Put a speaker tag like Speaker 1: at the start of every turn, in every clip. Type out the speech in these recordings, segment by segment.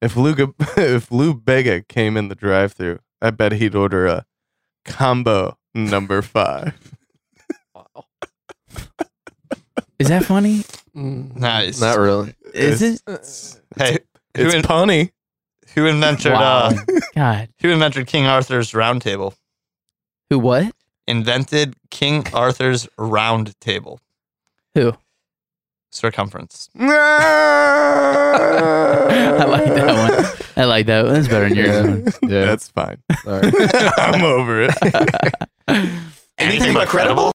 Speaker 1: If Luga, if Lou Bega came in the drive-through, I bet he'd order a combo number five.
Speaker 2: Is that funny?
Speaker 3: Nice.
Speaker 4: Mm.
Speaker 1: Oh,
Speaker 4: Not really. Uh,
Speaker 2: Is it?
Speaker 3: Hey,
Speaker 1: It's
Speaker 3: Who in-
Speaker 1: punny.
Speaker 3: who invented uh,
Speaker 2: God.
Speaker 3: who invented King Arthur's Round Table?
Speaker 2: Who? What?
Speaker 3: Invented King Arthur's Round Table
Speaker 2: Who?
Speaker 3: circumference.
Speaker 2: I like that one. I like that one. That's better than yours.
Speaker 4: Yeah.
Speaker 1: That's fine.
Speaker 4: All right.
Speaker 1: I'm over it.
Speaker 3: Anything but credible.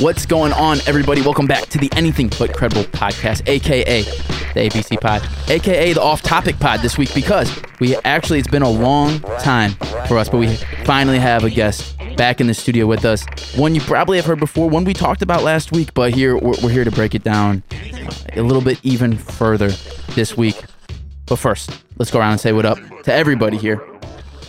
Speaker 2: What's going on, everybody? Welcome back to the Anything But Credible podcast, aka the ABC Pod, aka the Off Topic Pod this week because we actually it's been a long time for us, but we finally have a guest back in the studio with us. One you probably have heard before, one we talked about last week, but here we're, we're here to break it down a little bit even further this week. But first, let's go around and say what up to everybody here.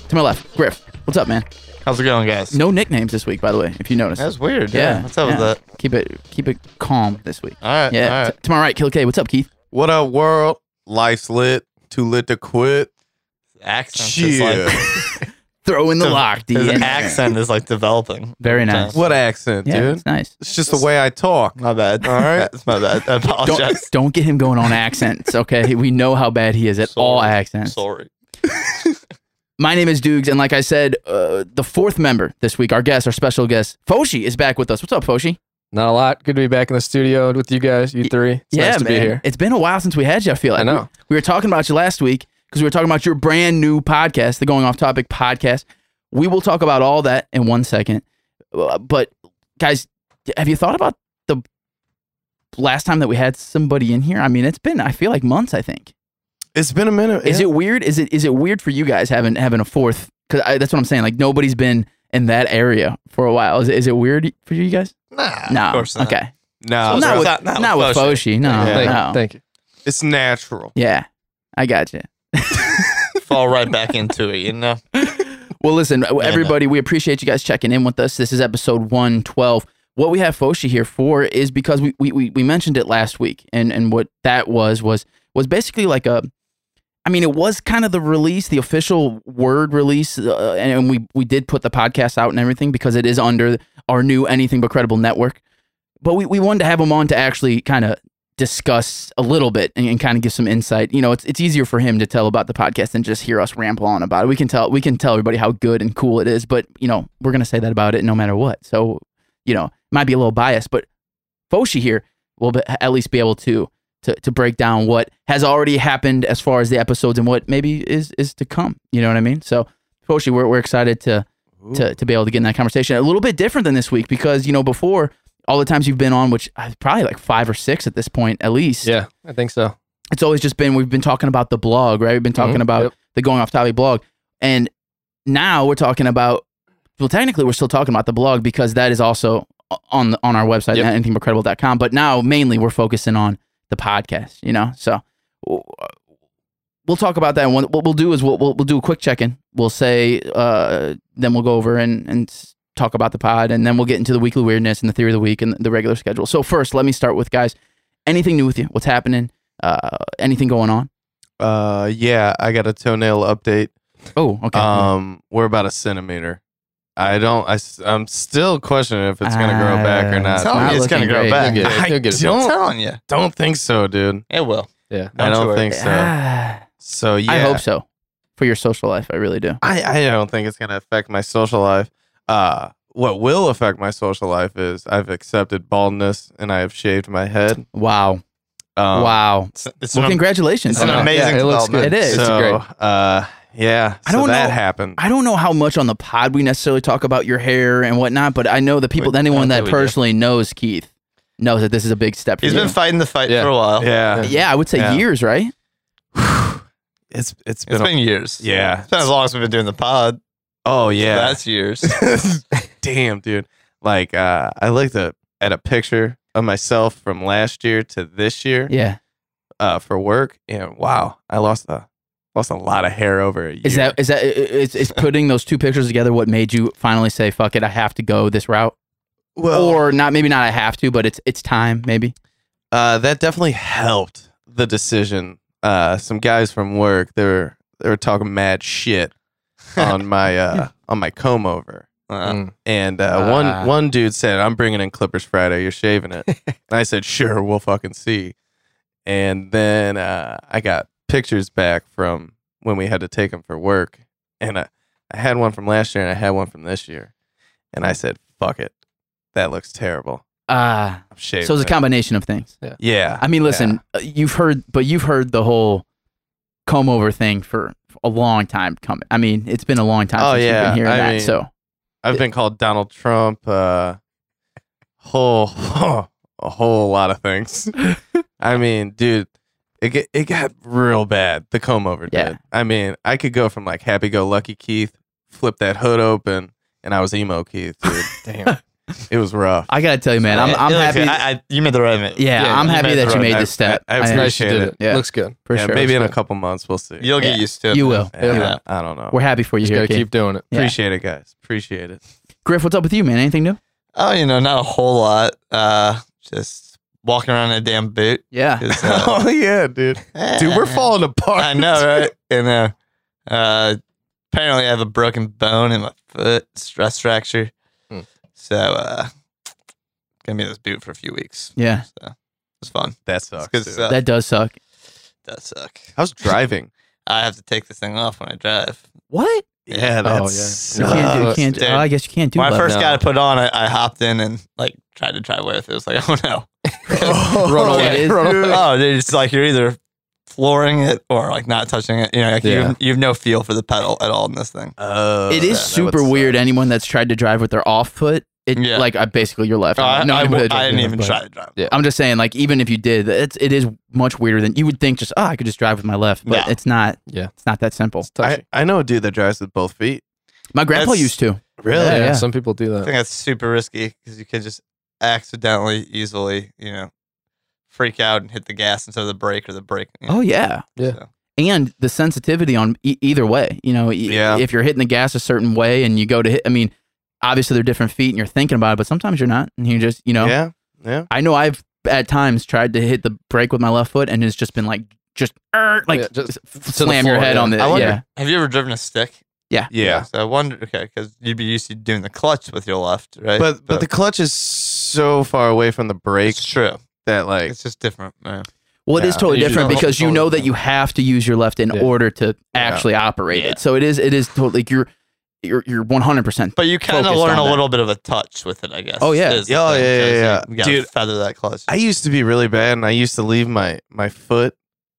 Speaker 2: To my left, Griff. What's up, man?
Speaker 3: How's it going, guys?
Speaker 2: No nicknames this week, by the way, if you noticed.
Speaker 3: That's weird. Yeah.
Speaker 2: Yeah.
Speaker 3: What's up
Speaker 2: yeah.
Speaker 3: with that?
Speaker 2: Keep it keep it calm this week.
Speaker 3: All right.
Speaker 2: yeah.
Speaker 3: All right.
Speaker 2: T- to my right, Kill K. What's up, Keith?
Speaker 1: What up, world? Life's lit. Too lit to quit.
Speaker 3: Accent is
Speaker 1: Shit.
Speaker 3: like
Speaker 2: Throw in the
Speaker 3: His-
Speaker 2: lock, D.
Speaker 3: his
Speaker 2: and-
Speaker 3: accent is like developing.
Speaker 2: Very nice.
Speaker 1: what accent,
Speaker 2: Yeah,
Speaker 1: dude?
Speaker 2: it's nice.
Speaker 1: It's just the way I talk.
Speaker 3: My bad.
Speaker 1: All right.
Speaker 3: That's my bad. I
Speaker 2: Don't,
Speaker 3: apologize.
Speaker 2: don't get him going on accents, okay? We know how bad he is at all
Speaker 3: Sorry.
Speaker 2: accents.
Speaker 3: Sorry.
Speaker 2: My name is Dukes, and like I said, uh, the fourth member this week, our guest, our special guest, Foshi, is back with us. What's up, Foshi?
Speaker 4: Not a lot. Good to be back in the studio with you guys, you three. It's nice to be
Speaker 2: man.
Speaker 4: here.
Speaker 2: It's been a while since we had you, I feel like.
Speaker 4: I know.
Speaker 2: We were talking about you last week because we were talking about your brand new podcast, the Going Off Topic podcast. We will talk about all that in one second. Uh, But, guys, have you thought about the last time that we had somebody in here? I mean, it's been, I feel like months, I think.
Speaker 1: It's been a minute.
Speaker 2: Is
Speaker 1: yeah.
Speaker 2: it weird? Is it is it weird for you guys having having a fourth? Because that's what I'm saying. Like, nobody's been in that area for a while. Is it, is it weird for you guys?
Speaker 3: Nah.
Speaker 2: no.
Speaker 3: Of course not.
Speaker 2: Okay.
Speaker 1: No,
Speaker 3: Oh,
Speaker 2: not,
Speaker 3: so
Speaker 2: with,
Speaker 3: not-
Speaker 2: not,
Speaker 3: not
Speaker 2: with
Speaker 3: with
Speaker 2: Foshi. No,
Speaker 4: Yeah, thank,
Speaker 2: no.
Speaker 4: thank you.
Speaker 1: it's natural.
Speaker 2: Yeah, I got you.
Speaker 3: Fall right back into it, you know?
Speaker 2: Well, listen,
Speaker 3: no.
Speaker 2: everybody, we appreciate you guys checking in with us. This is episode 112. What we have Foshi here for is because we, we, we, we mentioned it last week, and, and what that was was was basically like a, I mean, it was kind of the release, the official word release, uh, and, and we we did put the podcast out and everything because it is under our new Anything But Credible network. But we, we wanted to have him on to actually kind of discuss a little bit and, and kind of give some insight. You know, it's it's easier for him to tell about the podcast than just hear us ramble on about it. We can tell we can tell everybody how good and cool it is, but you know, we're gonna say that about it no matter what. So, you know, might be a little biased, but Foshi here will be, at least be able to to to break down what has already happened as far as the episodes and what maybe is is to come. You know what I mean? So, Foshi, we're we're excited to to, to be able to get in that conversation. A little bit different than this week because, you know, before all the times you've been on, which I probably like five or six at this point, at least,
Speaker 4: Yeah, I think so.
Speaker 2: it's always just been, we've been talking about the blog, right? We've been talking
Speaker 4: Mhm,
Speaker 2: about
Speaker 4: yep.
Speaker 2: the going off topic blog. And now we're talking about, well, technically we're still talking about the blog because that is also on the, on our website,
Speaker 4: Yep.
Speaker 2: anythingbutcredible.com. But now mainly we're focusing on the podcast, you know? So w- we'll talk about that. And what what we'll do is we'll, we'll, we'll do a quick check-in. We'll say, uh, then we'll go over and, and s- talk about the pod and then we'll get into the weekly weirdness and the theory of the week and the regular schedule. So first, let me start with guys, anything new with you? What's happening? Uh, anything going on?
Speaker 1: Uh, yeah, I got a toenail update.
Speaker 2: Oh, okay.
Speaker 1: Um, we're about a centimeter. I don't. I, am still questioning if it's gonna grow back or
Speaker 2: Uh,
Speaker 1: not.
Speaker 3: Tell me
Speaker 2: not
Speaker 3: it's going to
Speaker 2: looking
Speaker 3: grow
Speaker 2: great.
Speaker 3: back.
Speaker 4: You'll get it.
Speaker 1: I
Speaker 4: You'll get it.
Speaker 3: I'm
Speaker 1: don't
Speaker 3: telling you.
Speaker 1: don't think so, dude.
Speaker 3: It will.
Speaker 4: Yeah.
Speaker 1: I
Speaker 3: Don't
Speaker 1: don't
Speaker 3: you
Speaker 1: think so.
Speaker 2: Ah,
Speaker 1: So yeah,
Speaker 2: I hope so. For your social life, I really do.
Speaker 1: I, I don't think it's gonna affect my social life. Uh, what will affect my social life is I've accepted baldness and I have shaved my head.
Speaker 2: Wow.
Speaker 1: Um,
Speaker 2: wow.
Speaker 3: It's, it's
Speaker 2: Well,
Speaker 3: an-
Speaker 2: congratulations.
Speaker 3: it's an
Speaker 2: on that.
Speaker 4: ama-
Speaker 3: amazing
Speaker 4: Yeah, it looks
Speaker 3: development.
Speaker 2: good. It is.
Speaker 1: So,
Speaker 4: great.
Speaker 1: uh, yeah.
Speaker 2: I
Speaker 1: so
Speaker 2: don't
Speaker 1: that
Speaker 2: know-
Speaker 1: happened.
Speaker 2: I don't know how much on the pod we necessarily talk about your hair and whatnot, but I know the people,
Speaker 3: We-
Speaker 2: anyone
Speaker 3: I don't
Speaker 2: that
Speaker 3: think we do.
Speaker 2: personally knows Keith knows that this is a big step for
Speaker 3: He's
Speaker 2: you.
Speaker 3: been fighting the fight
Speaker 4: Yeah.
Speaker 3: for a while.
Speaker 1: yeah.
Speaker 2: yeah, I would say
Speaker 1: Yeah.
Speaker 2: years, right?
Speaker 1: It's it's been,
Speaker 3: It's
Speaker 1: a-
Speaker 3: been years.
Speaker 1: Yeah.
Speaker 3: It's been as long as we've been doing the pod.
Speaker 1: oh yeah.
Speaker 3: That's years.
Speaker 1: damn dude like uh i looked at, at a picture of myself from last year to this year
Speaker 2: Yeah.
Speaker 1: uh, for work, and wow, I lost a lost a lot of hair over a year.
Speaker 2: Is that is that is, is putting those two pictures together what made you finally say fuck it I have to go this route
Speaker 1: well?
Speaker 2: or not maybe not I have to but it's it's time maybe
Speaker 1: uh, that definitely helped the decision. Uh, some guys from work they were they were talking mad shit on my uh, on my comb over.
Speaker 3: Uh-huh.
Speaker 1: Uh,
Speaker 4: Mm.
Speaker 1: And uh,
Speaker 2: Ah.
Speaker 1: one one dude said, "I'm bringing in clippers Friday. You're shaving it." and I said, "Sure, we'll fucking see." And then uh, I got pictures back from when we had to take them for work, and I, I had one from last year and I had one from this year, and I said, "Fuck it, that looks terrible.
Speaker 2: ah
Speaker 1: I'm shaving."
Speaker 2: so it's a combination of things
Speaker 1: yeah.
Speaker 2: I mean listen uh you've heard but you've heard the whole comb over thing for a long time coming I mean it's been a long time
Speaker 1: Oh,
Speaker 2: since you've
Speaker 1: yeah,
Speaker 2: been hearing
Speaker 1: I
Speaker 2: that
Speaker 1: mean-
Speaker 2: so
Speaker 1: I've been called Donald Trump uh, whole, a whole lot of things. I mean, dude, it get, it got real bad. The comb over did.
Speaker 2: Yeah.
Speaker 1: I mean, I could go from like happy go lucky Keith, flip that hood open, and I was emo Keith. Dude. Damn, it was rough.
Speaker 2: I gotta tell you man I'm
Speaker 3: It-
Speaker 2: I'm
Speaker 3: it looks
Speaker 2: happy
Speaker 3: good. I, I, you made the right. move.
Speaker 2: yeah, I'm
Speaker 3: you
Speaker 2: happy
Speaker 3: made
Speaker 2: that
Speaker 3: the
Speaker 2: you
Speaker 3: right
Speaker 2: made
Speaker 1: I-
Speaker 2: this step
Speaker 1: I- I was
Speaker 2: I-
Speaker 1: nice
Speaker 4: Nice you
Speaker 1: appreciate
Speaker 4: did it.
Speaker 1: it.
Speaker 2: Yeah.
Speaker 4: Looks good.
Speaker 2: for
Speaker 1: yeah,
Speaker 2: sure
Speaker 1: maybe in a
Speaker 4: Sure.
Speaker 1: couple months we'll see.
Speaker 3: You'll get
Speaker 2: Yeah.
Speaker 3: used to it.
Speaker 2: you
Speaker 3: man.
Speaker 2: will
Speaker 1: Yeah,
Speaker 4: Yeah.
Speaker 1: I don't know.
Speaker 2: we're happy for you
Speaker 4: Just
Speaker 2: here
Speaker 4: gotta
Speaker 2: Keith.
Speaker 4: keep doing it.
Speaker 2: Yeah.
Speaker 1: Appreciate it, guys. Appreciate it.
Speaker 2: Griff what's up with you man anything new
Speaker 3: Oh, you know, not a whole lot. Uh, just walking around in a damn boot.
Speaker 2: yeah
Speaker 3: 'cause, uh,
Speaker 1: oh yeah, dude. Dude, we're falling apart.
Speaker 3: I know, right? And uh, uh, apparently, I have a broken bone in my foot, stress fracture.
Speaker 4: Hmm.
Speaker 3: So, uh, gonna be in this boot for a few weeks.
Speaker 2: yeah
Speaker 3: It's fun.
Speaker 1: That sucks.
Speaker 3: good
Speaker 1: dude.
Speaker 3: stuff.
Speaker 2: that does suck
Speaker 3: Does suck.
Speaker 1: How's driving?
Speaker 3: I have to take this thing off when I drive.
Speaker 2: what
Speaker 1: Yeah,
Speaker 4: Oh,
Speaker 1: that's
Speaker 2: You can't do, you
Speaker 4: Uh,
Speaker 2: can't do,
Speaker 3: dude.
Speaker 2: oh, I guess you can't do
Speaker 3: when I
Speaker 2: love.
Speaker 3: first
Speaker 4: no.
Speaker 3: got it put on, I, I hopped in and like tried to drive with it. It was like, oh no.
Speaker 4: Run
Speaker 2: Oh,
Speaker 4: away.
Speaker 2: it is?
Speaker 4: Run away.
Speaker 3: oh, dude, it's like you're either flooring it or like not touching it. You know, like
Speaker 4: Yeah.
Speaker 3: you, you have no feel for the pedal at all in this thing.
Speaker 1: Oh,
Speaker 2: It is
Speaker 1: that would
Speaker 2: super
Speaker 1: suck.
Speaker 2: weird. Anyone that's tried to drive with their off foot, it
Speaker 3: Yeah.
Speaker 2: like I basically you're left.
Speaker 3: Oh, I,
Speaker 2: No,
Speaker 3: I,
Speaker 2: I'm
Speaker 3: w-
Speaker 2: gonna
Speaker 3: I
Speaker 2: drive
Speaker 3: didn't
Speaker 2: with
Speaker 3: even
Speaker 2: my
Speaker 3: try
Speaker 2: butt.
Speaker 3: to drive.
Speaker 4: Yeah.
Speaker 2: I'm just saying, like even if you did, it's it is much weirder than you would think. Just oh, I could just drive with my left, but
Speaker 3: Yeah.
Speaker 2: it's not.
Speaker 4: Yeah.
Speaker 2: it's not that simple.
Speaker 4: It's touchy.
Speaker 1: I, I know a dude that drives with both feet.
Speaker 2: My grandpa
Speaker 3: That's-
Speaker 2: used to.
Speaker 1: Really?
Speaker 4: yeah,
Speaker 2: yeah.
Speaker 4: Some people do
Speaker 3: I think
Speaker 4: that.
Speaker 3: that's super risky because you could just accidentally, easily, you know, freak out and hit the gas instead of the brake or the brake. you know,
Speaker 2: Oh yeah,
Speaker 4: Yeah.
Speaker 3: so.
Speaker 2: and the sensitivity on e- either way. You know, e-
Speaker 1: Yeah.
Speaker 2: if you're hitting the gas a certain way and you go to hit, I mean, obviously they're different feet and you're thinking about it, but sometimes you're not, and you just you know.
Speaker 1: Yeah. Yeah.
Speaker 2: I know I've at times tried to hit the brake with my left foot and it's just been like just er, like
Speaker 4: Yeah, just
Speaker 2: f-
Speaker 4: the
Speaker 2: slam your
Speaker 4: floor,
Speaker 2: head
Speaker 4: yeah.
Speaker 2: on the
Speaker 3: I wonder,
Speaker 2: Oh, yeah.
Speaker 3: have you ever driven a stick?
Speaker 1: Yeah.
Speaker 3: So I wonder, okay, because you'd be used to doing the clutch with your left, right?
Speaker 1: But but the clutch is so far away from the brake
Speaker 3: it's true.
Speaker 1: that like
Speaker 3: It's just different. man.
Speaker 2: Well, it is
Speaker 1: Yeah.
Speaker 2: totally
Speaker 3: You
Speaker 2: different
Speaker 3: just-
Speaker 2: because you know that you have to use your left in
Speaker 4: Yeah.
Speaker 2: order to actually operate
Speaker 3: Yeah.
Speaker 2: it. So it is it is totally you're you're you're one hundred percent.
Speaker 3: But you kind of
Speaker 2: Focused
Speaker 3: learn
Speaker 2: on
Speaker 3: a
Speaker 2: that.
Speaker 3: little bit of a touch with it, I guess.
Speaker 2: Oh, yeah.
Speaker 3: is the
Speaker 1: Yeah,
Speaker 3: thing,
Speaker 1: yeah,
Speaker 3: 'cause
Speaker 1: yeah,
Speaker 3: You,
Speaker 1: yeah.
Speaker 3: Dude,
Speaker 1: Dude.
Speaker 3: feather that clutch.
Speaker 1: I used to be really bad and I used to leave my my foot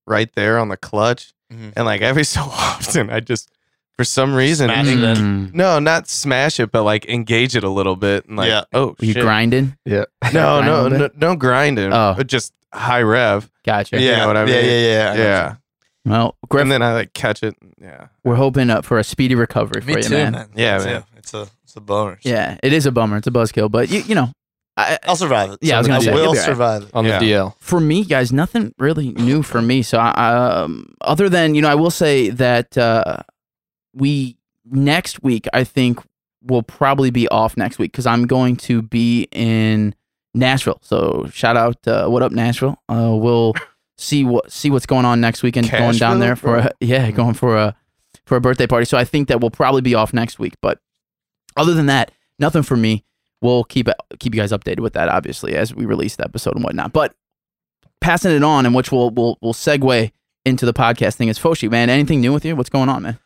Speaker 1: right there on the clutch
Speaker 3: Mhm.
Speaker 1: and like every so often I just for some reason
Speaker 3: Smash it.
Speaker 1: no not smash it but like engage it a little bit and like
Speaker 3: Yeah.
Speaker 1: oh
Speaker 2: Were you
Speaker 1: shit.
Speaker 2: grinding?
Speaker 4: Yeah.
Speaker 1: no
Speaker 2: Grind a
Speaker 1: no,
Speaker 2: little
Speaker 1: no don't grind it
Speaker 2: Oh.
Speaker 1: but just high rev
Speaker 2: Gotcha.
Speaker 1: You know what I
Speaker 3: yeah,
Speaker 1: mean?
Speaker 3: yeah, yeah, I know
Speaker 1: yeah
Speaker 3: what
Speaker 2: Well, Griff,
Speaker 1: and then I like catch it yeah
Speaker 2: we're hoping uh, for a speedy recovery
Speaker 3: you
Speaker 2: for
Speaker 3: mean. Me
Speaker 2: you,
Speaker 3: too,
Speaker 2: man.
Speaker 3: man.
Speaker 1: Yeah,
Speaker 3: Me
Speaker 1: man.
Speaker 3: too. It's a it's a bonus.
Speaker 2: Yeah, it is a bummer. It's a buzzkill, but you you know, I,
Speaker 3: I'll survive it.
Speaker 2: Yeah, I was
Speaker 3: Someday.
Speaker 2: gonna say,
Speaker 3: will
Speaker 2: you'll be all right.
Speaker 3: survive it.
Speaker 4: On
Speaker 1: Yeah.
Speaker 4: the DL.
Speaker 2: for me, guys, nothing really new for me. So, I, um, other than you know, I will say that uh, we next week, I think, will probably be off next week because I'm going to be in Nashville. So, shout out, uh, what up, Nashville? Uh, we'll see what see what's going on next weekend. going down
Speaker 1: Cashville,
Speaker 2: there for
Speaker 1: bro.
Speaker 2: a, yeah, going for a for a birthday party. So, I think that we'll probably be off next week. But other than that, nothing for me. We'll keep keep you guys updated with that, obviously, as we release the episode and whatnot. But passing it on, and which will will will segue into the podcast thing is Foshi, man. Anything new with you? What's going on, man?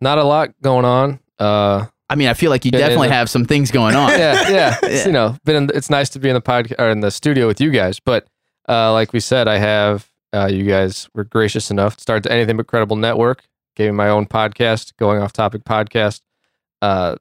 Speaker 4: Not a lot going on. Uh,
Speaker 2: I mean, I feel like you
Speaker 4: Yeah, yeah,
Speaker 2: definitely
Speaker 4: yeah.
Speaker 2: have some things going on.
Speaker 4: yeah, yeah. It's,
Speaker 2: Yeah.
Speaker 4: you know, been in, it's nice to be in the podcast or in the studio with you guys. But uh, like we said, I have uh, you guys were gracious enough to start the Anything But Credible Network. Gave me my own podcast, going off topic podcast, uh,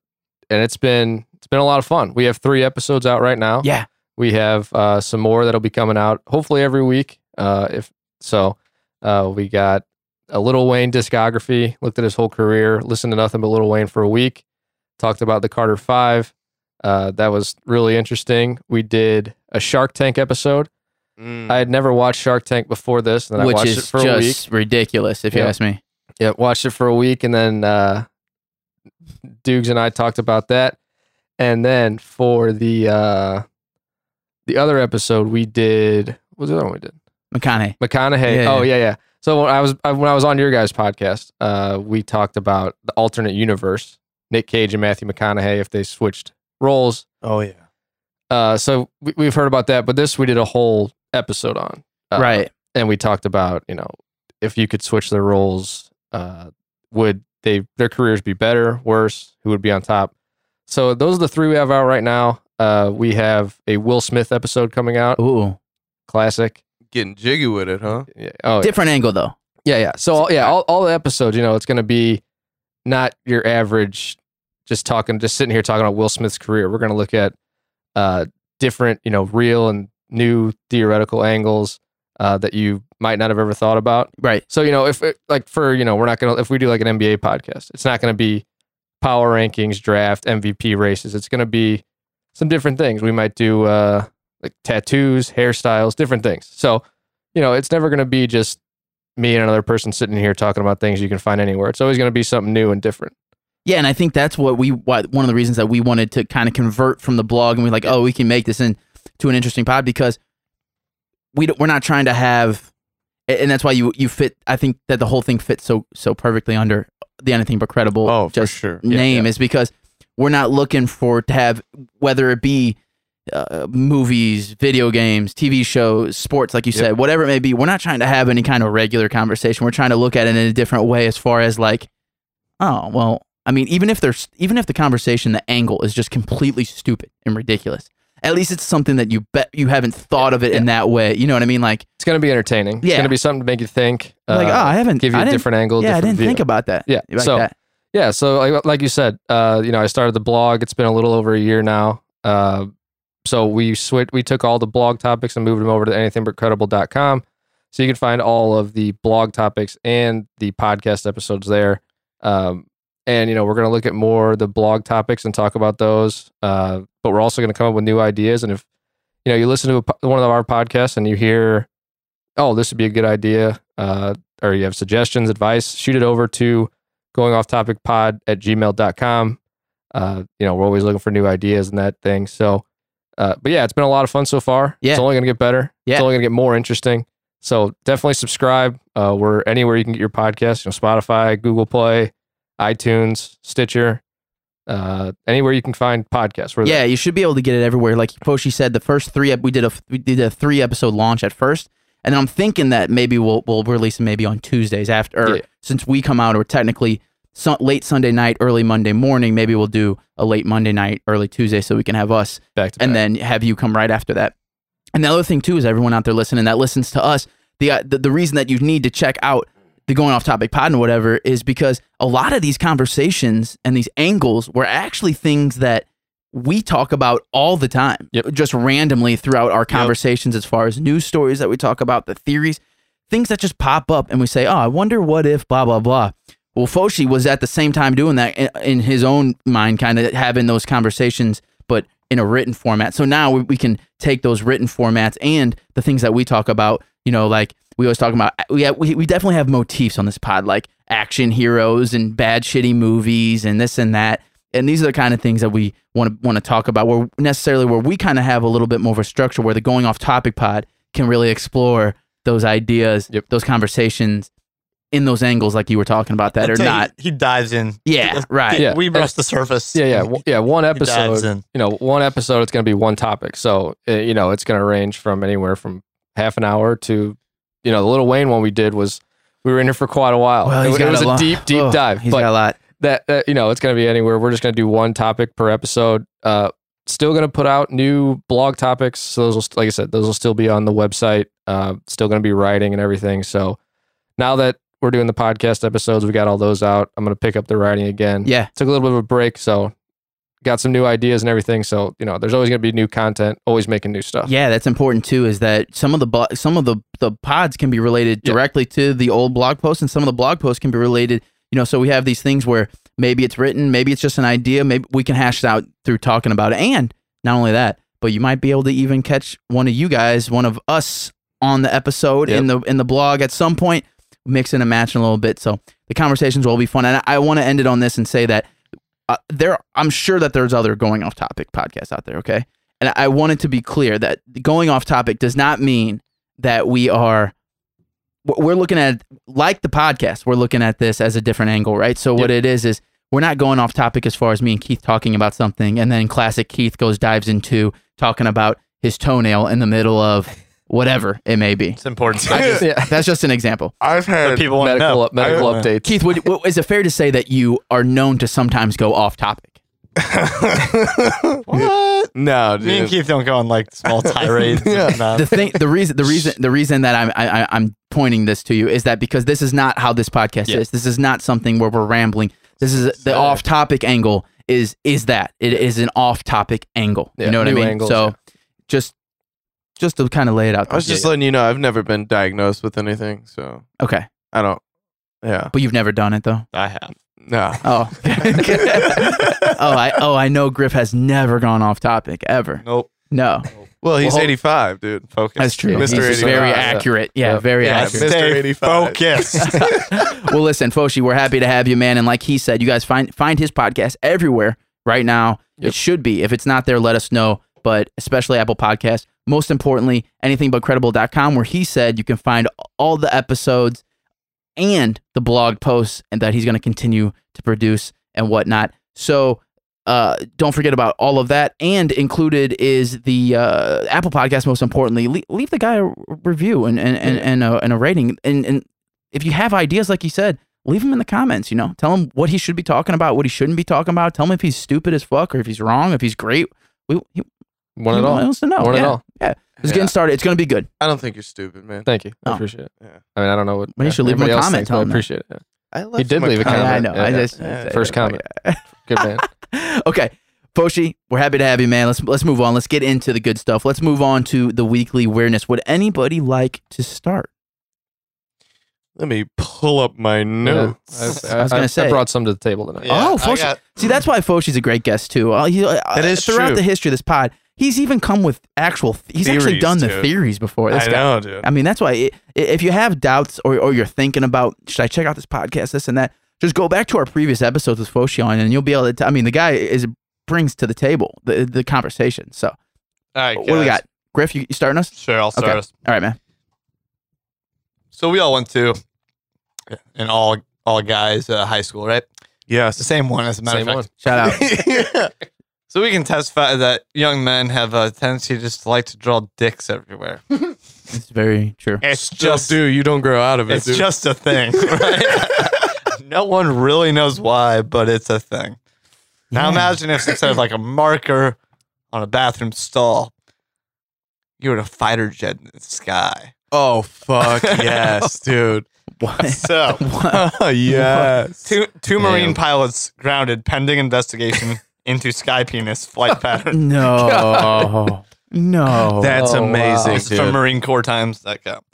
Speaker 4: and it's been it's been a lot of fun. We have three episodes out right now.
Speaker 2: Yeah.
Speaker 4: we have uh, some more that'll be coming out hopefully every week. Uh, if so, uh, we got a Little Wayne discography. Looked at his whole career. Listened to nothing but Little Wayne for a week. Talked about the Carter Five. Uh, that was really interesting. We did a Shark Tank episode
Speaker 1: Mm.
Speaker 4: I had never watched Shark Tank before this, and then I
Speaker 2: Hmm. which
Speaker 4: watched
Speaker 2: is
Speaker 4: it for a week.
Speaker 2: just ridiculous, if you
Speaker 4: Yep.
Speaker 2: ask me.
Speaker 4: Yeah, watched it for a week, and then uh, Dukes and I talked about that. And then for the uh, the other episode, we did what was the other one we did?
Speaker 2: McConaughey.
Speaker 4: McConaughey.
Speaker 2: Yeah,
Speaker 4: oh
Speaker 2: yeah.
Speaker 4: yeah, yeah. So when I was I- when I was on your guys' podcast, uh, we talked about the alternate universe, Nick Cage and Matthew McConaughey if they switched roles.
Speaker 1: oh yeah.
Speaker 4: Uh, so we, we've heard about that, but this we did a whole episode on, uh,
Speaker 2: right.
Speaker 4: And we talked about you know if you could switch their roles, uh, would they their careers be better, worse? Who would be on top? So those are the three we have out right now. Uh, we have a Will Smith episode coming out,
Speaker 2: Ooh.
Speaker 4: classic.
Speaker 1: Getting jiggy with it, huh?
Speaker 4: Yeah. Oh,
Speaker 2: Different angle though.
Speaker 4: yeah, yeah. So all, yeah, all, all the episodes, you know, it's going to be not your average just talking, just sitting here talking about Will Smith's career. We're going to look at uh, different, you know, real and new theoretical angles uh, that you might not have ever thought about.
Speaker 2: Right.
Speaker 4: So you know, if it, like for you know, we're not gonna if we do like an NBA podcast, it's not gonna be power rankings, draft, MVP races. It's gonna be some different things. We might do uh, like tattoos, hairstyles, different things. So you know, it's never gonna be just me and another person sitting here talking about things you can find anywhere. It's always gonna be something new and different.
Speaker 2: Yeah, and I think that's what we why, one of the reasons that we wanted to kind of convert from the blog and we like, oh, we can make this into an interesting pod because we don't, we're not trying to have, a- and that's why you you fit. I think that the whole thing fits so so perfectly under the anything but credible.
Speaker 1: Oh, for
Speaker 2: just
Speaker 1: sure.
Speaker 4: Yeah,
Speaker 2: name is because we're not looking for to have whether it be uh, movies, video games, TV shows, sports, like you said, whatever it may be. We're not trying to have any kind of regular conversation. We're trying to look at it in a different way, as far as like, oh well, I mean, even if there's even if the conversation, the angle is just completely stupid and ridiculous. At least it's something that you bet you haven't thought of it in that way. You know what I mean? Like,
Speaker 4: It's gonna be entertaining. It's
Speaker 2: Yeah.
Speaker 4: gonna be something to make you think.
Speaker 2: like oh,
Speaker 4: uh,
Speaker 2: I haven't
Speaker 4: give you
Speaker 2: I
Speaker 4: a
Speaker 2: didn't-
Speaker 4: different angle.
Speaker 2: Yeah, I
Speaker 4: different
Speaker 2: didn't
Speaker 4: view.
Speaker 2: think about that.
Speaker 4: Yeah,
Speaker 2: Like
Speaker 4: so-
Speaker 2: that.
Speaker 4: yeah so like, like you said uh you know i started the blog it's been a little over a year now uh so we switch we took all the blog topics and moved them over to anythingbutcredible.com so you can find all of the blog topics and the podcast episodes there um and you know we're going to look at more of the blog topics and talk about those uh but we're also going to come up with new ideas and if you know you listen to a, po- one of our podcasts and you hear oh this would be a good idea uh or you have suggestions advice shoot it over to going off topic pod at gmail.com. Uh, you know, we're always looking for new ideas and that thing. So, uh, but yeah, it's been a lot of fun so far.
Speaker 2: Yeah.
Speaker 4: It's only going to get better.
Speaker 2: Yeah.
Speaker 4: It's only going to get more interesting. So definitely subscribe. Uh, we're anywhere you can get your podcast, you know, Spotify, Google Play, iTunes, Stitcher, uh, anywhere you can find podcasts. We're there.
Speaker 2: Yeah, you should be able to get it everywhere. Like Foshi said, the first three ep- we did a we did a three episode launch at first, and then I'm thinking that maybe we'll we'll release it maybe on Tuesdays after, or
Speaker 4: Yeah.
Speaker 2: since we come out or technically sun, late Sunday night, early Monday morning. Maybe we'll do a late Monday night, early Tuesday, so we can have us
Speaker 4: Back to
Speaker 2: and
Speaker 4: back.
Speaker 2: then have you come right after that. And the other thing too is everyone out there listening that listens to us, the uh, the, the reason that you need to check out the going off topic pod and whatever is because a lot of these conversations and these angles were actually things that we talk about all the time,
Speaker 4: Yep.
Speaker 2: just randomly throughout our conversations as far as news stories that we talk about, the theories, things that just pop up and we say, oh, I wonder what if blah, blah, blah. Well, Foshi was at the same time doing that in, in his own mind, kind of having those conversations, but in a written format. So now we, we can take those written formats and the things that we talk about, you know, like we always talk about, we, we, we definitely have motifs on this pod, like action heroes and bad, shitty movies and this and that. And these are the kind of things that we want to want to talk about. Where necessarily where we kind of have a little bit more of a structure, where the going off topic pod can really explore those ideas,
Speaker 4: Yep.
Speaker 2: those conversations, in those angles, like you were talking about that, or
Speaker 3: Until he-
Speaker 2: not.
Speaker 3: He, dives in.
Speaker 2: Yeah, right.
Speaker 4: Yeah.
Speaker 3: We brushed the surface.
Speaker 4: yeah, yeah, w- yeah. One
Speaker 3: He dives
Speaker 4: episode,
Speaker 3: in.
Speaker 4: you know, one episode, it's going to be one topic. So, uh, you know, it's going to range from anywhere from half an hour to, you know, the Little Wayne one we did was we were in here for quite a while.
Speaker 2: Well,
Speaker 4: it,
Speaker 2: he's
Speaker 4: it
Speaker 2: got
Speaker 4: was a,
Speaker 2: lot-
Speaker 4: deep, deep
Speaker 2: Ugh,
Speaker 4: dive.
Speaker 2: He's
Speaker 4: but
Speaker 2: got a lot.
Speaker 4: that, that, you know, it's going to be anywhere. We're just going to do one topic per episode. Uh, still going to put out new blog topics. So those will, st- like I said, those will still be on the website. Uh, still going to be writing and everything. So now that we're doing the podcast episodes, we got all those out. I'm going to pick up the writing again
Speaker 2: Yeah,
Speaker 4: took a little bit of a break, so got some new ideas and everything. So you know, there's always gonna be new content, always making new stuff.
Speaker 2: yeah, that's important too. Is that some of the blo- some of the the pods can be related
Speaker 4: Yeah.
Speaker 2: directly to the old blog post, and some of the blog posts can be related. You know, so we have these things where maybe it's written, maybe it's just an idea, maybe we can hash it out through talking about it. And not only that, but you might be able to even catch one of you guys, one of us on the episode
Speaker 4: Yep.
Speaker 2: in the in the blog at some point, mixing and matching a little bit. So the conversations will be fun. And I, I want to end it on this and say that uh, there, I'm sure that there's other going off topic podcasts out there. Okay, and I want it to be clear that going off topic does not mean that we are we're we're looking at like the podcast. We're looking at this as a different angle, right? So what it is is we're not going off topic as far as me and Keith talking about something, and then classic Keith goes dives into talking about his toenail in the middle of whatever it may be.
Speaker 3: It's important.
Speaker 1: I just-
Speaker 4: yeah.
Speaker 2: That's just an example.
Speaker 1: I've
Speaker 3: But
Speaker 1: had
Speaker 3: people want to
Speaker 4: medical
Speaker 3: know.
Speaker 4: medical
Speaker 3: I-
Speaker 4: updates.
Speaker 2: Keith, would, w- is it fair to say that you are known to sometimes go off topic?
Speaker 3: What?
Speaker 1: no, dude.
Speaker 3: Me and Keith don't go on like small tirades.
Speaker 1: Yeah.
Speaker 3: and, uh,
Speaker 2: the thing the reason the reason the reason that I'm I, I- I'm pointing this to you is that because this is not how this podcast
Speaker 3: Yeah.
Speaker 2: is. This is not something where we're rambling. This is the
Speaker 3: Sure.
Speaker 2: off topic angle is is that it is an off topic angle.
Speaker 4: Yeah,
Speaker 2: you know what I
Speaker 4: new
Speaker 2: mean?
Speaker 4: angles,
Speaker 2: so
Speaker 4: yeah.
Speaker 2: just just to kind of lay it out.
Speaker 1: I was
Speaker 2: there.
Speaker 1: just letting you know I've never been diagnosed with anything, so
Speaker 2: okay,
Speaker 1: I don't. Yeah,
Speaker 2: but you've never done it though.
Speaker 3: I have.
Speaker 1: no.
Speaker 2: Oh, oh, I oh I know. Griff has never gone off topic ever.
Speaker 3: Nope.
Speaker 2: No,
Speaker 1: Well, he's
Speaker 3: Well,
Speaker 1: 85, dude.
Speaker 3: Focus.
Speaker 2: that's true.
Speaker 1: Mr.
Speaker 2: He's just
Speaker 1: 85.
Speaker 2: very accurate. Yeah,
Speaker 4: Yeah.
Speaker 2: very
Speaker 1: Yeah,
Speaker 2: accurate.
Speaker 1: Mr.
Speaker 3: Stay
Speaker 1: 85.
Speaker 3: Focused.
Speaker 2: well, listen, Foshi, we're happy to have you, man. And like he said, you guys find find his podcast everywhere right now. It
Speaker 4: Yep.
Speaker 2: should be. If it's not there, let us know. But especially Apple Podcasts. Most importantly, anythingbutcredible.com, where he said you can find all the episodes and the blog posts and that he's going to continue to produce and whatnot. So uh, don't forget about all of that. And included is the uh, Apple Podcast. Most importantly, Le- leave the guy a r- review and and and, and, a, and a rating. And and if you have ideas, like you said, leave them in the comments. You know, tell him what he should be talking about, what he shouldn't be talking about. Tell him if he's stupid as fuck or if he's wrong, if he's great. We he,
Speaker 4: One
Speaker 2: he
Speaker 4: at all.
Speaker 2: wants to know.
Speaker 4: One
Speaker 2: yeah.
Speaker 4: at all.
Speaker 2: Yeah, it's
Speaker 1: Yeah.
Speaker 2: getting started. It's gonna be good.
Speaker 1: I don't think you're stupid, man.
Speaker 4: Thank you.
Speaker 2: Oh.
Speaker 4: I appreciate it.
Speaker 1: Yeah.
Speaker 4: I mean, I don't know what.
Speaker 2: Well, you should leave him a
Speaker 4: everybody
Speaker 2: comment,
Speaker 4: else thinks,
Speaker 2: tell
Speaker 4: but I
Speaker 2: him that.
Speaker 4: appreciate it.
Speaker 1: I left
Speaker 4: He did
Speaker 1: him
Speaker 4: leave a
Speaker 2: Yeah,
Speaker 4: comment.
Speaker 2: I know.
Speaker 4: Yeah,
Speaker 2: I
Speaker 4: yeah.
Speaker 2: just
Speaker 1: Yeah.
Speaker 4: First comment. Good man.
Speaker 2: okay. Foshi, we're happy to have you, man. Let's let's move on. Let's get into the good stuff. Let's move on to the weekly weirdness. Would anybody like to start?
Speaker 1: Let me pull up my notes.
Speaker 4: I,
Speaker 2: I was gonna
Speaker 4: I- I
Speaker 2: say-
Speaker 4: brought some to the table tonight.
Speaker 3: Yeah,
Speaker 2: oh,
Speaker 3: I
Speaker 2: Foshi.
Speaker 3: got-
Speaker 2: See, that's why Foshi's a great guest too. Uh, he, uh,
Speaker 1: That is
Speaker 2: throughout
Speaker 1: true.
Speaker 2: the history of this pod, he's even come with actual. Th- he's actually
Speaker 1: Theories,
Speaker 2: done the
Speaker 1: dude.
Speaker 2: theories before. This
Speaker 1: I
Speaker 2: guy.
Speaker 1: know, dude.
Speaker 2: I mean, that's why i i- if you have doubts or, or you're thinking about should I check out this podcast, this and that, just go back to our previous episodes with Foshi on, and you'll be able to. T- I mean, the guy is brings to the table the the conversation. So
Speaker 3: All right,
Speaker 2: what do we
Speaker 3: guys.
Speaker 2: got? Griff, you, you starting us?
Speaker 3: Sure, I'll start
Speaker 2: Okay.
Speaker 3: us.
Speaker 2: All right, man.
Speaker 3: So we all went to an all all guys uh, high school, right? It's the
Speaker 1: Yes.
Speaker 3: same one, as a matter
Speaker 4: Same
Speaker 3: of
Speaker 4: one.
Speaker 3: fact.
Speaker 2: Shout out.
Speaker 3: yeah. So we can testify that young men have a tendency to just like to draw dicks everywhere.
Speaker 2: It's very true.
Speaker 3: It's
Speaker 1: Just do. You don't grow out of it,
Speaker 3: It's
Speaker 1: dude.
Speaker 3: just a thing. right? no one really knows why, but it's a thing. Now imagine if instead of like a marker on a bathroom stall, you were in a fighter jet in the sky.
Speaker 1: oh fuck yes, dude.
Speaker 2: What?
Speaker 3: So
Speaker 2: What?
Speaker 1: yes.
Speaker 3: two two
Speaker 4: Damn.
Speaker 3: marine pilots grounded pending investigation into sky penis flight pattern.
Speaker 2: No. no.
Speaker 1: Oh. That's
Speaker 4: Oh, wow.
Speaker 1: amazing,
Speaker 3: This is from
Speaker 1: dude.
Speaker 3: Marine Corps Times.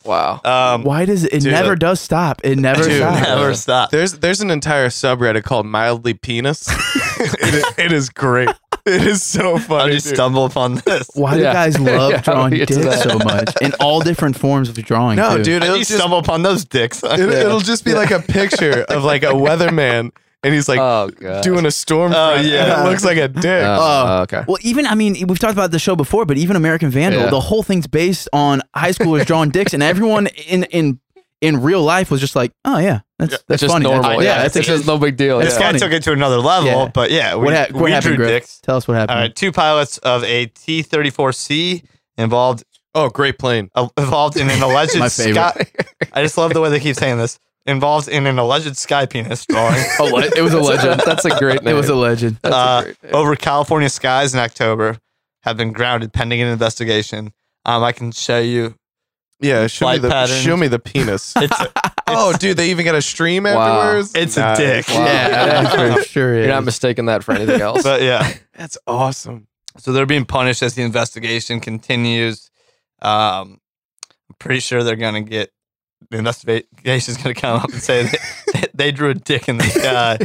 Speaker 4: Wow.
Speaker 3: Um,
Speaker 2: Why does it? It
Speaker 1: Dude.
Speaker 2: never does stop. It never
Speaker 1: Dude.
Speaker 2: stops.
Speaker 3: never stop.
Speaker 1: There's there's an entire subreddit called mildly penis. it, is, it is great. It is so
Speaker 3: I
Speaker 1: funny.
Speaker 3: just
Speaker 1: dude.
Speaker 3: stumbled upon this.
Speaker 2: Why do
Speaker 4: Yeah.
Speaker 2: guys love
Speaker 4: Yeah,
Speaker 2: drawing
Speaker 4: we get
Speaker 2: dicks
Speaker 4: to that.
Speaker 2: so much in all different forms of drawing?
Speaker 1: No,
Speaker 2: too.
Speaker 1: dude.
Speaker 3: I
Speaker 1: It'll
Speaker 3: just
Speaker 1: just,
Speaker 3: stumble upon those dicks.
Speaker 1: it, will just be like a picture of like a weatherman, and he's like
Speaker 4: oh god.
Speaker 1: doing a storm.
Speaker 3: Oh,
Speaker 1: front,
Speaker 3: yeah.
Speaker 1: and it looks like a dick.
Speaker 4: Oh, okay.
Speaker 2: Well, even I mean, we've talked about the show before, but even American Vandal,
Speaker 4: Yeah.
Speaker 2: the whole thing's based on high schoolers drawing dicks, and everyone in in in real life was just like, oh yeah, that's that's
Speaker 4: It's just
Speaker 2: funny. That's-
Speaker 4: normal.
Speaker 2: yeah,
Speaker 4: Yeah,
Speaker 2: that's
Speaker 4: it's just no big deal.
Speaker 2: That's
Speaker 3: this
Speaker 4: Yeah.
Speaker 2: funny.
Speaker 3: guy took it to another level,
Speaker 2: Yeah.
Speaker 3: but yeah, we,
Speaker 2: what, ha- what
Speaker 3: we
Speaker 2: happened,
Speaker 3: drew
Speaker 2: Griff?
Speaker 3: dicks.
Speaker 2: Tell us what
Speaker 3: All
Speaker 2: happened.
Speaker 3: right, two pilots of a T thirty four C involved
Speaker 1: oh, great plane.
Speaker 3: uh, involved in an alleged
Speaker 2: My
Speaker 3: sky.
Speaker 2: favorite.
Speaker 3: I just love the way they keep saying this. Involved in an alleged sky penis drawing
Speaker 4: Oh, what? it was a legend. That's a great
Speaker 2: It
Speaker 4: name.
Speaker 2: was a legend.
Speaker 4: That's a
Speaker 3: uh,
Speaker 4: great name.
Speaker 3: over California skies in October have been grounded pending an investigation. Um, I can show you.
Speaker 1: Yeah, show me
Speaker 3: Flight
Speaker 1: the
Speaker 3: patterns.
Speaker 1: show me the penis.
Speaker 3: It's a,
Speaker 1: oh, dude, they even got a stream
Speaker 4: Wow.
Speaker 1: afterwards.
Speaker 3: it's a
Speaker 1: Nice.
Speaker 3: dick.
Speaker 4: Wow.
Speaker 2: Yeah, I'm sure it
Speaker 4: You're not
Speaker 2: is.
Speaker 4: mistaking that for anything else.
Speaker 3: But yeah,
Speaker 1: That's awesome.
Speaker 3: so they're being punished as the investigation continues. Um, I'm pretty sure they're gonna get the investigation's gonna come up and say that they, drew a dick in the sky.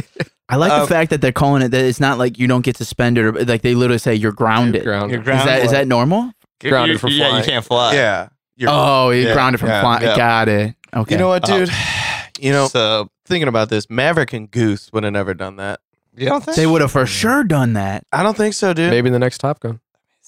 Speaker 2: I like
Speaker 4: Um,
Speaker 3: Uh,
Speaker 2: the fact that they're calling it that it's not like you don't get suspended or like they literally say you're grounded.
Speaker 4: You're grounded.
Speaker 3: You're
Speaker 2: Is that
Speaker 3: grounded.
Speaker 2: is that normal?
Speaker 3: You-
Speaker 4: grounded
Speaker 3: you-
Speaker 4: for
Speaker 3: Yeah, you
Speaker 4: flying.
Speaker 3: can't fly.
Speaker 1: yeah. You're,
Speaker 2: Oh, you're
Speaker 1: yeah,
Speaker 2: grounded from
Speaker 1: yeah,
Speaker 2: flying.
Speaker 3: yeah.
Speaker 2: Got it. Okay.
Speaker 1: You know what,
Speaker 3: Uh,
Speaker 1: dude? you know,
Speaker 3: so
Speaker 1: thinking about this, Maverick and Goose would have never done that.
Speaker 3: you don't think
Speaker 2: they would have for sure done that.
Speaker 1: I don't think so, dude.
Speaker 4: Maybe in the next Top Gun.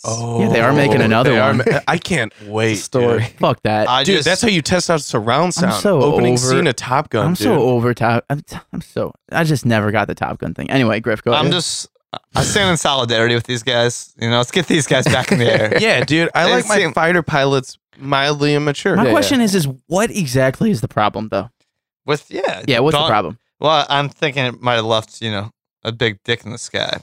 Speaker 1: Oh,
Speaker 2: Yeah, they are making another
Speaker 1: they are
Speaker 2: one.
Speaker 1: ma- I can't wait.
Speaker 4: Story.
Speaker 1: dude.
Speaker 2: Fuck that.
Speaker 3: I
Speaker 1: Dude,
Speaker 3: just,
Speaker 1: that's how you test out surround sound.
Speaker 2: so
Speaker 1: Opening
Speaker 2: over-
Speaker 1: scene of Top Gun.
Speaker 2: I'm
Speaker 1: dude.
Speaker 2: so over top. I'm, t- I'm so. I just never got the Top Gun thing. Anyway, Griff, go
Speaker 3: I'm
Speaker 2: ahead.
Speaker 3: just. I stand in solidarity with these guys. You know, let's get these guys back in the air.
Speaker 1: yeah, dude. I
Speaker 3: They
Speaker 1: like my
Speaker 3: seem-
Speaker 1: fighter pilots mildly immature.
Speaker 2: My
Speaker 4: yeah,
Speaker 2: question is, is what exactly is the problem though?
Speaker 3: With yeah,
Speaker 2: Yeah, what's the
Speaker 3: Don-
Speaker 2: problem?
Speaker 3: Well, I'm thinking it might have left you know a big dick in the sky.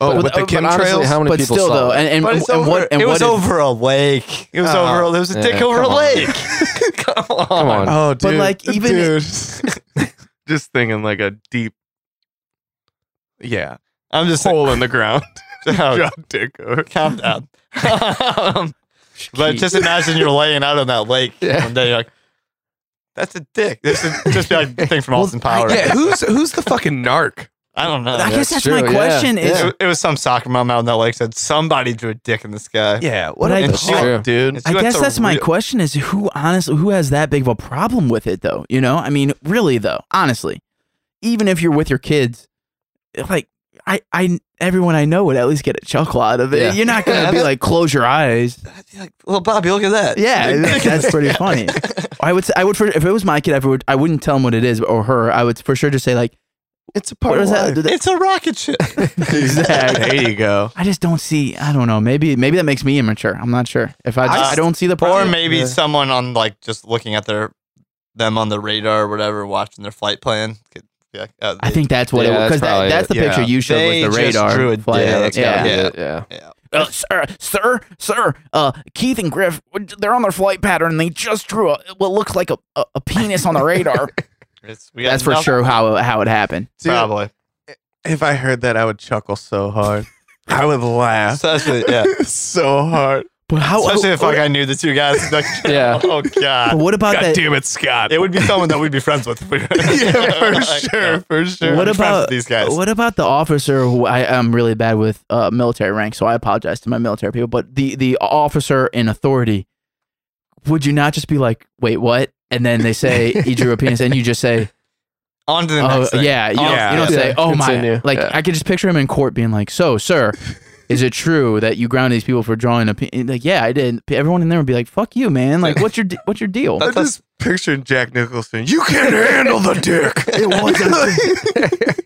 Speaker 1: Oh,
Speaker 4: But-
Speaker 1: with the
Speaker 4: but honestly,
Speaker 1: chemtrails.
Speaker 4: how many
Speaker 2: But
Speaker 4: people
Speaker 2: still
Speaker 4: saw
Speaker 2: though,
Speaker 4: it?
Speaker 2: and and,
Speaker 3: But
Speaker 2: and,
Speaker 3: it's over,
Speaker 2: what and
Speaker 3: it
Speaker 2: what
Speaker 3: was
Speaker 2: is-
Speaker 3: over a lake. It was
Speaker 1: Oh,
Speaker 3: over. There was a
Speaker 4: yeah,
Speaker 3: dick over a
Speaker 4: come on.
Speaker 3: lake. come on.
Speaker 4: Come on.
Speaker 1: oh, dude.
Speaker 2: But, like, even-
Speaker 1: dude. just thinking like a deep, yeah,
Speaker 3: I'm just
Speaker 1: hole in the ground.
Speaker 3: oh,
Speaker 1: Drop dick over.
Speaker 3: calm down. Um, but just imagine you're laying out on that lake
Speaker 4: Yeah.
Speaker 3: one day. You're like, that's a dick. This is just be like the thing from
Speaker 2: Well,
Speaker 3: Austin Power.
Speaker 1: Yeah, who's who's the fucking narc?
Speaker 3: I don't know.
Speaker 2: I guess that's
Speaker 4: That's true,
Speaker 2: my
Speaker 4: yeah,
Speaker 2: question. Is
Speaker 4: yeah.
Speaker 3: It, it was some soccer mom out on that lake said somebody drew a dick in the sky.
Speaker 1: Yeah,
Speaker 2: But
Speaker 1: what
Speaker 2: I-
Speaker 1: a
Speaker 2: That's
Speaker 1: punk, dude.
Speaker 3: It's-
Speaker 2: I guess
Speaker 3: That's a
Speaker 2: that's my
Speaker 3: real-
Speaker 2: question is who honestly who has that big of a problem with it though? You know? I mean, really though, honestly. Even if you're with your kids, like I I everyone I know would at least get a chuckle out of it.
Speaker 4: Yeah.
Speaker 2: You're not going
Speaker 3: Yeah,
Speaker 2: to be
Speaker 3: that-
Speaker 2: like close your eyes.
Speaker 3: I'd be like, well, Bobby, look at that.
Speaker 2: Yeah,
Speaker 3: Dick
Speaker 2: that's,
Speaker 3: in the
Speaker 2: that's pretty
Speaker 3: sky.
Speaker 2: funny. I would say, I would for, if it was my kid, I would I wouldn't tell him what it is or her. I would for sure just say like
Speaker 1: It's a
Speaker 2: what is that?
Speaker 3: It's a rocket ship.
Speaker 1: There you go.
Speaker 2: I just don't see. I don't know. Maybe maybe that makes me immature. I'm not sure if I just, I,
Speaker 3: I-
Speaker 2: don't see the
Speaker 3: or
Speaker 2: problem.
Speaker 3: maybe
Speaker 4: Yeah.
Speaker 3: someone on like just looking at their them on the radar or whatever, watching their flight plan. Could be like, oh,
Speaker 2: I think that's what
Speaker 4: Yeah,
Speaker 2: it was
Speaker 4: that's
Speaker 2: because that,
Speaker 4: probably
Speaker 2: that's
Speaker 4: it.
Speaker 2: the picture
Speaker 1: Yeah.
Speaker 2: you showed
Speaker 3: They
Speaker 2: was
Speaker 3: just
Speaker 2: the radar.
Speaker 3: drew a
Speaker 2: fly-
Speaker 3: dick.
Speaker 4: Yeah, that's
Speaker 2: yeah.
Speaker 4: gotta be it. Yeah.
Speaker 2: Uh, sir, sir, sir. Uh, Keith and Griff, they're on their flight pattern. and They just drew a, what looks like a, a, a penis on the radar.
Speaker 3: It's, we got
Speaker 2: that's for
Speaker 3: nothing-
Speaker 2: sure how it- how it happened.
Speaker 1: Dude,
Speaker 3: Probably.
Speaker 1: If I heard that, I would chuckle so hard. I would laugh
Speaker 3: Especially, yeah.
Speaker 1: so hard.
Speaker 2: But how?
Speaker 3: Especially if
Speaker 2: what,
Speaker 3: like, I knew the two guys. Like,
Speaker 4: Yeah.
Speaker 3: Oh
Speaker 2: but
Speaker 3: god.
Speaker 2: what about
Speaker 1: God
Speaker 2: that?
Speaker 1: damn it, Scott.
Speaker 3: It would be someone that we'd be friends with. If we were,
Speaker 1: yeah, for
Speaker 3: Like,
Speaker 1: sure, for sure.
Speaker 2: What
Speaker 3: I'm friends
Speaker 2: about-
Speaker 3: with these guys?
Speaker 2: What about the officer who I am really bad with uh, military rank, so I apologize to my military people, but the, the officer in authority, would you not just be like, wait, what? And then they say, he drew a penis, and you just say,
Speaker 3: On to the
Speaker 2: oh,
Speaker 3: next thing.
Speaker 2: yeah. You don't,
Speaker 3: Yeah,
Speaker 2: you don't
Speaker 4: yeah.
Speaker 2: say,
Speaker 4: Yeah,
Speaker 2: oh, my.
Speaker 4: continue.
Speaker 2: Like,
Speaker 4: Yeah.
Speaker 2: I could just picture him in court being like, so, sir, is it true that you ground these people for drawing a penis? Like, yeah, I did. Everyone in there would be like, fuck you, man. Like, what's your, de- what's your deal?
Speaker 1: I'm just picturing Jack Nicholson. You can't handle the dick. It wasn't.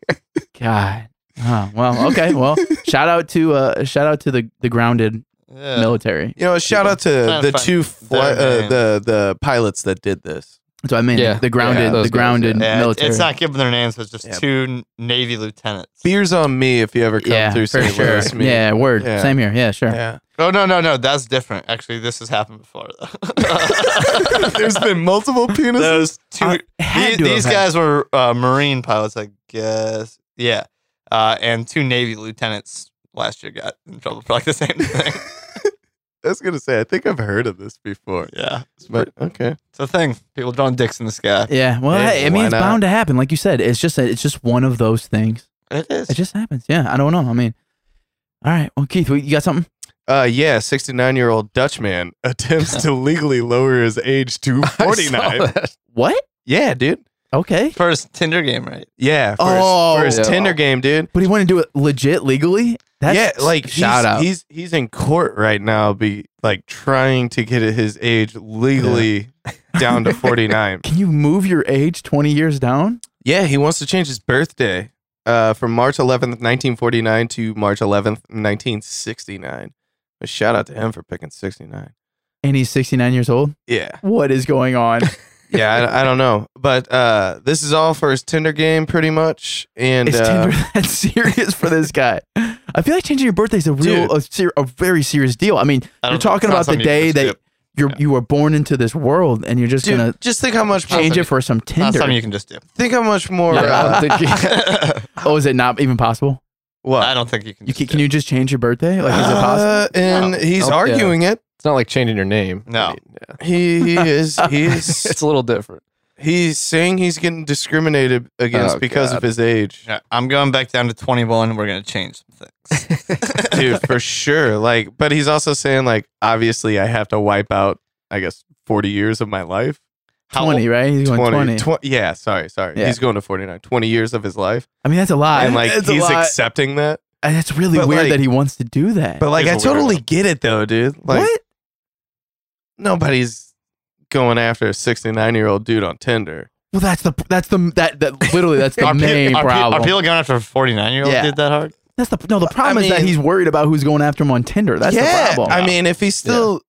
Speaker 2: God. Oh, well, okay. Well, shout out to uh, shout out to the, the grounded
Speaker 3: Yeah.
Speaker 2: military.
Speaker 1: you know, shout out to
Speaker 3: Trying to
Speaker 1: the
Speaker 3: find
Speaker 1: two fli-
Speaker 3: their
Speaker 1: uh,
Speaker 3: name.
Speaker 1: the the pilots that did this.
Speaker 2: So I mean,
Speaker 4: Yeah.
Speaker 2: the grounded,
Speaker 4: Yeah,
Speaker 2: the
Speaker 4: those guys,
Speaker 2: grounded
Speaker 3: Yeah, it-
Speaker 2: military.
Speaker 3: It's not given their names, but just
Speaker 1: Yeah.
Speaker 3: two Navy lieutenants.
Speaker 1: Beers on me if you ever come
Speaker 2: yeah,
Speaker 1: through
Speaker 2: for
Speaker 1: St.
Speaker 2: sure.
Speaker 1: Louis. me.
Speaker 2: Yeah, word.
Speaker 1: Yeah.
Speaker 2: Same here. Yeah, sure.
Speaker 1: yeah.
Speaker 3: Oh no, no, no, that's different. Actually, this has happened before. Though.
Speaker 1: There's been multiple penises.
Speaker 3: Those two,
Speaker 2: Uh, had
Speaker 3: the-
Speaker 2: to have
Speaker 3: these
Speaker 2: had-
Speaker 3: guys were uh, Marine pilots, I guess. Yeah, uh, and two Navy lieutenants last year got in trouble for like the same thing.
Speaker 1: I was gonna say, I think I've heard of this before,
Speaker 3: yeah,
Speaker 1: but okay.
Speaker 3: it's a thing. People drawing dicks in the sky.
Speaker 2: Yeah. Well,
Speaker 1: Yeah,
Speaker 2: hey, I mean,
Speaker 1: why
Speaker 2: it's
Speaker 1: not?
Speaker 2: bound to happen. Like you said, it's just it's just one of those things.
Speaker 3: It is.
Speaker 2: It just happens. Yeah. I don't know. I mean, all right. Well, Keith, we- you got something?
Speaker 1: Uh, yeah, 69 year old Dutchman attempts to legally lower his age to
Speaker 4: I
Speaker 1: 49.
Speaker 4: saw that.
Speaker 2: What?
Speaker 1: Yeah, dude.
Speaker 2: Okay.
Speaker 3: First Tinder game, right?
Speaker 1: Yeah, for
Speaker 2: Oh.
Speaker 1: his, for his
Speaker 4: Yeah.
Speaker 1: Tinder game, dude.
Speaker 2: But he wanted to do it legit legally. That's
Speaker 1: yeah, like
Speaker 2: shout
Speaker 1: he's,
Speaker 2: out.
Speaker 1: He's he's in court right now, be like trying to get his age legally down to 49.
Speaker 2: Can you move your age twenty years down?
Speaker 1: Yeah, he wants to change his birthday uh, from March 11th, 1949 to March 11th, 1969. A shout out to him for picking 69.
Speaker 2: And he's sixty nine years old.
Speaker 1: Yeah.
Speaker 2: What is going on?
Speaker 1: Yeah, I, I don't know. But uh, this is all for his Tinder game, pretty much. And
Speaker 2: is
Speaker 1: uh,
Speaker 2: Tinder that serious for this guy? I feel like changing your birthday is a real,
Speaker 1: Dude.
Speaker 2: a, ser- a very serious deal. I mean,
Speaker 3: I
Speaker 2: you're
Speaker 3: don't know.
Speaker 2: talking
Speaker 3: It's not
Speaker 2: about the
Speaker 3: something you
Speaker 2: day
Speaker 3: can
Speaker 2: that
Speaker 3: skip.
Speaker 2: you're you were born into this world and you're just
Speaker 1: dude,
Speaker 2: gonna
Speaker 1: just think how much more,
Speaker 2: change it for some
Speaker 3: Not
Speaker 2: Tinder.
Speaker 3: something you can just do.
Speaker 1: think how much more.
Speaker 4: Yeah, I
Speaker 1: Uh,
Speaker 4: don't think he-
Speaker 2: oh, is it not even possible?
Speaker 3: I
Speaker 1: what?
Speaker 3: don't think you can.
Speaker 2: You
Speaker 3: just
Speaker 2: can,
Speaker 3: do
Speaker 2: can
Speaker 3: it.
Speaker 2: you just change your birthday? Like, is it possible?
Speaker 1: Uh, and he's
Speaker 4: Oh, yeah.
Speaker 1: arguing it.
Speaker 4: It's not like changing your name.
Speaker 3: No.
Speaker 4: I mean, yeah.
Speaker 1: He he is he is
Speaker 4: It's a little different.
Speaker 1: He's saying he's getting discriminated against
Speaker 4: Oh,
Speaker 1: because
Speaker 4: God.
Speaker 1: of his age.
Speaker 3: Yeah, I'm going back down to 21. We're gonna change some things,
Speaker 1: Dude, for sure. Like, but he's also saying, like, obviously I have to wipe out, I guess, 40 years of my life. How
Speaker 2: twenty, right? He's going twenty.
Speaker 1: 20, tw- yeah, sorry, sorry.
Speaker 2: Yeah.
Speaker 1: He's going to 49. 20 years of his life.
Speaker 2: I mean, that's a lot.
Speaker 1: and, like,
Speaker 2: that's a
Speaker 1: he's
Speaker 2: lot.
Speaker 1: accepting that.
Speaker 2: And that's really
Speaker 1: but,
Speaker 2: weird
Speaker 1: like-
Speaker 2: that he wants to do that.
Speaker 1: But, like,
Speaker 3: He's
Speaker 1: I
Speaker 3: a weirdo.
Speaker 1: totally get it, though, dude. Like,
Speaker 2: what?
Speaker 1: nobody's going after a 69 year old dude on Tinder.
Speaker 2: Well, that's the that's the that that literally that's the
Speaker 3: Are pe-
Speaker 2: main
Speaker 3: are pe-
Speaker 2: problem.
Speaker 3: Are people going after a 49 year old
Speaker 2: Yeah.
Speaker 3: did that hard?
Speaker 2: that's the no. The problem is that
Speaker 1: mean-
Speaker 2: he's worried about who's going after him on Tinder. That's the problem.
Speaker 1: I mean, if he's still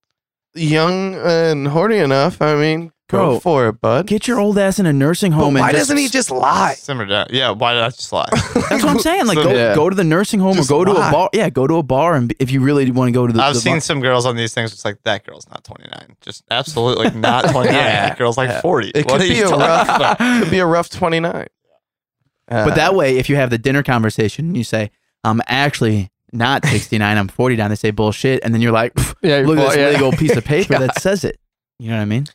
Speaker 1: young and horny enough, I mean, go
Speaker 2: Bro,
Speaker 1: for it, bud.
Speaker 2: get your old ass in a nursing
Speaker 1: But
Speaker 2: home. and
Speaker 1: why
Speaker 2: just-
Speaker 1: doesn't he just lie?
Speaker 3: Simmer down. Yeah, why did I just lie?
Speaker 2: That's what I'm saying. Like,
Speaker 3: So,
Speaker 2: go,
Speaker 4: yeah.
Speaker 2: go to the nursing home
Speaker 1: Just
Speaker 2: or go to
Speaker 1: lie.
Speaker 2: a bar. Yeah, go to a bar, and be- if you really want to go to the,
Speaker 3: I've
Speaker 2: the
Speaker 3: seen
Speaker 2: bar-
Speaker 3: some girls on these things. It's like that girl's not 29. Just absolutely not 29.
Speaker 1: Yeah.
Speaker 3: That girl's like
Speaker 1: Yeah.
Speaker 3: 40.
Speaker 1: It
Speaker 3: What
Speaker 1: could
Speaker 3: are
Speaker 1: be
Speaker 3: you
Speaker 1: a
Speaker 3: talking
Speaker 1: rough-
Speaker 3: about?
Speaker 1: Could be a rough 29.
Speaker 2: but that way, if you have the dinner conversation, and you say, "I'm actually not 69. I'm 49." They say bullshit, and then you're like, "Pff,
Speaker 4: Yeah,
Speaker 2: "Look at
Speaker 4: well,
Speaker 2: this
Speaker 4: yeah.
Speaker 2: legal piece of paper that says it." You know what I mean?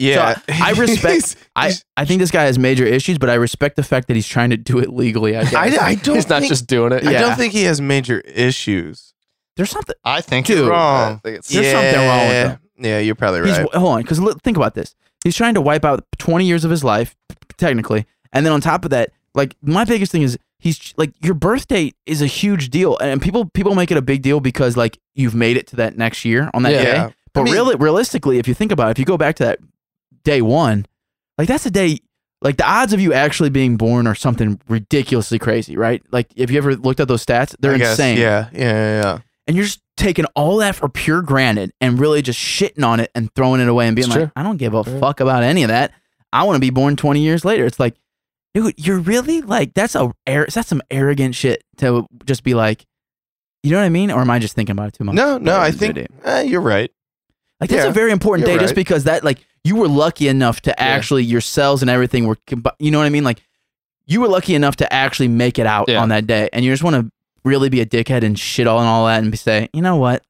Speaker 1: yeah,
Speaker 2: So, I respect- I,
Speaker 1: He's-
Speaker 2: I think this guy has major issues, but I respect the fact that he's trying to do it legally. I guess
Speaker 1: I, I don't.
Speaker 4: He's not
Speaker 1: think,
Speaker 4: just doing it.
Speaker 1: I
Speaker 2: Yeah.
Speaker 1: don't think he has major issues.
Speaker 2: there's something.
Speaker 3: I think
Speaker 2: Dude.
Speaker 3: you're
Speaker 4: I
Speaker 3: wrong.
Speaker 4: think it's-
Speaker 2: There's something wrong with
Speaker 1: Yeah.
Speaker 2: him.
Speaker 1: Yeah, you're probably
Speaker 2: He's,
Speaker 1: right.
Speaker 2: hold on, because think about this. He's trying to wipe out 20 years of his life, technically, and then on top of that, like my biggest thing is he's like your birth date is a huge deal, and people people make it a big deal because like you've made it to that next year on that
Speaker 4: Yeah.
Speaker 2: day.
Speaker 1: Yeah.
Speaker 2: But
Speaker 1: I mean-
Speaker 2: really, realistically, if you think about it, if you go back to that day one, like that's a day, like the odds of you actually being born are something ridiculously crazy, right? Like, have you ever looked at those stats? They're
Speaker 1: I guess.
Speaker 2: insane.
Speaker 1: Yeah, yeah, yeah, yeah.
Speaker 2: And you're just taking all that for pure granted and really just shitting on it and throwing it away and being
Speaker 4: It's
Speaker 2: like,
Speaker 4: true.
Speaker 2: I don't give a
Speaker 4: Yeah.
Speaker 2: fuck about any of that. I want to be born 20 years later. It's like, dude, you're really like, that's a ar- that's some arrogant shit to just be like, you know what I mean? Or am I just thinking about it too much?
Speaker 1: No, no, I
Speaker 2: Is it
Speaker 1: think
Speaker 2: it?
Speaker 1: eh, you're right.
Speaker 2: Like that's
Speaker 1: Yeah,
Speaker 2: a very important day,
Speaker 1: you're
Speaker 2: just
Speaker 1: right.
Speaker 2: because that like you were lucky enough to actually your cells and everything were, combi- you know what I mean? Like you were lucky enough to actually make it out
Speaker 4: Yeah.
Speaker 2: on that day, and you just want to really be a dickhead and shit all and all that, and be say, you know what?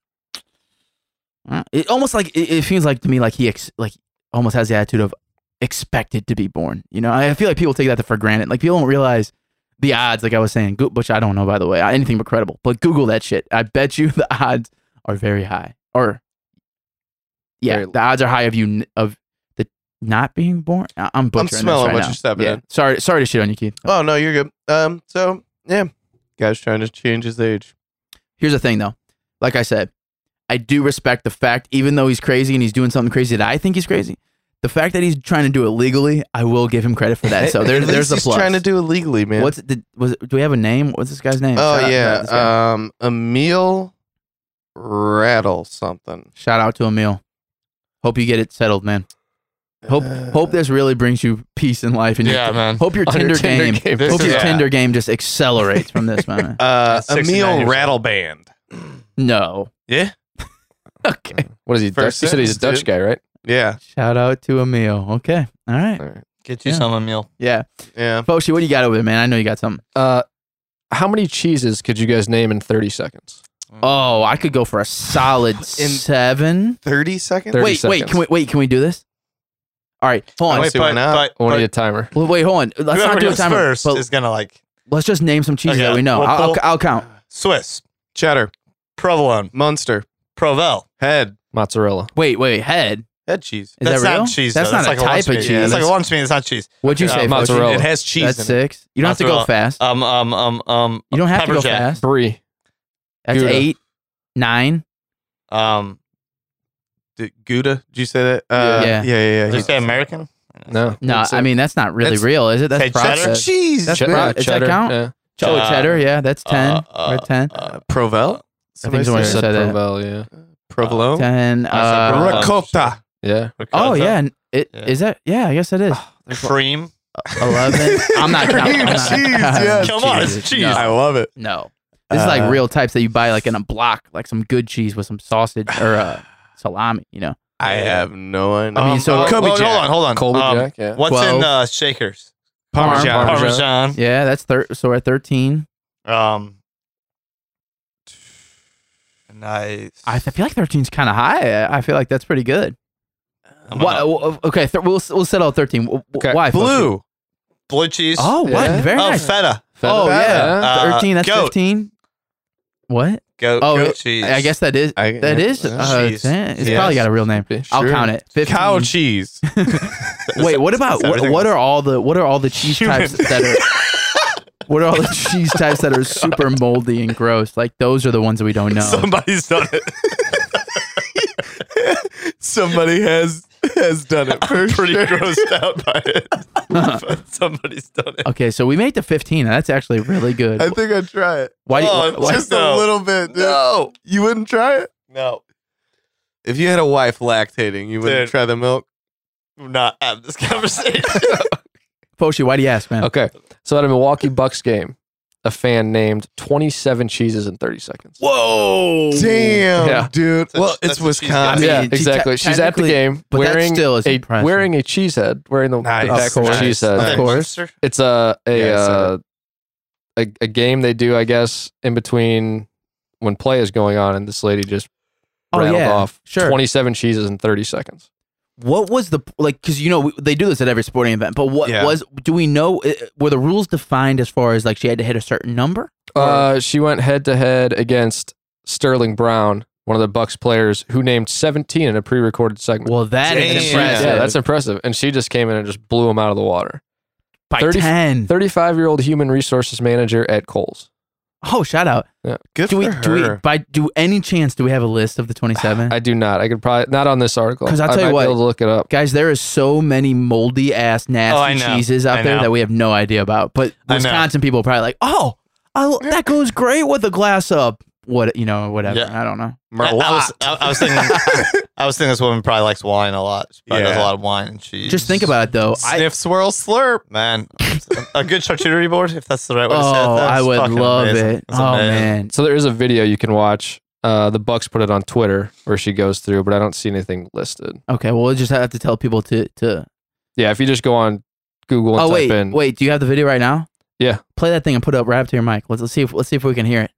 Speaker 2: Uh, It almost like it, it feels like to me like he ex- like almost has the attitude of expected to be born. You know, I I feel like people take that for granted. Like people don't realize the odds. Like I was saying, Goo- which I don't know by the way, I- anything but credible. But Google that shit. I bet you the odds are very high. Or yeah,
Speaker 4: Very-
Speaker 2: the odds are high of you n- of the not being born. I- I'm butchering this
Speaker 1: smelling
Speaker 2: right
Speaker 1: what
Speaker 2: now.
Speaker 1: you're stepping
Speaker 2: yeah.
Speaker 1: in.
Speaker 2: Sorry, sorry to shit on you, Keith.
Speaker 1: Oh no, you're good. Um, so yeah, guy's trying to change his age.
Speaker 2: Here's the thing, though. Like I said, I do respect the fact, even though he's crazy and he's doing something crazy that I think he's crazy. The fact that he's trying to do it legally, I will give him credit for that. So there,
Speaker 1: At
Speaker 2: there's
Speaker 1: least
Speaker 2: the
Speaker 1: he's
Speaker 2: plus.
Speaker 1: trying to do it legally, man.
Speaker 2: What's the, was it, do we have a name? What's this guy's name?
Speaker 1: Oh
Speaker 2: Shout out- shout out this guy.
Speaker 1: yeah, um, Emil Rattle something.
Speaker 2: Shout out to Emil. Hope you get it settled, man. Hope
Speaker 1: Uh,
Speaker 2: hope this really brings you peace in life and your-
Speaker 3: Yeah, man.
Speaker 2: hope your
Speaker 4: On
Speaker 2: Tinder,
Speaker 4: your Tinder
Speaker 2: game,
Speaker 4: game.
Speaker 3: This
Speaker 2: hope your
Speaker 3: is- uh,
Speaker 2: Tinder game just accelerates from this moment.
Speaker 1: Uh,
Speaker 3: That's 69 years old.
Speaker 1: Band.
Speaker 2: No.
Speaker 1: Yeah,
Speaker 2: Okay.
Speaker 4: What is he? Dutch?
Speaker 1: First
Speaker 4: You said he's a
Speaker 1: sentence,
Speaker 4: Dutch
Speaker 1: dude.
Speaker 4: guy, right?
Speaker 1: yeah,
Speaker 2: Shout out to Emil. Okay. All right.
Speaker 3: Get you
Speaker 2: Yeah.
Speaker 3: some Emil.
Speaker 2: Yeah.
Speaker 1: yeah.
Speaker 2: Foshi, what do you got over there, man? I know you got something.
Speaker 4: Uh, how many cheeses could you guys name in 30 seconds?
Speaker 2: Oh, I could go for a solid seven.
Speaker 1: Thirty seconds.
Speaker 4: Thirty
Speaker 2: Wait, wait,
Speaker 4: seconds.
Speaker 2: can we wait? Can we do this? All right, hold on.
Speaker 1: Wait,
Speaker 2: Wait,
Speaker 1: see, why not?
Speaker 4: I want to get a timer.
Speaker 2: wait hold on. Let's
Speaker 3: whoever
Speaker 2: not do a
Speaker 3: goes
Speaker 2: timer.
Speaker 3: first
Speaker 2: but
Speaker 3: is gonna like
Speaker 2: let's just name some cheeses
Speaker 3: Okay,
Speaker 2: that we know.
Speaker 3: we'll
Speaker 2: I'll, I'll,
Speaker 3: pull-
Speaker 2: I'll count.
Speaker 3: Swiss,
Speaker 1: Cheddar,
Speaker 3: provolone,
Speaker 1: Munster,
Speaker 3: provel.
Speaker 1: head,
Speaker 4: Mozzarella.
Speaker 2: Wait, wait, head.
Speaker 1: head cheese.
Speaker 2: Is
Speaker 3: that's
Speaker 2: that real?
Speaker 3: not cheese.
Speaker 2: That's
Speaker 3: though.
Speaker 2: not
Speaker 3: like
Speaker 2: a type
Speaker 3: lunch
Speaker 2: of
Speaker 3: meat.
Speaker 2: cheese.
Speaker 3: Yeah, it's like a lunch meat. It's not cheese.
Speaker 2: What'd you
Speaker 3: Uh,
Speaker 2: say? Foshi?
Speaker 4: mozzarella.
Speaker 1: It has cheese.
Speaker 2: That's
Speaker 1: in it.
Speaker 2: six. You don't have to go
Speaker 3: Mozzarella.
Speaker 2: fast.
Speaker 3: Um, um, um, um.
Speaker 2: You don't have to
Speaker 3: pepper
Speaker 2: go
Speaker 3: jack.
Speaker 2: fast.
Speaker 4: Brie.
Speaker 2: That's
Speaker 4: Gouda.
Speaker 2: eight, nine.
Speaker 3: Um,
Speaker 1: D- Gouda. Did you say that? Uh, yeah,
Speaker 2: Yeah.
Speaker 1: yeah, yeah.
Speaker 3: did you say American?
Speaker 4: No.
Speaker 2: No,
Speaker 4: That's
Speaker 2: I
Speaker 4: it.
Speaker 2: mean that's not really
Speaker 3: That's-
Speaker 2: real, is it? That's
Speaker 3: say cheddar?
Speaker 2: processed.
Speaker 1: cheese.
Speaker 2: That's
Speaker 4: Che-
Speaker 2: real.
Speaker 4: uh,
Speaker 2: Does that count?
Speaker 4: Yeah.
Speaker 2: Oh, cheddar. Yeah, that's ten.
Speaker 3: Uh, uh,
Speaker 2: We're at ten.
Speaker 3: uh,
Speaker 1: Provel. Somebody
Speaker 2: someone
Speaker 1: said
Speaker 2: said- that.
Speaker 4: Provel, yeah.
Speaker 1: provolone.
Speaker 2: ten.
Speaker 3: I said
Speaker 2: uh,
Speaker 3: Provolone.
Speaker 1: Ricotta.
Speaker 4: Yeah.
Speaker 2: oh
Speaker 3: ricotta,
Speaker 2: yeah, and it is
Speaker 3: Yeah.
Speaker 2: that? Yeah, I guess it is.
Speaker 3: cream.
Speaker 2: 11. I'm not counting.
Speaker 1: Cream
Speaker 2: I'm not-
Speaker 1: cheese, yes.
Speaker 3: Come on, it's
Speaker 2: Jesus,
Speaker 3: cheese.
Speaker 2: No.
Speaker 1: I love it.
Speaker 2: no. This is
Speaker 1: Uh,
Speaker 2: like real types that you buy like in a block, like some good cheese with some sausage or uh, salami, you know.
Speaker 1: I have no idea.
Speaker 2: I mean, so-
Speaker 3: oh,
Speaker 1: Kobe
Speaker 3: oh,
Speaker 1: Jack.
Speaker 3: hold on, hold on.
Speaker 4: Colby
Speaker 3: Um,
Speaker 4: Jack, yeah.
Speaker 3: What's in
Speaker 2: Twelve.
Speaker 3: uh, shakers?
Speaker 1: Parmesan.
Speaker 4: Parmesan.
Speaker 3: Parmesan.
Speaker 2: Yeah, that's thir- so we're at 13.
Speaker 3: Um, nice.
Speaker 2: I th- feel like 13's kind of high. I I feel like that's pretty good.
Speaker 3: I'm
Speaker 2: Why,
Speaker 3: gonna-
Speaker 2: oh, okay, th- we'll we'll settle at thirteen. W- w-
Speaker 4: Okay.
Speaker 2: Why Fauci?
Speaker 1: Blue.
Speaker 3: Blue cheese.
Speaker 2: Oh, what?
Speaker 4: Yeah.
Speaker 2: Very
Speaker 3: Oh,
Speaker 2: nice.
Speaker 3: feta.
Speaker 2: Oh yeah,
Speaker 3: Uh,
Speaker 2: thirteen. That's
Speaker 3: goat.
Speaker 2: fifteen. What?
Speaker 3: Goat,
Speaker 2: Oh,
Speaker 3: goat
Speaker 2: it-
Speaker 3: cheese.
Speaker 2: I guess that is
Speaker 1: I-
Speaker 2: that is.
Speaker 1: yeah.
Speaker 2: Uh,
Speaker 3: Cheese.
Speaker 2: ten. It's
Speaker 1: Yes.
Speaker 2: probably got a real name. I'll
Speaker 4: Sure.
Speaker 2: count it. 15.
Speaker 1: Cow cheese.
Speaker 2: Wait, what about what,
Speaker 3: everything
Speaker 2: what
Speaker 3: was-
Speaker 2: are all the what are all the cheese
Speaker 3: Human.
Speaker 2: types that are what are all the cheese types that are super moldy and gross? Like those are the ones that we don't know.
Speaker 3: Somebody's done it.
Speaker 1: Somebody has has done it for
Speaker 3: Pretty
Speaker 1: sure.
Speaker 3: grossed out by it.
Speaker 2: Uh-huh.
Speaker 3: but somebody's done it.
Speaker 2: okay, so we made the fifteen. That's actually really good.
Speaker 1: I think I'd try it.
Speaker 2: Why do you,
Speaker 3: Oh,
Speaker 2: why,
Speaker 1: Just a
Speaker 3: No.
Speaker 1: little bit. dude.
Speaker 3: No.
Speaker 1: You wouldn't try it?
Speaker 3: No.
Speaker 1: If you had a wife lactating, you wouldn't
Speaker 3: Dude.
Speaker 1: try the milk?
Speaker 3: I'm not having this conversation.
Speaker 2: Foshi, why do you ask, man?
Speaker 4: Okay. So at a Milwaukee Bucks game, a fan named 27 cheeses in 30 seconds.
Speaker 2: Whoa!
Speaker 1: Damn,
Speaker 4: Yeah.
Speaker 1: dude.
Speaker 3: That's-
Speaker 1: well, it's
Speaker 3: that's a cheese
Speaker 2: I
Speaker 1: Wisconsin.
Speaker 2: mean,
Speaker 4: yeah,
Speaker 2: she te-
Speaker 4: exactly. She's at the
Speaker 2: technically-
Speaker 4: game
Speaker 2: but that
Speaker 4: wearing
Speaker 2: still is
Speaker 4: a
Speaker 2: impressive.
Speaker 4: wearing a cheese head, wearing the,
Speaker 1: Nice.
Speaker 4: the back of
Speaker 2: Of
Speaker 4: a
Speaker 2: course.
Speaker 4: cheese
Speaker 2: Of
Speaker 4: head.
Speaker 2: course.
Speaker 4: It's a a,
Speaker 1: Yeah, I saw
Speaker 4: uh, a a game they do, I guess, in between when play is going on, and this lady just
Speaker 2: Oh,
Speaker 4: rattled
Speaker 2: yeah.
Speaker 4: off
Speaker 2: Sure.
Speaker 4: 27 cheeses in 30 seconds.
Speaker 2: What was the like? Because you know we- they do this at every sporting event, but what
Speaker 1: Yeah.
Speaker 2: was? Do we know? uh, Were the rules defined as far as like she had to hit a certain number?
Speaker 4: Uh, she went head to head against Sterling Brown, one of the Bucks players, who named 17 in a pre-recorded segment.
Speaker 2: Well, that is
Speaker 3: Damn.
Speaker 2: impressive.
Speaker 4: yeah, that's impressive. And she just came in and just blew him out of the water.
Speaker 2: by
Speaker 4: 30
Speaker 2: ten.
Speaker 4: 35 year old human resources manager at Kohl's.
Speaker 2: oh, shout out.
Speaker 1: Good
Speaker 2: Do we?
Speaker 1: for
Speaker 2: Do we?
Speaker 1: her.
Speaker 2: By do any chance do we have a list of the twenty-seven
Speaker 4: I do not. I could probably not on this article.
Speaker 2: 'Cause I'll
Speaker 4: I
Speaker 2: tell you
Speaker 4: might
Speaker 2: what.
Speaker 4: be able to look it up.
Speaker 2: guys? There is so many moldy ass
Speaker 3: Oh,
Speaker 2: nasty
Speaker 3: I know.
Speaker 2: cheeses out
Speaker 3: I
Speaker 2: there
Speaker 3: know.
Speaker 2: that we have no idea about. But
Speaker 3: I know.
Speaker 2: Wisconsin people are probably like, oh, I, that goes great with a glass of what you know, whatever.
Speaker 3: Yeah.
Speaker 2: I don't know.
Speaker 3: I, I was, I, I was thinking, I was thinking this woman probably likes wine a lot. She probably does a
Speaker 1: Yeah.
Speaker 3: lot of wine and cheese.
Speaker 2: Just think about it though. I,
Speaker 1: Sniff, swirl, slurp.
Speaker 3: man, a good charcuterie board if that's the right way to say it.
Speaker 2: Oh,
Speaker 3: that's
Speaker 2: I would
Speaker 3: fucking
Speaker 2: love
Speaker 3: amazing.
Speaker 2: it.
Speaker 3: That's
Speaker 2: oh
Speaker 3: amazing.
Speaker 2: man.
Speaker 4: So there is a video you can watch. Uh, the Bucks put it on Twitter where she goes through, but I don't see anything listed.
Speaker 2: Okay, well, we'll just have to tell people to to.
Speaker 4: Yeah, if you just go on Google and
Speaker 2: Oh
Speaker 4: type
Speaker 2: wait,
Speaker 4: in,
Speaker 2: wait. Do you have the video right now?
Speaker 4: Yeah.
Speaker 2: Play that thing and put it up right up to your mic. Let's, let's see if let's see if we can hear it.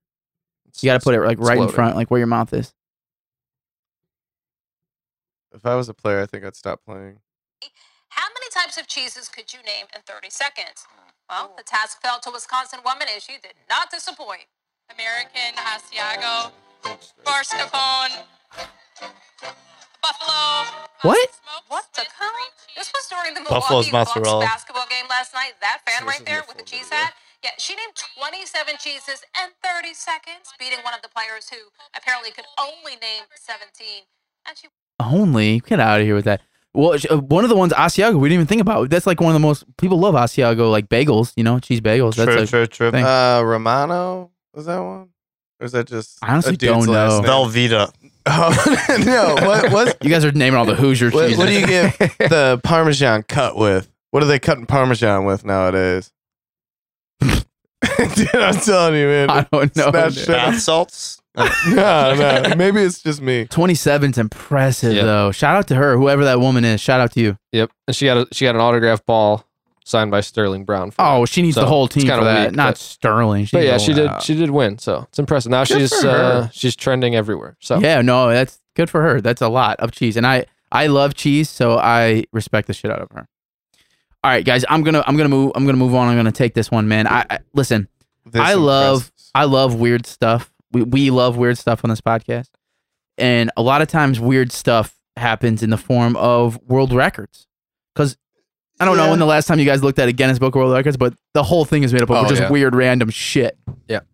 Speaker 2: You got to put it like
Speaker 4: It's
Speaker 2: right in
Speaker 4: loading.
Speaker 2: front, like where your mouth is.
Speaker 1: If I was a player, I think I'd stop playing.
Speaker 5: How many types of cheeses could you name in 30 seconds? Well, the task fell to Wisconsin woman, and she did not disappoint. American, Asiago, Barscapone, Buffalo.
Speaker 2: What?
Speaker 5: What the hell? This was during the
Speaker 3: Buffalo's
Speaker 5: Milwaukee Bucks
Speaker 3: mozzarella.
Speaker 5: basketball game last night. That fan right there with the cheese hat. Yeah, she named 27 cheeses in 30 seconds, beating one of the players who apparently could only name 17. And she
Speaker 2: Only get out of here with that. Well, sh- uh, one of the ones Asiago we didn't even think about. That's like one of the most people love Asiago, like bagels. You know, cheese bagels. That's
Speaker 3: True,
Speaker 2: like,
Speaker 3: true, true.
Speaker 2: thing.
Speaker 1: Uh, Romano was that one, or is that just
Speaker 2: I honestly
Speaker 1: a dude's
Speaker 2: don't
Speaker 1: last
Speaker 2: know.
Speaker 1: name?
Speaker 3: Velveeta.
Speaker 1: Oh, no, what was?
Speaker 2: you guys are naming all the Hoosier
Speaker 1: What,
Speaker 2: cheeses.
Speaker 1: what do you get the Parmesan cut with? What are they cutting Parmesan with nowadays? Dude, I'm telling you, man.
Speaker 2: I don't know.
Speaker 1: Smash it.
Speaker 3: Bath salts.
Speaker 1: no, no. Maybe it's just me.
Speaker 2: 27's impressive
Speaker 4: Yeah.
Speaker 2: though. Shout out to her, whoever that woman is. Shout out to you.
Speaker 4: Yep, and she got a, she got an autograph ball signed by Sterling Brown. for
Speaker 2: Oh,
Speaker 4: her.
Speaker 2: she needs
Speaker 4: So,
Speaker 2: the whole
Speaker 4: it's
Speaker 2: team
Speaker 4: kinda
Speaker 2: for that.
Speaker 4: weak,
Speaker 2: Not
Speaker 4: but-
Speaker 2: Sterling.
Speaker 4: but yeah,
Speaker 2: needs
Speaker 4: she
Speaker 2: the whole-
Speaker 4: did she did win, so it's impressive. Now
Speaker 1: Good
Speaker 4: she's
Speaker 1: for
Speaker 4: uh,
Speaker 1: her.
Speaker 4: she's trending everywhere. So
Speaker 2: Yeah, no, that's good for her. That's a lot of cheese, and I I love cheese, so I respect the shit out of her. All right, guys, I'm gonna I'm gonna move I'm gonna move on. I'm gonna take this one, man. I, I listen,
Speaker 1: This
Speaker 2: I love
Speaker 1: impresses-
Speaker 2: I love weird stuff. We we love weird stuff on this podcast, and a lot of times weird stuff happens in the form of world records. Because I don't know
Speaker 1: Yeah.
Speaker 2: when the last time you guys looked at a Guinness Book of World Records, but the whole thing is made up of
Speaker 4: Oh,
Speaker 2: just
Speaker 4: yeah.
Speaker 2: weird random shit.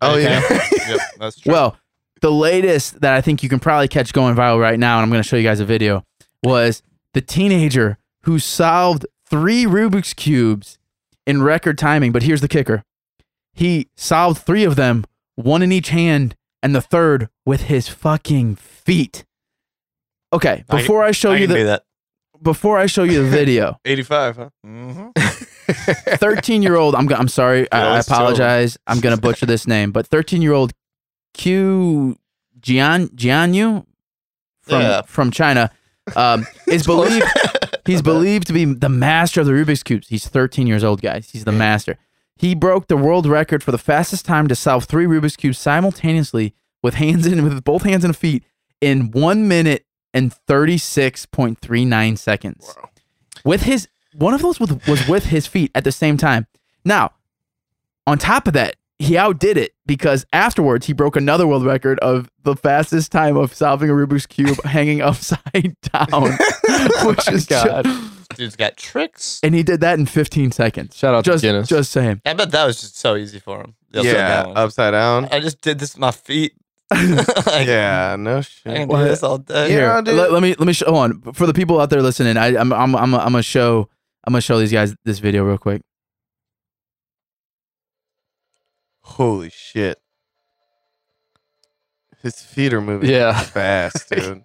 Speaker 1: Oh yeah.
Speaker 3: yep, that's true.
Speaker 2: Well, the latest that I think you can probably catch going viral right now, and I'm going to show you guys a video, was the teenager who solved three Rubik's Cubes in record timing. But here's the kicker he solved three of them, one in each hand, and the third with his fucking feet. Okay,
Speaker 3: I-
Speaker 2: before I, show
Speaker 3: I
Speaker 2: you
Speaker 3: can do
Speaker 2: the
Speaker 3: that.
Speaker 2: before I show you the video,
Speaker 1: 85, huh?
Speaker 3: Mm-hmm.
Speaker 2: 13 year old I'm go- I'm sorry
Speaker 3: Yeah,
Speaker 2: I, I
Speaker 3: let's do it.
Speaker 2: apologize I'm gonna butcher this name but 13 year old Q Jian Jianyu from
Speaker 3: Yeah.
Speaker 2: from China um, is believed he's believed to be the master of the Rubik's cubes he's 13 years old guys he's the master he broke the world record for the fastest time to solve three Rubik's cubes simultaneously with hands in with both hands and feet in one minute and 36.39 seconds. With his one of those with, was with his feet at the same time. Now, on top of that, he outdid it because afterwards he broke another world record of the fastest time of solving a Rubik's cube hanging upside down,
Speaker 1: Oh
Speaker 2: which is
Speaker 4: God.
Speaker 2: ju-
Speaker 3: Dude's got tricks.
Speaker 2: and he did that in 15 seconds.
Speaker 4: Shout out
Speaker 2: Just,
Speaker 4: to Guinness.
Speaker 2: just saying.
Speaker 3: I bet that was just so easy for him. The upside
Speaker 1: yeah,
Speaker 3: down one.
Speaker 1: upside down.
Speaker 3: I just did this with my feet. Like,
Speaker 1: yeah, no
Speaker 3: I
Speaker 1: shit.
Speaker 3: can do this all day.
Speaker 1: Yeah,
Speaker 2: Here,
Speaker 1: dude.
Speaker 2: let, let me let me show hold on for the people out there listening. I, I'm I'm I'm I'm gonna show I'm gonna show these guys this video real quick.
Speaker 1: Holy shit. His feet are moving
Speaker 4: yeah.
Speaker 1: fast, dude.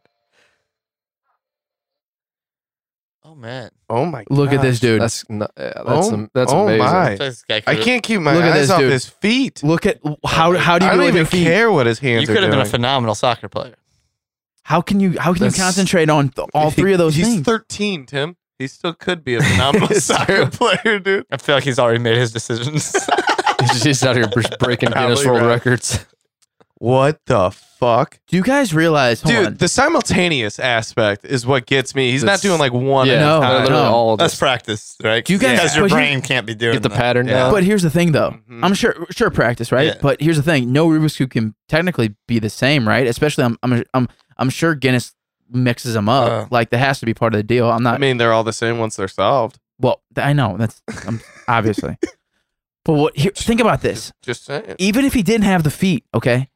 Speaker 3: Oh man.
Speaker 1: Oh my
Speaker 2: Look at this
Speaker 1: gosh.
Speaker 2: dude.
Speaker 4: That's n- yeah, that's
Speaker 1: Oh-
Speaker 4: am- that's
Speaker 1: oh
Speaker 4: amazing.
Speaker 1: my. Hey,
Speaker 3: This guy
Speaker 1: I
Speaker 3: could've-
Speaker 1: can't keep my
Speaker 2: Look at
Speaker 1: eyes
Speaker 2: this
Speaker 1: off
Speaker 2: dude.
Speaker 1: his feet.
Speaker 2: Look at how how do you
Speaker 1: I don't
Speaker 2: believe
Speaker 1: even
Speaker 2: your feet?
Speaker 1: care what his
Speaker 3: You
Speaker 1: hands are
Speaker 3: could have been a
Speaker 1: doing.
Speaker 3: phenomenal soccer player.
Speaker 2: How can you how can
Speaker 4: That's-
Speaker 2: you concentrate on th- all three of those
Speaker 1: He's
Speaker 2: things?
Speaker 1: 13, Tim. He still could be a phenomenal soccer player, dude.
Speaker 3: I feel like he's already made his decisions.
Speaker 4: He's just out here br- breaking Guinness
Speaker 1: Probably
Speaker 4: World
Speaker 1: right.
Speaker 4: Records.
Speaker 1: What the fuck?
Speaker 2: do you guys realize? Hold
Speaker 1: Dude,
Speaker 2: on.
Speaker 1: the simultaneous aspect is what gets me. He's
Speaker 4: That's-
Speaker 1: not doing like one.
Speaker 4: yeah,
Speaker 1: at a
Speaker 2: No,
Speaker 4: they're
Speaker 1: time.
Speaker 4: literally
Speaker 2: no.
Speaker 4: all
Speaker 3: That's
Speaker 4: just
Speaker 3: practice, right?
Speaker 2: Do you guys-
Speaker 3: because your
Speaker 2: but here-
Speaker 3: brain can't be doing
Speaker 4: get the
Speaker 3: that.
Speaker 4: pattern
Speaker 3: Yeah.
Speaker 4: down.
Speaker 2: but here's the thing though.
Speaker 1: Mhm.
Speaker 2: I'm sure sure practice, right?
Speaker 3: Yeah.
Speaker 2: But here's the thing: no Rubik's cube can technically be the same, right? Especially I'm I'm I'm, I'm sure Guinness mixes them up.
Speaker 3: Uh.
Speaker 2: like that has to be part of the deal. I'm not
Speaker 1: I mean, they're all the same once they're solved.
Speaker 2: Well, th- I know that's um, obviously. But what? Here, think about this.
Speaker 1: Just saying.
Speaker 2: Even if he didn't have the feet, okay,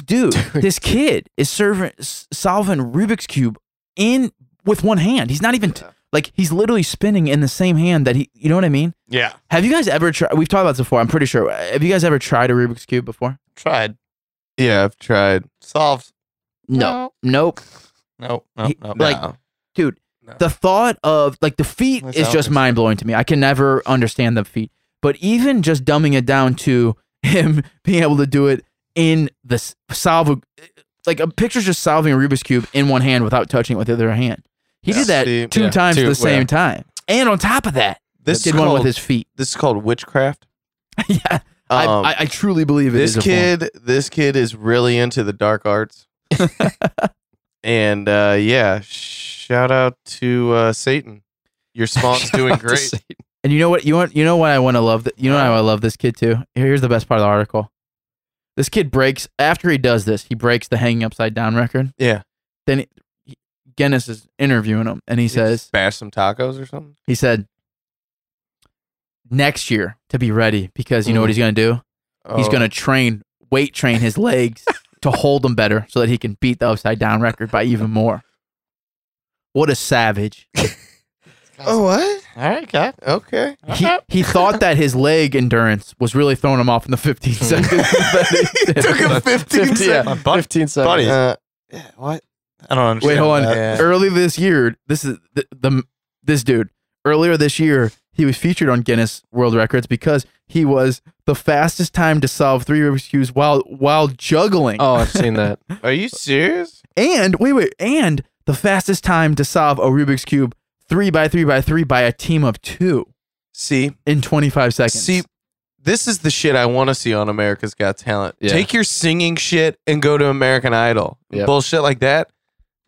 Speaker 2: dude, this kid, is serving s- solving Rubik's cube in with one hand. He's not even t- like he's literally spinning in the same hand that he. You know what I mean?
Speaker 3: Yeah.
Speaker 2: Have you guys ever tried? We've talked about this before. I'm pretty sure. Have you guys ever tried a Rubik's cube before?
Speaker 3: Tried.
Speaker 1: Yeah, I've tried.
Speaker 3: Solved.
Speaker 2: No. Nope.
Speaker 3: Nope. Nope.
Speaker 2: He-
Speaker 3: nope.
Speaker 2: like,
Speaker 1: No.
Speaker 2: dude,
Speaker 3: No.
Speaker 2: the thought of like the feet
Speaker 3: That's
Speaker 2: is just
Speaker 3: outrageous.
Speaker 2: mind blowing to me. I can never understand the feet, but even just dumbing it down to him being able to do it in the s- solve, a- like a picture's just solving a Rubik's cube in one hand without touching it with the other hand. He
Speaker 1: Yeah.
Speaker 2: did that
Speaker 1: See,
Speaker 2: two
Speaker 4: yeah,
Speaker 2: times
Speaker 4: two,
Speaker 2: at the same
Speaker 4: yeah.
Speaker 2: time, and on top of that,
Speaker 1: This
Speaker 2: did
Speaker 1: is
Speaker 2: one with
Speaker 1: called-
Speaker 2: his feet.
Speaker 1: This is called witchcraft.
Speaker 2: yeah, I,
Speaker 1: Um,
Speaker 2: I, I truly believe it.
Speaker 1: this
Speaker 2: is a form.
Speaker 1: kid this kid is really into the dark arts and uh yeah shout out to uh satan your spawn's doing great
Speaker 2: And you know what? You want you know what I want to love. That you know how I love this kid too. Here- Here's the best part of the article. This kid breaks after he does this. He breaks the hanging upside down record.
Speaker 1: yeah
Speaker 2: Then he, he- Guinness is interviewing him, and he says
Speaker 1: bash some tacos or something
Speaker 2: he said next year to be ready because you know what he's gonna do.
Speaker 1: Mm.
Speaker 2: He's
Speaker 1: Oh,
Speaker 2: gonna train weight train his legs to hold them better so that he can beat the upside down record by even more. What a savage!
Speaker 1: oh what
Speaker 3: All right, guy.
Speaker 2: uh,
Speaker 1: okay
Speaker 2: He, he thought that his leg endurance was really throwing him off in the 15 seconds. that he did.
Speaker 1: Hmm. took him 15
Speaker 4: 50,
Speaker 1: seconds
Speaker 3: My
Speaker 4: yeah,
Speaker 3: butt-
Speaker 4: 15 seconds.
Speaker 3: buddy.
Speaker 1: Uh,
Speaker 3: Yeah, what? I don't understand.
Speaker 2: Wait, hold on. Er,
Speaker 3: that.
Speaker 2: Early this year, this is the, the this dude. Earlier this year, he was featured on Guinness World Records because he was the fastest time to solve three Rubik's cubes while while juggling.
Speaker 4: Oh, I've seen that.
Speaker 1: are you serious
Speaker 2: And wait, wait, and the fastest time to solve a Rubik's cube three by three by three by a team of two
Speaker 1: see
Speaker 2: in 25 seconds.
Speaker 1: see this is the shit I want to see on America's Got Talent.
Speaker 4: Yeah.
Speaker 1: Take your singing shit and go to American Idol.
Speaker 4: Yep.
Speaker 1: Bullshit like that.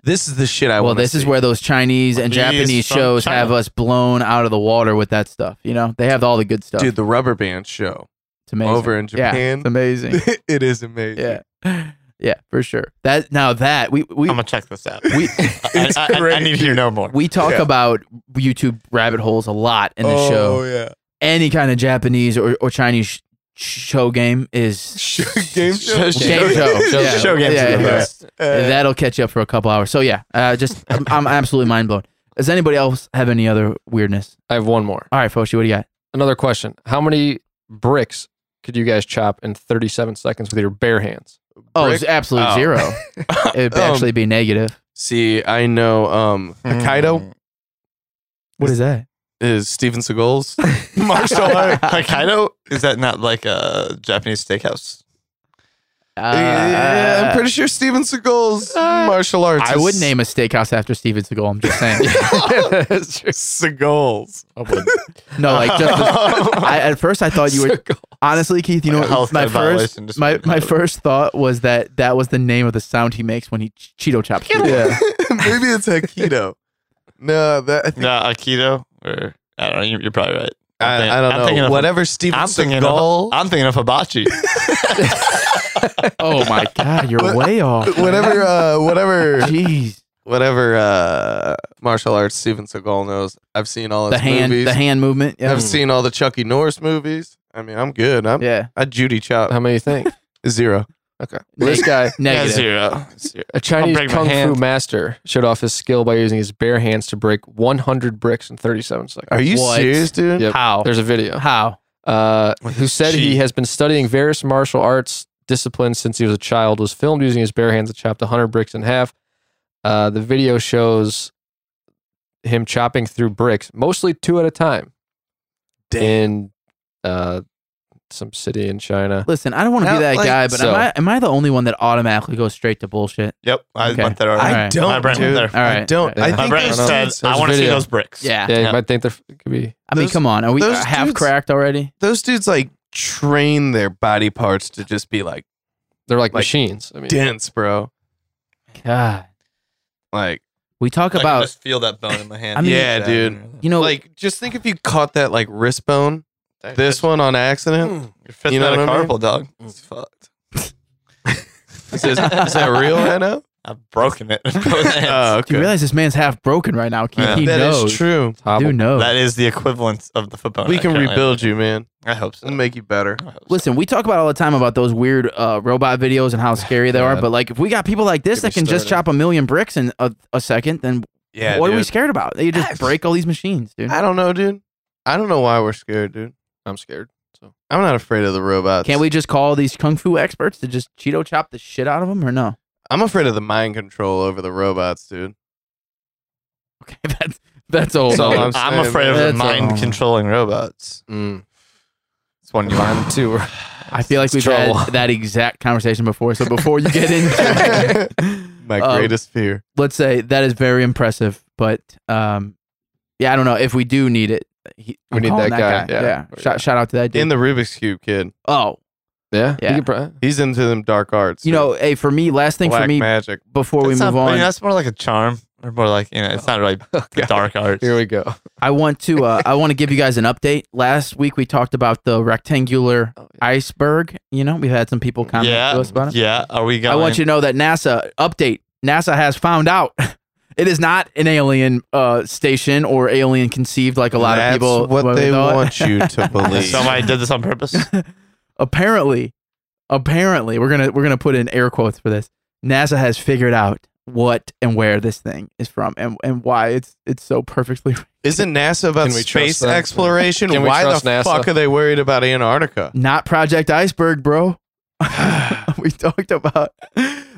Speaker 1: This is the shit I
Speaker 2: well,
Speaker 1: want to
Speaker 2: this is where those Chinese and
Speaker 3: These
Speaker 2: Japanese
Speaker 3: from
Speaker 2: shows
Speaker 3: China.
Speaker 2: have us blown out of the water with that stuff. You know, they have all the good stuff.
Speaker 1: Dude, the rubber band show.
Speaker 2: it's amazing.
Speaker 1: over in
Speaker 2: yeah,
Speaker 1: Japan.
Speaker 2: it's amazing.
Speaker 1: it is amazing.
Speaker 2: yeah, yeah, for sure. That now that we we
Speaker 3: I'm gonna check this out.
Speaker 2: we
Speaker 3: I, I- I- I need to hear no more.
Speaker 2: we talk
Speaker 1: Yeah.
Speaker 2: about YouTube rabbit holes a lot in the
Speaker 1: oh,
Speaker 2: show.
Speaker 1: yeah.
Speaker 2: Any kind of Japanese or, or Chinese sh- show game is
Speaker 1: game show.
Speaker 2: game show. Yeah.
Speaker 3: Show games
Speaker 2: Yeah,
Speaker 3: are the
Speaker 2: yeah.
Speaker 3: best.
Speaker 2: that'll catch you up for a couple hours. So yeah, uh, just I'm, I'm absolutely mind blown. Does anybody else have any other weirdness?
Speaker 4: I have one more.
Speaker 2: All right, Foshi, what do you got?
Speaker 4: Another question. How many bricks could you guys chop in 37 seconds with your bare hands?
Speaker 2: Oh,
Speaker 1: Brick?
Speaker 2: it's absolute
Speaker 1: Oh.
Speaker 2: zero. It'd
Speaker 1: Um,
Speaker 2: actually be negative.
Speaker 1: See, I know um
Speaker 3: Hmm.
Speaker 2: Hmm.
Speaker 1: Hokkaido
Speaker 2: What is that?
Speaker 1: is Steven Seagal's.
Speaker 2: Uh,
Speaker 3: Martial art. Hokkaido? Is that not like a Japanese steakhouse?
Speaker 2: Uh,
Speaker 1: yeah, I'm pretty sure Steven Seagal's martial arts.
Speaker 2: I
Speaker 1: is
Speaker 2: would name a steakhouse after Steven Seagal. I'm just saying.
Speaker 1: Seagal's.
Speaker 2: no, like just. I, at first, I thought you were honestly, Keith. You know,
Speaker 3: Like a
Speaker 2: what
Speaker 3: health
Speaker 2: my
Speaker 3: code
Speaker 2: first
Speaker 3: violation, just
Speaker 2: my,
Speaker 3: putting
Speaker 2: my
Speaker 3: it out.
Speaker 2: first thought was that that was the name of the sound he makes when he ch- Cheeto chops. people.
Speaker 4: Yeah.
Speaker 1: Maybe it's a keto. No, that I, think,
Speaker 3: No, Aikido or I don't know. you- You're probably right.
Speaker 1: I,
Speaker 3: think-
Speaker 1: I
Speaker 3: I'm
Speaker 1: don't
Speaker 3: thinking
Speaker 1: know.
Speaker 3: of-
Speaker 1: Whatever Steven
Speaker 3: I'm thinking
Speaker 1: Seagal.
Speaker 3: of I'm thinking of hibachi.
Speaker 2: Oh my god, you're way off.
Speaker 1: Whatever, uh, whatever,
Speaker 2: Jeez.
Speaker 1: whatever uh, martial arts Steven Seagal knows. I've seen all
Speaker 2: The
Speaker 1: his
Speaker 2: hand,
Speaker 1: movies.
Speaker 2: the hand movement. Yeah.
Speaker 1: I've seen all the Chucky Norris movies. I mean, I'm good. I'm
Speaker 2: yeah. Uh,
Speaker 1: I Judy Chop
Speaker 4: How many you think?
Speaker 1: zero.
Speaker 4: Okay.
Speaker 2: Neg-
Speaker 4: This guy,
Speaker 3: Yeah,
Speaker 2: Negative.
Speaker 3: zero. Zero.
Speaker 4: a Chinese
Speaker 3: break my
Speaker 4: kung fu
Speaker 3: hand.
Speaker 4: master, showed off his skill by using his bare hands to break 100 bricks in 37 seconds.
Speaker 1: Are you
Speaker 2: What?
Speaker 1: serious, dude?
Speaker 4: Yep.
Speaker 3: Oh.
Speaker 2: How?
Speaker 4: There's a video.
Speaker 2: How?
Speaker 4: Uh,
Speaker 3: With
Speaker 4: who
Speaker 3: his
Speaker 4: said he
Speaker 3: chi.
Speaker 4: has been studying various martial arts disciplines since he was a child, was filmed using his bare hands to chop the 100 bricks in half. Uh, the video shows him chopping through bricks, mostly two at a time, in uh, some city in China.
Speaker 2: Listen, I don't want to be
Speaker 1: Now,
Speaker 2: that
Speaker 1: like,
Speaker 2: guy, but
Speaker 4: so-
Speaker 2: am I am I the only one that automatically goes straight to bullshit?
Speaker 3: Yep, I
Speaker 2: Okay.
Speaker 3: went there already.
Speaker 2: I
Speaker 1: don't,
Speaker 3: My brain
Speaker 1: dude.
Speaker 3: went there.
Speaker 2: All right.
Speaker 1: I don't.
Speaker 4: Yeah.
Speaker 1: I
Speaker 4: My
Speaker 3: My
Speaker 1: think
Speaker 3: brain
Speaker 1: those
Speaker 3: said,
Speaker 1: dudes-
Speaker 3: I want to see
Speaker 4: video.
Speaker 3: those bricks.
Speaker 2: Yeah.
Speaker 4: Yeah, you
Speaker 3: Yeah.
Speaker 4: might think there f- could be.
Speaker 2: I mean,
Speaker 1: Those-
Speaker 2: come on. Are we
Speaker 1: those
Speaker 2: half
Speaker 1: dudes-
Speaker 2: cracked already?
Speaker 1: those dudes like train their body parts to just be like
Speaker 4: They're like,
Speaker 1: Like,
Speaker 4: machines. I mean,
Speaker 1: dense, bro.
Speaker 2: God.
Speaker 1: Like,
Speaker 2: We talk
Speaker 3: I can
Speaker 2: about
Speaker 3: just feel that bone in my
Speaker 2: I
Speaker 3: hand.
Speaker 2: mean-
Speaker 1: Yeah, dude.
Speaker 2: you know
Speaker 1: like just think if you caught that like wrist bone, this one on accident.
Speaker 3: hmm, You're fifth
Speaker 1: You know
Speaker 3: out of
Speaker 1: what I mean? Mm.
Speaker 3: carpal, dog. It's fucked.
Speaker 2: Mm.
Speaker 1: Is, this, is that real, Hanno?
Speaker 3: I've broken it. with both hands.
Speaker 1: Oh,
Speaker 2: do
Speaker 1: okay.
Speaker 2: you realize this man's half broken right now? Keith?
Speaker 3: Yeah.
Speaker 2: He
Speaker 1: That
Speaker 2: knows.
Speaker 1: is true.
Speaker 4: hobble.
Speaker 2: Dude knows.
Speaker 3: That is the equivalent of the foot bone.
Speaker 1: We
Speaker 3: I
Speaker 1: can
Speaker 3: currently
Speaker 1: rebuild
Speaker 3: have.
Speaker 1: you, man.
Speaker 3: I hope so.
Speaker 1: We'll make you better.
Speaker 3: I hope so.
Speaker 2: Listen, we talk about all the time about those weird uh, robot videos and how scary they are,
Speaker 1: God.
Speaker 2: but like if we got people like this
Speaker 1: Get me
Speaker 2: that can just
Speaker 1: started.
Speaker 2: chop a million bricks in a, a second, then
Speaker 1: Yeah,
Speaker 2: what are we
Speaker 1: dude.
Speaker 2: scared about? They just break all these machines, dude.
Speaker 1: I don't know, dude. I don't know why we're scared, dude.
Speaker 4: I'm scared.
Speaker 1: I'm not afraid of the robots.
Speaker 2: Can't we just call these kung fu experts to just Cheeto chop the shit out of them or no?
Speaker 1: I'm afraid of the mind control over the robots, dude.
Speaker 2: Okay, that's that's all.
Speaker 1: So
Speaker 3: I'm,
Speaker 1: I'm saying,
Speaker 3: afraid of
Speaker 2: man.
Speaker 3: the
Speaker 2: That's a-
Speaker 3: mind controlling robots.
Speaker 4: Mm.
Speaker 3: It's one you want.
Speaker 4: Two.
Speaker 2: I feel like
Speaker 4: It's
Speaker 2: we've
Speaker 4: trouble.
Speaker 2: had that exact conversation before. So before you get into,
Speaker 1: My
Speaker 2: Um,
Speaker 1: greatest fear.
Speaker 2: let's say that is very impressive, but um, yeah, I don't know if we do need it. He,
Speaker 4: We
Speaker 2: I'm
Speaker 4: need
Speaker 2: calling
Speaker 4: that guy, yeah.
Speaker 2: Shout, shout out to that dude.
Speaker 1: In the Rubik's Cube kid.
Speaker 2: oh,
Speaker 4: Yeah.
Speaker 2: Yeah.
Speaker 4: You could pro-
Speaker 1: He's into them dark arts.
Speaker 2: you
Speaker 1: dude.
Speaker 2: know, hey, for me, last thing
Speaker 1: black
Speaker 2: for me
Speaker 1: magic.
Speaker 2: before we
Speaker 3: That's
Speaker 2: move
Speaker 3: not-
Speaker 2: on,
Speaker 3: you know, that's more like a charm. Or more like you know, it's not really the dark arts.
Speaker 4: Here we go.
Speaker 2: I want to uh, I want to give you guys an update. Last week we talked about the rectangular iceberg. You know, we've had some people comment
Speaker 3: yeah,
Speaker 2: to us about it.
Speaker 3: yeah. Are we going?
Speaker 2: I want you to know that NASA update. NASA has found out it is not an alien uh, station or alien conceived like a lot
Speaker 1: That's
Speaker 2: of people.
Speaker 1: what they
Speaker 2: thought.
Speaker 1: want you to believe.
Speaker 3: Somebody did this on purpose.
Speaker 2: apparently, apparently, we're gonna we're gonna put in air quotes for this. NASA has figured out what and where this thing is from and, and why it's it's so perfectly
Speaker 1: Isn't NASA about
Speaker 4: Can we
Speaker 1: space
Speaker 4: trust them?
Speaker 1: exploration?
Speaker 4: Can we
Speaker 1: Why the
Speaker 4: trust NASA?
Speaker 1: fuck are they worried about Antarctica?
Speaker 2: not Project Iceberg, bro. we talked about.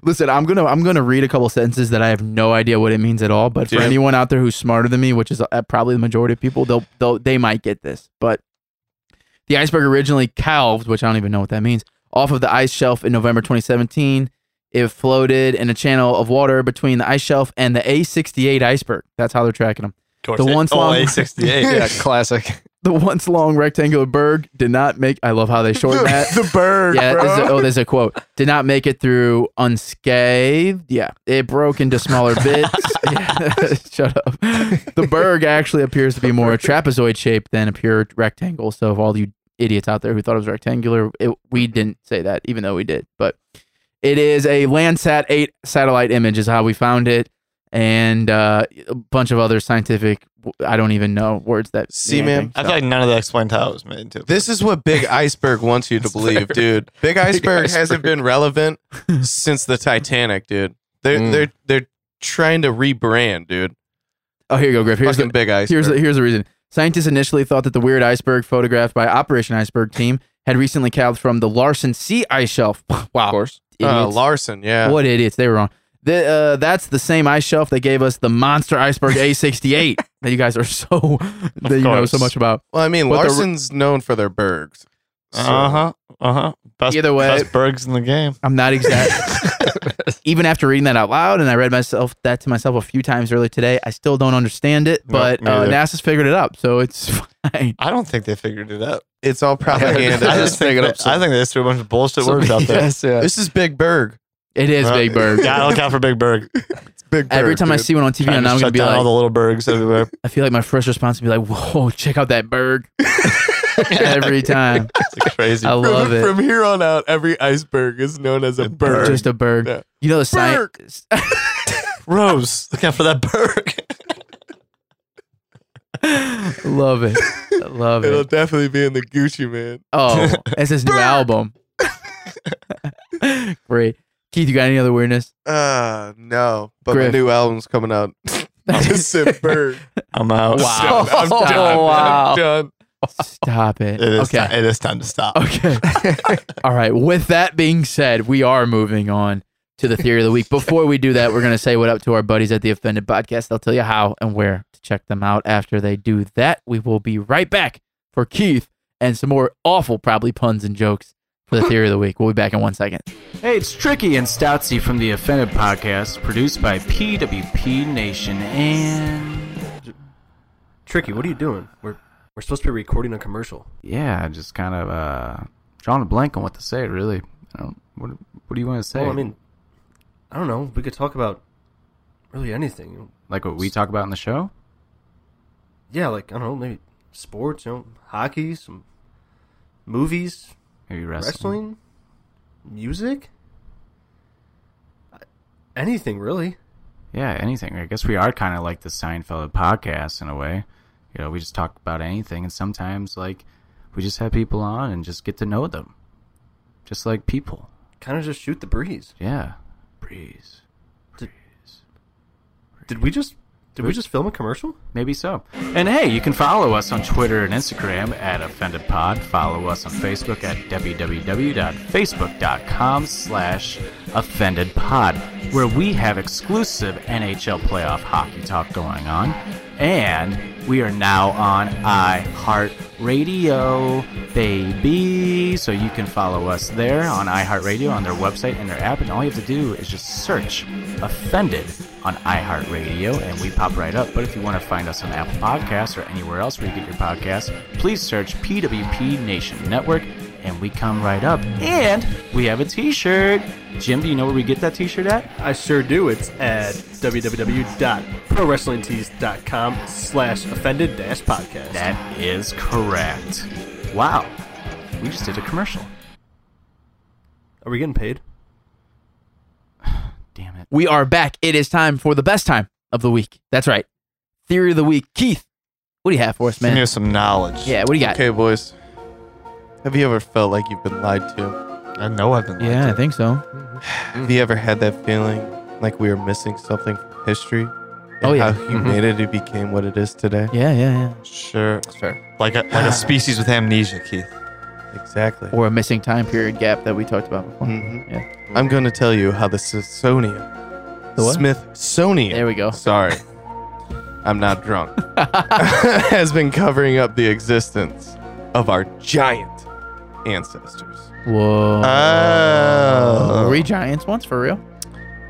Speaker 2: Listen, I'm gonna I'm gonna read a couple sentences that I have no idea what it means at all. But
Speaker 1: Dude.
Speaker 2: for anyone out there who's smarter than me, which is uh, probably the majority of people, they'll, they'll they might get this. But the iceberg originally calved, which I don't even know what that means, off of the ice shelf in November 2017. It floated in a channel of water between the ice shelf and the A68 iceberg. That's how they're tracking them.
Speaker 3: Of course,
Speaker 2: The
Speaker 3: it-
Speaker 2: one
Speaker 3: oh,
Speaker 2: song-
Speaker 3: A sixty eight.
Speaker 4: Yeah, classic.
Speaker 2: The once long rectangular berg did not make. I love how they shortened that.
Speaker 1: the bird,
Speaker 2: Yeah, there's a, oh, there's a quote. Did not make it through unscathed. Yeah, it broke into smaller bits. Yeah. Shut up. The berg actually appears to be more a trapezoid shape than a pure rectangle. So, if all you idiots out there who thought it was rectangular, it, we didn't say that, even though we did. But it is a Landsat 8 satellite image, is how we found it. And uh, a bunch of other scientific, I don't even know words that. mean
Speaker 1: See, man,
Speaker 2: anything,
Speaker 3: I
Speaker 2: so.
Speaker 3: feel like none of that explained how it was made into.
Speaker 1: This is what Big Iceberg wants you to believe, dude. Big Iceberg, hasn't
Speaker 4: Iceberg.
Speaker 1: been relevant since the Titanic, dude. They're
Speaker 4: Mm.
Speaker 1: they're they're trying to rebrand, dude.
Speaker 2: oh, here you go, Griff. Here's
Speaker 1: Here's
Speaker 2: the,
Speaker 1: Fucking Big Iceberg.
Speaker 2: Here's the, here's the reason. Scientists initially thought that the weird iceberg photographed by Operation Iceberg team had recently calved from the Larsen Sea ice shelf.
Speaker 4: Of
Speaker 2: Wow,
Speaker 4: course.
Speaker 1: uh,
Speaker 2: idiots.
Speaker 1: Larson, yeah.
Speaker 2: what idiots! They were wrong. The, uh, that's the same ice shelf that gave us the monster iceberg A68 that you guys are so that you know so
Speaker 3: course.
Speaker 2: much about.
Speaker 1: Well, I mean,
Speaker 2: But the-
Speaker 1: Larson's known for their bergs. So-
Speaker 3: Uh huh. Uh huh. Best
Speaker 2: Either way-
Speaker 3: best bergs in the game.
Speaker 2: I'm not exact. Even after reading that out loud, and I read myself that to myself a few times earlier today, I still don't understand it.
Speaker 3: Nope,
Speaker 2: But
Speaker 3: me
Speaker 2: uh,
Speaker 3: either.
Speaker 2: NASA's figured it up, so it's fine.
Speaker 3: I don't think they figured it out.
Speaker 1: It's all
Speaker 4: I
Speaker 1: propaganda.
Speaker 3: I
Speaker 4: just
Speaker 3: just think
Speaker 4: make it
Speaker 3: that-
Speaker 4: up some-
Speaker 3: I think they just threw a bunch of bullshit
Speaker 4: So-
Speaker 3: words out there.
Speaker 4: Yes, yeah.
Speaker 1: this is Big Berg.
Speaker 2: It is
Speaker 3: Uh,
Speaker 2: Big Bird.
Speaker 3: Gotta look out for Big Berg.
Speaker 1: Big
Speaker 2: Every time I see one on TV,
Speaker 3: Trying
Speaker 2: and
Speaker 3: to
Speaker 2: I'm gonna
Speaker 3: shut
Speaker 2: be
Speaker 3: down
Speaker 2: like,
Speaker 3: all the little bergs everywhere.
Speaker 2: I feel like my first response would be like, "Whoa, check out that bird!" Every time,
Speaker 3: It's a crazy.
Speaker 2: I love it.
Speaker 1: From here on out, every iceberg is known as a bird.
Speaker 2: Just a bird.
Speaker 1: Yeah.
Speaker 2: You know the sign.
Speaker 3: Rose, look out for that berg.
Speaker 2: Love it. Love
Speaker 1: It'll
Speaker 2: it.
Speaker 1: definitely be in the Gucci man.
Speaker 2: Oh, it's his new album. Great. Keith, you got any other weirdness?
Speaker 1: Uh no. But
Speaker 2: Griff.
Speaker 1: my new album's coming out. Just said bird.
Speaker 3: I'm out.
Speaker 2: Wow.
Speaker 1: I'm done. I'm done.
Speaker 2: Wow.
Speaker 1: I'm done.
Speaker 2: Stop it.
Speaker 3: It is,
Speaker 2: okay.
Speaker 3: ti- it is time to stop.
Speaker 2: Okay. All right. With that being said, we are moving on to the theory of the week. Before we do that, we're going to say what up to our buddies at the Offended Podcast. They'll tell you how and where to check them out. After they do that, we will be right back for Keith and some more awful, probably puns and jokes for the theory of the week. We'll be back in one second.
Speaker 6: Hey, it's Tricky and Stoutsy from the Offended Podcast, produced by PWP Nation and.
Speaker 7: Tricky, what are you doing? We're we're supposed to be recording a commercial.
Speaker 6: Yeah, I just kind of uh, drawing a blank on what to say, really. I don't, what, what do you want to say?
Speaker 7: Well, I mean, I don't know. We could talk about really anything.
Speaker 6: like what we talk about in the show?
Speaker 7: Yeah, like I don't know, maybe sports, you know, hockey, some movies,
Speaker 6: Maybe wrestling?
Speaker 7: wrestling, music, I- anything really.
Speaker 6: Yeah, anything. I guess we are kind of like the Seinfeld podcast in a way. You know, we just talk about anything, and sometimes, like, we just have people on and just get to know them. Just like people.
Speaker 7: Kind of just shoot the breeze.
Speaker 6: Yeah. Breeze.
Speaker 7: Did-
Speaker 6: Breeze.
Speaker 7: Did we just? Did we just film a commercial?
Speaker 6: Maybe so. And hey, you can follow us on Twitter and Instagram at OffendedPod. Follow us on Facebook at www.facebook.com slash OffendedPod, where we have exclusive NHL playoff hockey talk going on. And we are now on iHeartRadio, baby. So you can follow us there on iHeartRadio, on their website and their app. And all you have to do is just search Offended on iHeartRadio, and we pop right up. But if you want to find us on Apple Podcasts or anywhere else where you get your podcasts, please search PWP Nation Network, and we come right up. And we have a T-shirt. Jim, do you know where we get that T-shirt at?
Speaker 7: I sure do. It's at www.prowrestlingtees.com slash offended dash podcast.
Speaker 6: That is correct. Wow, we just did a commercial.
Speaker 7: Are we getting paid?
Speaker 6: Damn it.
Speaker 2: We are back. It is time for the best time of the week. That's right. Theory of the week. Keith, what do you have for us,
Speaker 3: Give
Speaker 2: man?
Speaker 3: me some knowledge.
Speaker 2: Yeah, what do you got?
Speaker 1: Okay, boys. Have you ever felt like you've been lied to?
Speaker 3: I know I've been.
Speaker 2: Yeah, I think so.
Speaker 1: Have you ever had that feeling like we are missing something from history? And
Speaker 2: Oh, yeah.
Speaker 1: How humanity became what it is today?
Speaker 2: Yeah, yeah,
Speaker 3: Sure.
Speaker 2: fair.
Speaker 3: Like a, like a species with amnesia, Keith.
Speaker 1: Exactly.
Speaker 2: yeah. Or a missing time period gap that we talked about before.
Speaker 1: Mhm.
Speaker 2: Yeah.
Speaker 1: I'm going to tell you how the Smithsonian.
Speaker 2: The what?
Speaker 1: Smithsonian.
Speaker 2: There we go.
Speaker 1: Sorry. I'm not drunk. has been covering up the existence of our giant ancestors.
Speaker 2: Whoa.
Speaker 3: Oh.
Speaker 1: Uh,
Speaker 2: Were we giants once for real?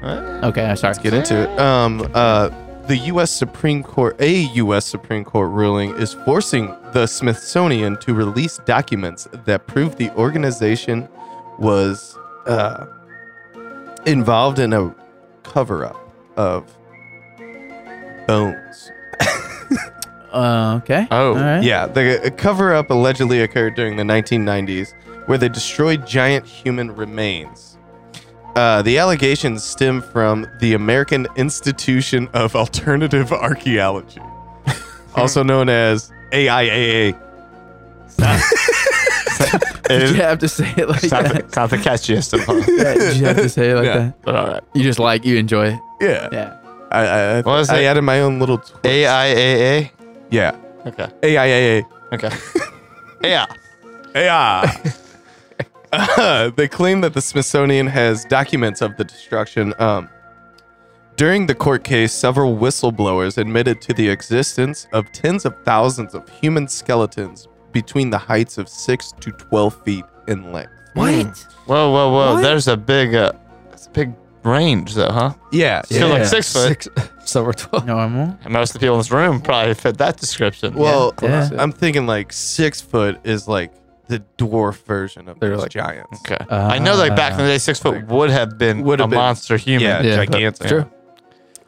Speaker 2: Okay, I'm sorry.
Speaker 1: Let's get into it. Um, uh, the U.S. Supreme Court, a U.S. Supreme Court ruling is forcing the Smithsonian to release documents that prove the organization was uh, involved in a cover up of bones.
Speaker 2: Uh, okay.
Speaker 3: Oh,
Speaker 2: All right.
Speaker 1: Yeah, the cover up allegedly occurred during the 1990s, where they destroyed giant human remains. Uh, the allegations stem from the American Institution of Alternative Archaeology, also known as AIAA.
Speaker 3: It
Speaker 2: Did
Speaker 3: is,
Speaker 2: you have to say it like
Speaker 3: it's, not the,
Speaker 2: that?
Speaker 3: it's not the catchiest of them,
Speaker 2: Yeah, Did you have to say it like
Speaker 1: Yeah.
Speaker 2: that?
Speaker 3: but all right.
Speaker 2: You just like, you enjoy it.
Speaker 1: Yeah,
Speaker 2: Yeah.
Speaker 1: I, I,
Speaker 3: What was
Speaker 1: I
Speaker 3: it?
Speaker 1: added my own little. tw-
Speaker 3: AIAA.
Speaker 1: yeah,
Speaker 3: Okay.
Speaker 1: AIAA.
Speaker 3: Okay. yeah.
Speaker 1: Yeah. Uh, they claim that the Smithsonian has documents of the destruction. Um, during the court case, several whistleblowers admitted to the existence of tens of thousands of human skeletons between the heights of 6 to 12 feet in length.
Speaker 2: What?
Speaker 3: Whoa, whoa, whoa.
Speaker 2: What?
Speaker 3: There's a big, uh, it's a big range though, huh?
Speaker 1: Yeah.
Speaker 3: Still
Speaker 2: Yeah.
Speaker 3: like six foot.
Speaker 4: Some are 12.
Speaker 2: Normal?
Speaker 3: And most of the people in this room probably fit that description.
Speaker 1: Well,
Speaker 2: Yeah.
Speaker 1: I'm thinking like six foot is like the dwarf version of
Speaker 4: They're
Speaker 1: those
Speaker 4: like-
Speaker 1: giants.
Speaker 3: Okay. I know like back in the day, six foot would have been
Speaker 1: Would
Speaker 3: a
Speaker 1: have been-
Speaker 3: monster human.
Speaker 1: Yeah,
Speaker 4: Yeah, but-
Speaker 1: gigantic.
Speaker 4: Sure.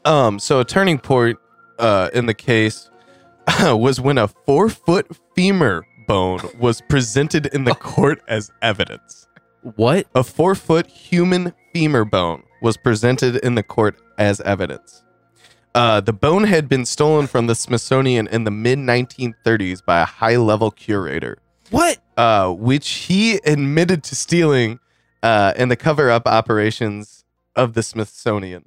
Speaker 1: Um, so a turning point uh, in the case was when a four foot femur bone was presented in the court as evidence.
Speaker 2: What?
Speaker 1: A four foot human femur bone was presented in the court as evidence. Uh, the bone had been stolen from the Smithsonian in the mid 1930s by a high level curator
Speaker 2: What?
Speaker 1: uh, which he admitted to stealing uh, in the cover up operations of the Smithsonian.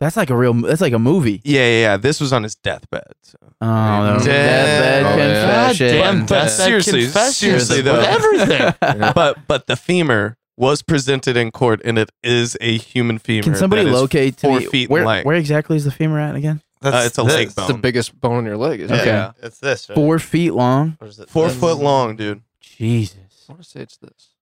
Speaker 2: That's like a real. That's like a movie.
Speaker 1: Yeah, yeah, yeah. This was on his deathbed. so.
Speaker 2: Oh, that was a
Speaker 1: Dead-
Speaker 2: deathbed
Speaker 4: Oh, yeah.
Speaker 2: confession.
Speaker 3: Goddamn
Speaker 1: But- but
Speaker 3: deathbed
Speaker 1: seriously,
Speaker 3: confessions
Speaker 1: seriously,
Speaker 3: with
Speaker 1: though.
Speaker 3: everything.
Speaker 1: but but the femur was presented in court and it is a human femur.
Speaker 2: Can somebody
Speaker 1: that is
Speaker 2: locate to
Speaker 1: four
Speaker 2: me-
Speaker 1: feet in
Speaker 2: where,
Speaker 1: length.
Speaker 2: where exactly is the femur at again?
Speaker 1: Uh, it's a
Speaker 3: this.
Speaker 1: leg bone.
Speaker 4: It's the biggest bone in your leg. Isn't
Speaker 1: Okay.
Speaker 4: it?
Speaker 1: Yeah.
Speaker 3: It's this. Right?
Speaker 2: Four feet long.
Speaker 3: Or is it
Speaker 1: Four
Speaker 3: this?
Speaker 1: foot long, dude.
Speaker 2: Jesus.
Speaker 4: I want to say it's this.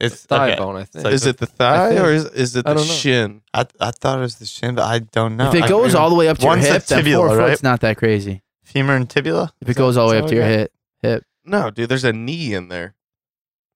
Speaker 3: It's
Speaker 4: Thigh
Speaker 3: okay.
Speaker 4: bone, I think.
Speaker 3: Like
Speaker 1: is
Speaker 3: the-
Speaker 1: it the thigh
Speaker 4: think-
Speaker 1: or is, is it
Speaker 4: I
Speaker 1: the
Speaker 4: don't know.
Speaker 1: shin?
Speaker 3: I, I thought it was the shin, but I don't know.
Speaker 2: if it
Speaker 3: I
Speaker 2: goes
Speaker 3: couldn't-
Speaker 2: all the way up to your
Speaker 3: One's a
Speaker 2: hip, then
Speaker 3: tibula,
Speaker 2: four
Speaker 3: right?
Speaker 2: foot's not that crazy.
Speaker 3: femur and tibula.
Speaker 2: If it goes all the way
Speaker 3: Is
Speaker 2: up
Speaker 3: that
Speaker 2: to your
Speaker 3: what
Speaker 2: hip, hip.
Speaker 1: No, dude. There's a knee in there.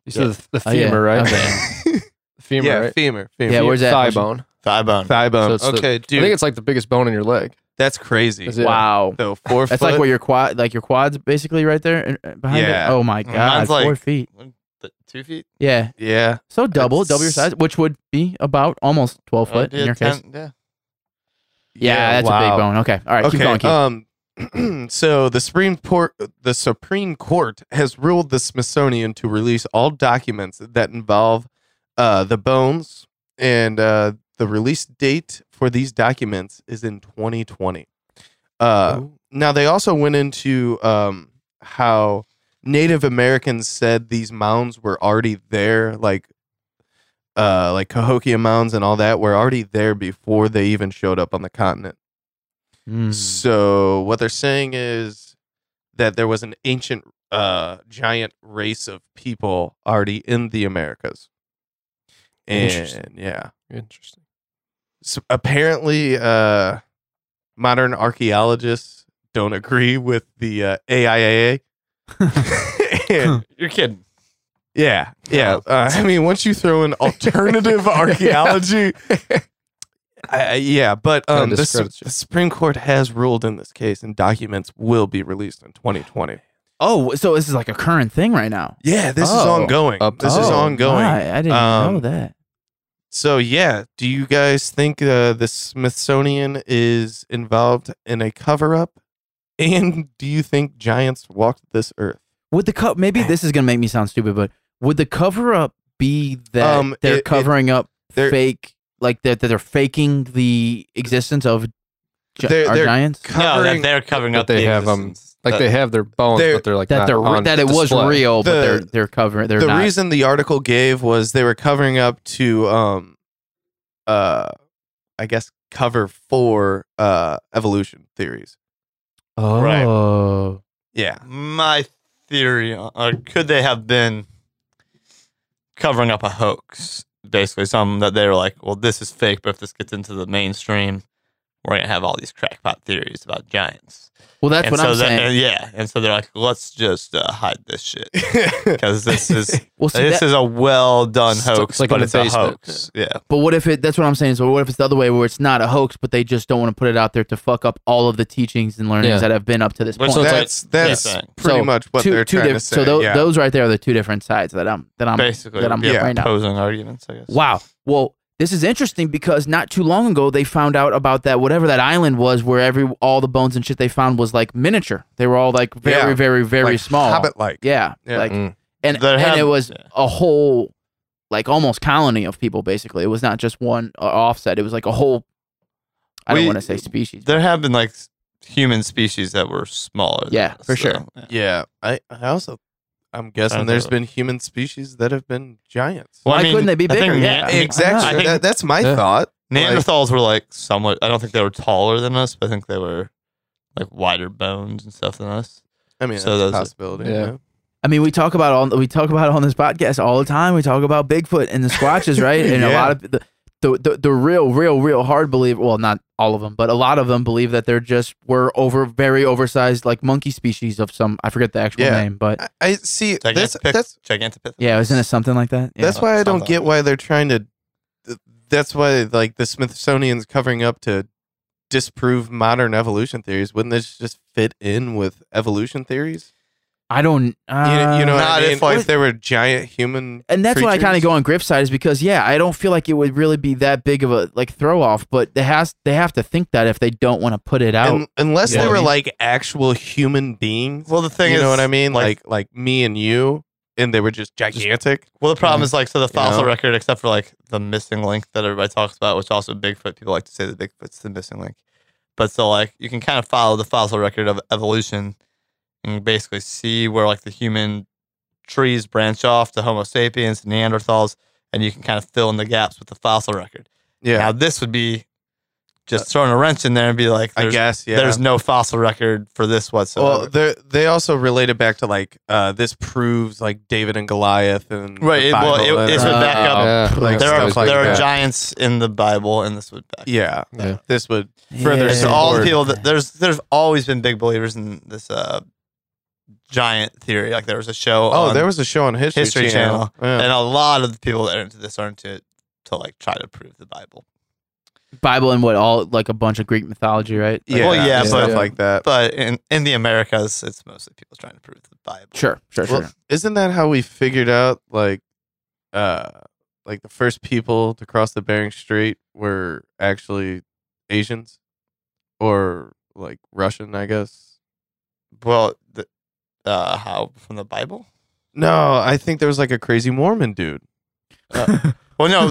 Speaker 4: You said the- the
Speaker 2: Oh, yeah.
Speaker 4: femur, right?
Speaker 2: Okay.
Speaker 4: The femur,
Speaker 1: yeah,
Speaker 4: right?
Speaker 1: femur, femur.
Speaker 2: Yeah, where's that?
Speaker 4: Thigh
Speaker 2: Where's-
Speaker 4: bone.
Speaker 3: Thigh bone.
Speaker 1: Thigh
Speaker 4: So
Speaker 1: bone.
Speaker 4: it's the-
Speaker 1: okay,
Speaker 4: I think
Speaker 1: dude.
Speaker 4: it's like the biggest bone in your leg.
Speaker 1: that's crazy.
Speaker 4: Is it- Yeah.
Speaker 2: Wow.
Speaker 1: Though four
Speaker 2: That's
Speaker 1: foot.
Speaker 2: like where your quad, like your quads, basically right there uh, behind
Speaker 1: Yeah.
Speaker 2: it. Oh my
Speaker 3: Mine's
Speaker 2: god, four
Speaker 3: like-
Speaker 2: feet.
Speaker 3: One- th- Two feet.
Speaker 2: Yeah,
Speaker 1: yeah.
Speaker 2: so double, double your
Speaker 1: It's-
Speaker 2: size, which would be about almost twelve foot
Speaker 3: Oh,
Speaker 2: in
Speaker 3: yeah,
Speaker 2: your case.
Speaker 3: 10 Yeah.
Speaker 2: Yeah, that's a
Speaker 1: wow.
Speaker 2: big bone. Okay, all right, keep going. Keep.
Speaker 1: Um, so the Supreme Court, the Supreme Court has ruled the Smithsonian to release all documents that involve uh, the bones, and uh, the release date for these documents is in 2020. Uh,
Speaker 2: Oh.
Speaker 1: now they also went into um, how Native Americans said these mounds were already there, like uh, like Cahokia mounds and all that were already there before they even showed up on the continent.
Speaker 2: Mm.
Speaker 1: So what they're saying is that there was an ancient uh, giant race of people already in the Americas. And
Speaker 4: Interesting.
Speaker 1: yeah,
Speaker 4: Interesting.
Speaker 1: so apparently uh, modern archaeologists don't agree with the uh, AIAA. And-
Speaker 3: You're kidding.
Speaker 1: yeah, yeah. Uh, I mean, once you throw in alternative archaeology, I, I- yeah. But um,
Speaker 4: Kinda
Speaker 1: the, Su-
Speaker 4: discredits you.
Speaker 1: the Supreme Court has ruled in this case, and documents will be released in 2020.
Speaker 2: oh, so this is like a current thing right now.
Speaker 1: Yeah, this is
Speaker 4: Oh.
Speaker 1: ongoing.
Speaker 4: Up-
Speaker 1: this is
Speaker 4: oh,
Speaker 1: ongoing.
Speaker 2: my, I didn't
Speaker 1: Um,
Speaker 2: know that.
Speaker 1: So yeah, do you guys think uh, the Smithsonian is involved in a cover-up? And do you think giants walked this earth?
Speaker 2: Would the co- maybe
Speaker 1: eh.
Speaker 2: this is gonna make me sound stupid, but would the cover up be that
Speaker 1: Um,
Speaker 2: they're
Speaker 1: it- it-
Speaker 2: covering up
Speaker 1: they're-
Speaker 2: fake, like that that they're faking the existence of gi-
Speaker 1: They're-
Speaker 2: our
Speaker 1: they're
Speaker 2: giants?
Speaker 3: No, that
Speaker 1: Covering
Speaker 3: they're covering
Speaker 4: But
Speaker 3: up.
Speaker 4: they
Speaker 3: the
Speaker 4: have, um,
Speaker 3: existence.
Speaker 4: Like
Speaker 3: That-
Speaker 4: they have their bones,
Speaker 1: They're-
Speaker 4: but they're like
Speaker 2: that
Speaker 4: not
Speaker 2: they're
Speaker 4: on
Speaker 2: that it was
Speaker 4: display.
Speaker 2: real, but
Speaker 1: The-
Speaker 2: they're they're covering they're
Speaker 1: the
Speaker 2: not.
Speaker 1: reason the article gave was they were covering up to um uh i guess cover for uh evolution theories
Speaker 2: oh,
Speaker 3: Right.
Speaker 1: yeah
Speaker 3: my theory. Or could they have been covering up a hoax? Basically, something that they were like, "Well, this is fake, but if this gets into the mainstream, we're gonna have all these crackpot theories about giants."
Speaker 2: well, that's
Speaker 3: and
Speaker 2: what
Speaker 3: so
Speaker 2: I'm
Speaker 3: that-
Speaker 2: saying.
Speaker 3: and yeah, and so they're like, "Let's just uh, hide this shit because this is
Speaker 2: well, see,
Speaker 3: this
Speaker 2: that,
Speaker 3: is a well done
Speaker 4: Stuck-
Speaker 3: hoax,
Speaker 4: like in
Speaker 3: but
Speaker 4: the
Speaker 3: it's a
Speaker 4: basement.
Speaker 3: hoax." Yeah,
Speaker 2: but what if it? That's what I'm saying. So what if it's the other way, where it's not a hoax, but they just don't want to put it out there to fuck up all of the teachings and learnings
Speaker 4: Yeah.
Speaker 2: that have been up to this
Speaker 3: Which
Speaker 2: point.
Speaker 3: So it's like-
Speaker 1: that's that's
Speaker 3: yeah.
Speaker 1: pretty
Speaker 2: So,
Speaker 1: much what
Speaker 2: two,
Speaker 1: they're
Speaker 2: two
Speaker 1: trying to
Speaker 2: diff-
Speaker 1: say
Speaker 2: So tho-
Speaker 1: yeah.
Speaker 2: those right there are the two different sides that I'm that I'm
Speaker 3: basically,
Speaker 2: that I'm
Speaker 3: yeah,
Speaker 2: right now.
Speaker 3: opposing arguments, I guess.
Speaker 2: Wow. Well, this is interesting because not too long ago they found out about that whatever that island was where every all the bones and shit they found was like miniature. They were all like very
Speaker 1: Yeah.
Speaker 2: very very small.
Speaker 1: hobbit like
Speaker 2: Yeah,
Speaker 1: Yeah.
Speaker 2: like
Speaker 4: Mm.
Speaker 2: and
Speaker 3: There
Speaker 2: and
Speaker 3: have-
Speaker 2: it was
Speaker 3: yeah.
Speaker 2: a whole like almost colony of people basically. It was not just one uh, offset. It was like a whole. I
Speaker 3: We-
Speaker 2: don't want to say species.
Speaker 3: There have been like s- human species that were smaller. than
Speaker 2: Yeah,
Speaker 3: us,
Speaker 2: for sure.
Speaker 3: so, yeah.
Speaker 1: yeah i i also i'm guessing
Speaker 3: don't
Speaker 1: there's
Speaker 3: know.
Speaker 1: been human species that have been giants
Speaker 3: Well,
Speaker 2: Why
Speaker 3: I mean,
Speaker 2: couldn't they be
Speaker 3: I think
Speaker 2: bigger?
Speaker 3: Ne-
Speaker 2: Yeah.
Speaker 3: I mean,
Speaker 1: exactly
Speaker 3: I think
Speaker 1: that, that's my
Speaker 4: Yeah.
Speaker 1: thought
Speaker 3: Neanderthals were like somewhat. I don't think they were taller than us, but I think they were like wider bones and stuff than us.
Speaker 1: i mean
Speaker 3: So
Speaker 1: that's a
Speaker 3: those-
Speaker 1: possibility
Speaker 4: yeah.
Speaker 1: you know?
Speaker 2: I mean, we talk about all we talk about it on this podcast all the time. We talk about Bigfoot and the Squatches, right? And a
Speaker 1: Yeah.
Speaker 2: lot of the, the the the real, real, real hard believer. Well, not all of them, but a lot of them believe that they're just were over very oversized like monkey species of some I forget the actual
Speaker 1: Yeah.
Speaker 2: name, but
Speaker 1: I, I see. That's
Speaker 3: Gigantopithecus.
Speaker 1: that's
Speaker 3: Gigantopithecus.
Speaker 2: yeah, isn't it something like that? Yeah.
Speaker 1: that's why I don't
Speaker 3: Something.
Speaker 1: get why they're trying to. th- That's why like the Smithsonian's covering up to disprove modern evolution theories. Wouldn't this just fit in with evolution theories?
Speaker 2: I don't
Speaker 1: You-
Speaker 2: uh,
Speaker 1: you, know, what I
Speaker 3: Not if,
Speaker 1: mean?
Speaker 3: like-
Speaker 1: if there were giant human,
Speaker 2: and that's why I kind of
Speaker 1: creatures.
Speaker 2: go on grip side is because yeah, I don't feel like it would really be that big of a like throw off, but they has they have to think that if they don't want to put it out.
Speaker 1: Un- unless
Speaker 4: Yeah.
Speaker 1: they were like actual human beings.
Speaker 3: Well, the thing
Speaker 1: you
Speaker 3: is,
Speaker 1: know what I mean?
Speaker 3: like-
Speaker 1: Like, like me and you, and they were just gigantic.
Speaker 3: Well, the problem is like so the fossil
Speaker 1: know?
Speaker 3: record, except for like the missing link that everybody talks about, which also Bigfoot people like to say that Bigfoot's the missing link. But so like you can kind of follow the fossil record of evolution and basically see where like the human trees branch off to Homo sapiens, Neanderthals, and you can kind of fill in the gaps with the fossil record. Now
Speaker 1: yeah, Uh,
Speaker 3: this would be just throwing a wrench in there and be like,
Speaker 1: I
Speaker 3: there's,
Speaker 1: guess. Yeah,
Speaker 3: there's no fossil record for this whatsoever.
Speaker 1: well, they they also related back to like uh, this proves like David and Goliath and the
Speaker 3: right. it- well,
Speaker 1: Bible
Speaker 3: it,
Speaker 1: and
Speaker 3: this
Speaker 1: all
Speaker 3: would
Speaker 2: uh,
Speaker 3: back
Speaker 1: that.
Speaker 3: up.
Speaker 4: Yeah.
Speaker 1: Like,
Speaker 3: there are
Speaker 1: stuff like
Speaker 3: there are
Speaker 1: that.
Speaker 3: giants in the Bible, and this would back.
Speaker 1: Yeah,
Speaker 4: Yeah.
Speaker 1: this would further
Speaker 3: There's
Speaker 1: Yeah.
Speaker 3: all the
Speaker 1: Lord.
Speaker 3: people that there's there's always been big believers in this uh giant theory. Like there was a show.
Speaker 1: Oh,
Speaker 3: on-
Speaker 1: there was a show on History,
Speaker 3: History
Speaker 1: Channel. Yeah.
Speaker 3: and a lot of the people that are into this are into to like try to prove the Bible.
Speaker 2: Bible and what all like a bunch of Greek mythology, right? Like,
Speaker 1: yeah,
Speaker 3: well, yeah,
Speaker 1: and stuff
Speaker 4: but-
Speaker 1: like that.
Speaker 3: But in in the Americas, it's mostly people trying to prove the Bible.
Speaker 2: Sure, sure,
Speaker 1: well,
Speaker 2: sure.
Speaker 1: isn't that how we figured out like, uh, like the first people to cross the Bering Strait were actually Asians, or like Russian, I guess.
Speaker 3: Well, the, uh, how from the Bible?
Speaker 1: No, I think there was like a crazy Mormon dude
Speaker 3: Well, no,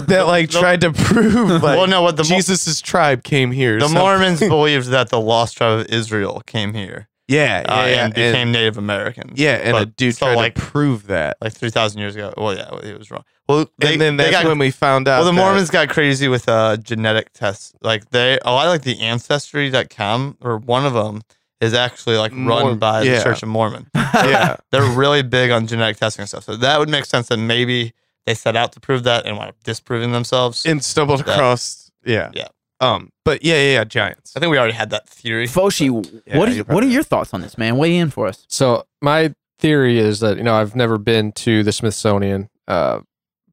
Speaker 1: that like
Speaker 3: the-
Speaker 1: tried to prove like
Speaker 3: well, no, what the Mo-
Speaker 1: Jesus's tribe came here.
Speaker 3: the
Speaker 1: so-
Speaker 3: Mormons believed that the lost tribe of Israel came here
Speaker 1: yeah, yeah,
Speaker 3: uh,
Speaker 1: yeah,
Speaker 3: and became Native Americans.
Speaker 1: yeah, and a
Speaker 3: but-
Speaker 1: dude
Speaker 3: so,
Speaker 1: tried
Speaker 3: like-
Speaker 1: to prove that,
Speaker 3: like three thousand years ago. Well, yeah, it was wrong. Well, they,
Speaker 1: and then
Speaker 3: they
Speaker 1: that's
Speaker 3: got
Speaker 1: when we found out.
Speaker 3: Well, the
Speaker 1: that-
Speaker 3: Mormons got crazy with uh, genetic tests. Like they, a lot of like the ancestry.com or one of them is actually like
Speaker 1: Mor-
Speaker 3: run by the
Speaker 1: yeah.
Speaker 3: Church of Mormon.
Speaker 1: yeah.
Speaker 3: They're really big on genetic testing and stuff. So that would make sense that maybe they set out to prove that and wound up disproving themselves.
Speaker 1: and stumbled
Speaker 3: That-
Speaker 1: across yeah
Speaker 3: Yeah.
Speaker 1: um but yeah yeah, yeah giants
Speaker 3: I think we already had that theory.
Speaker 2: Foshi,
Speaker 1: Yeah,
Speaker 2: what are
Speaker 1: you're
Speaker 2: you, what are
Speaker 1: probably
Speaker 2: your thoughts on this, man? Weigh in for us.
Speaker 4: So my theory is that you know I've never been to the Smithsonian, uh,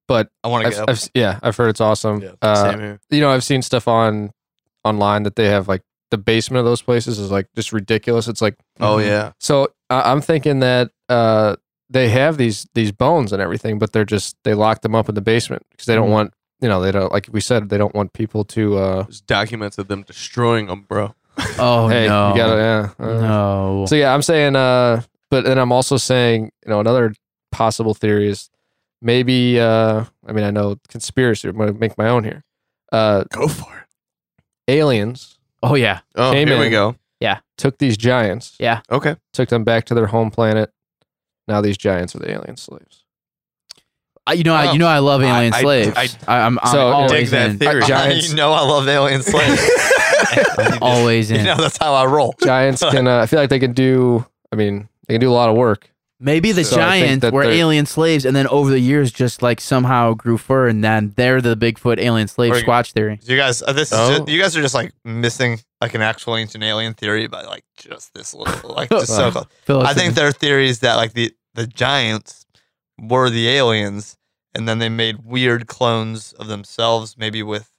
Speaker 4: but
Speaker 3: I want to
Speaker 4: I've,
Speaker 3: go.
Speaker 4: I've- yeah, I've heard it's awesome.
Speaker 3: Yeah,
Speaker 4: uh,
Speaker 1: Same here.
Speaker 4: you know, I've seen stuff on online that they have like the basement of those places is like just ridiculous. It's like
Speaker 1: oh
Speaker 3: Mm-hmm.
Speaker 1: yeah
Speaker 4: so I I'm thinking that uh, they have these these bones and everything, but they're just they lock them up in the basement because they don't
Speaker 2: Mhm.
Speaker 4: want you know they don't like we said they don't want people to uh,
Speaker 1: there's documents of them destroying them bro
Speaker 2: Oh
Speaker 4: hey
Speaker 2: no,
Speaker 4: you gotta yeah uh,
Speaker 2: no.
Speaker 4: So yeah, I'm saying, uh, but then I'm also saying, you know, another possible theory is maybe, uh, I mean, I know conspiracy. I'm gonna make my own here. Uh,
Speaker 1: go for it
Speaker 4: aliens
Speaker 2: oh yeah,
Speaker 1: oh
Speaker 4: Came
Speaker 1: here we
Speaker 4: in.
Speaker 1: go
Speaker 4: took these giants,
Speaker 2: Yeah.
Speaker 1: okay
Speaker 4: took them back to their home planet. Now these giants are the alien slaves.
Speaker 2: I, you know, I, you know, I love
Speaker 1: I-
Speaker 2: alien
Speaker 1: I-
Speaker 2: slaves. I,
Speaker 1: I-
Speaker 2: am I'm
Speaker 4: So,
Speaker 2: always
Speaker 1: dig that
Speaker 2: in,
Speaker 1: theory
Speaker 4: giants-
Speaker 3: you know, I love alien slaves.
Speaker 2: always
Speaker 3: you
Speaker 2: in.
Speaker 3: know, that's how I roll.
Speaker 4: Giants can. Uh, I feel like they can do. I mean, they can do a lot of work.
Speaker 2: Maybe the
Speaker 4: So I think
Speaker 2: giants
Speaker 4: that
Speaker 2: were
Speaker 4: they're-
Speaker 2: alien slaves, and then over the years, just like somehow grew fur, and then they're the Bigfoot alien slave
Speaker 3: Or-
Speaker 2: Squatch theory.
Speaker 3: You guys, uh, this is
Speaker 1: Oh.
Speaker 3: just, you guys are just like missing like an actual ancient alien theory by like just this little, like just so
Speaker 4: Wow.
Speaker 3: close.
Speaker 2: Phil,
Speaker 3: I
Speaker 2: it's-
Speaker 3: think there are theories that like the the giants were the aliens, and then they made weird clones of themselves, maybe with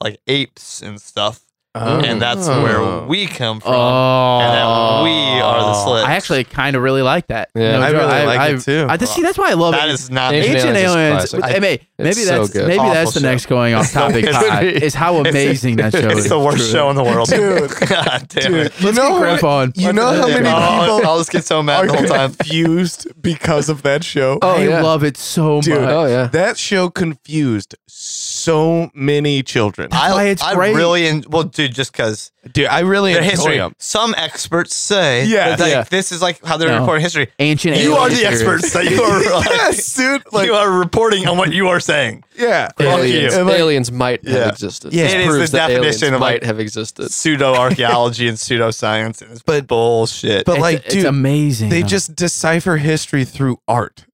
Speaker 3: like apes and stuff, Oh. and that's where we come from.
Speaker 2: Oh,
Speaker 3: and that we are the slaves.
Speaker 2: I actually kind of really like that.
Speaker 4: Yeah.
Speaker 1: i
Speaker 2: joke,
Speaker 1: really like
Speaker 2: I,
Speaker 1: it too
Speaker 2: I just see that's why I love
Speaker 3: that
Speaker 2: it.
Speaker 3: is not
Speaker 4: Ancient
Speaker 2: Ancient
Speaker 4: Aliens is
Speaker 2: Aliens.
Speaker 4: classic.
Speaker 2: I, mean, maybe
Speaker 4: so
Speaker 2: that's
Speaker 4: good.
Speaker 2: maybe
Speaker 3: Awful
Speaker 2: that's the
Speaker 3: show.
Speaker 2: neuld going off topic
Speaker 3: It's-
Speaker 2: pod is how
Speaker 3: it's-
Speaker 2: amazing that show
Speaker 3: it's
Speaker 2: is.
Speaker 3: the worst show in the world,
Speaker 1: Dude.
Speaker 3: God damn it!
Speaker 1: you know
Speaker 2: Grandpa on.
Speaker 1: you know how many
Speaker 3: Oh,
Speaker 1: people
Speaker 3: I'll just get so mad the whole
Speaker 1: are
Speaker 3: time.
Speaker 1: confused because of that show
Speaker 4: Oh,
Speaker 2: I
Speaker 4: yeah.
Speaker 2: love it so
Speaker 1: Dude.
Speaker 2: much.
Speaker 4: Oh yeah.
Speaker 1: that show confused so many children
Speaker 3: I,
Speaker 2: why it's
Speaker 3: I
Speaker 2: great.
Speaker 3: really en- well, dude, just because
Speaker 1: dude i really
Speaker 3: their
Speaker 1: enjoy
Speaker 3: history.
Speaker 1: them
Speaker 3: Some experts say,
Speaker 1: Yeah.
Speaker 3: that, like,
Speaker 4: Yeah.
Speaker 3: this is like how they're
Speaker 2: No.
Speaker 3: recording history.
Speaker 2: Ancient.
Speaker 3: You
Speaker 2: alien
Speaker 3: are the
Speaker 2: theory.
Speaker 3: experts that you are. Like,
Speaker 1: yes dude like
Speaker 3: you are reporting on what you are saying.
Speaker 1: yeah
Speaker 4: Aliens,
Speaker 1: And, like,
Speaker 4: aliens might
Speaker 3: Yeah.
Speaker 4: have existed.
Speaker 1: Yeah.
Speaker 4: This
Speaker 1: It
Speaker 3: is
Speaker 4: proves
Speaker 3: the
Speaker 4: that
Speaker 3: definition
Speaker 4: aliens
Speaker 3: of, like,
Speaker 4: might have existed.
Speaker 3: Pseudo archaeology and pseudoscience and it's
Speaker 1: But-
Speaker 3: bullshit.
Speaker 1: but
Speaker 2: It's,
Speaker 1: like
Speaker 2: it's
Speaker 1: dude
Speaker 2: amazing.
Speaker 1: they
Speaker 2: though.
Speaker 1: just decipher history through art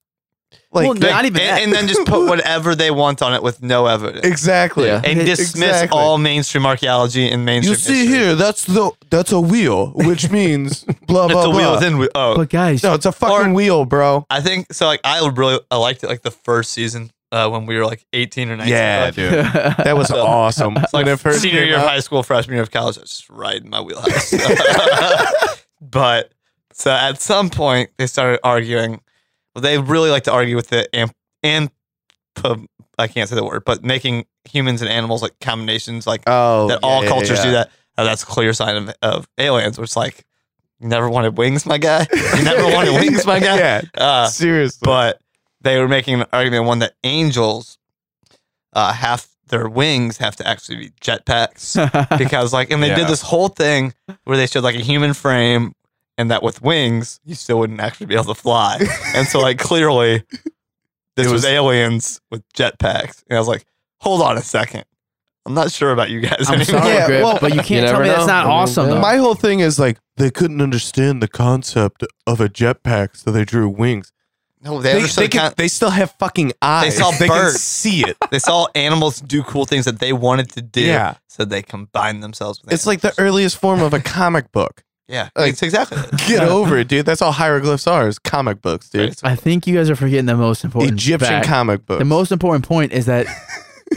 Speaker 1: Like
Speaker 2: Well, not even
Speaker 3: and,
Speaker 2: that.
Speaker 3: and then just put whatever they want on it with no evidence.
Speaker 1: exactly.
Speaker 4: Yeah.
Speaker 3: and dismiss
Speaker 1: Exactly.
Speaker 3: all mainstream archaeology and mainstream
Speaker 1: You see
Speaker 3: history.
Speaker 1: here, that's the that's a wheel, which means blah blah
Speaker 3: It's a wheel
Speaker 1: blah.
Speaker 3: within wheel. Oh,
Speaker 2: But guys,
Speaker 1: No, it's a fucking
Speaker 3: Or-
Speaker 1: wheel, bro.
Speaker 3: I think so. Like I really I liked it. Like the first season uh, when we were like eighteen or nineteen. like,
Speaker 1: dude, that was awesome.
Speaker 3: It's like
Speaker 1: When it first
Speaker 3: senior
Speaker 1: came
Speaker 3: year of
Speaker 1: out-
Speaker 3: high school, freshman year of college, I was just right in my wheelhouse. but so at some point they started arguing. Well, they really like to argue with the amp and I can't say the word, but making humans and animals like combinations like
Speaker 1: Oh,
Speaker 3: that
Speaker 1: yeah,
Speaker 3: all
Speaker 1: yeah,
Speaker 3: cultures
Speaker 1: yeah.
Speaker 3: do that. Oh, that's a clear sign of, of aliens. Where it's like, you never wanted wings, my guy. You never wanted wings, my guy.
Speaker 1: Yeah,
Speaker 3: Uh,
Speaker 1: seriously.
Speaker 3: but they were making an argument one that angels uh, have their wings have to actually be jetpacks because like, and they
Speaker 1: Yeah.
Speaker 3: did this whole thing where they showed like a human frame and that with wings you still wouldn't actually be able to fly. and so like clearly, this
Speaker 1: It
Speaker 3: was,
Speaker 1: was-
Speaker 3: aliens with jetpacks. And I was like, hold on a second. I'm not sure about you guys
Speaker 2: I'm
Speaker 3: anymore.
Speaker 2: sorry,
Speaker 1: Yeah,
Speaker 2: Grip,
Speaker 1: well,
Speaker 2: but you can't tell
Speaker 4: never
Speaker 2: me that's
Speaker 4: know.
Speaker 2: not
Speaker 4: I mean,
Speaker 2: awesome.
Speaker 4: yeah.
Speaker 2: though.
Speaker 1: My
Speaker 3: uh,
Speaker 1: whole thing is like they couldn't understand the concept of a jetpack, so they drew wings.
Speaker 3: No, they,
Speaker 1: They,
Speaker 3: understood
Speaker 1: they, can-
Speaker 3: kind-
Speaker 1: they still have fucking eyes.
Speaker 3: saw
Speaker 1: can
Speaker 3: birds.
Speaker 1: see it.
Speaker 3: they saw animals do cool things that they wanted to do.
Speaker 1: Yeah.
Speaker 3: So they combined themselves with
Speaker 1: It's like the
Speaker 3: animals.
Speaker 1: earliest form of a comic book.
Speaker 3: Yeah.
Speaker 1: like-
Speaker 3: it's exactly it.
Speaker 1: Get over it, dude. That's all hieroglyphs are is comic books, dude.
Speaker 2: I think you guys are forgetting the most important
Speaker 1: Egyptian
Speaker 2: fact.
Speaker 1: comic books.
Speaker 2: The most important point is that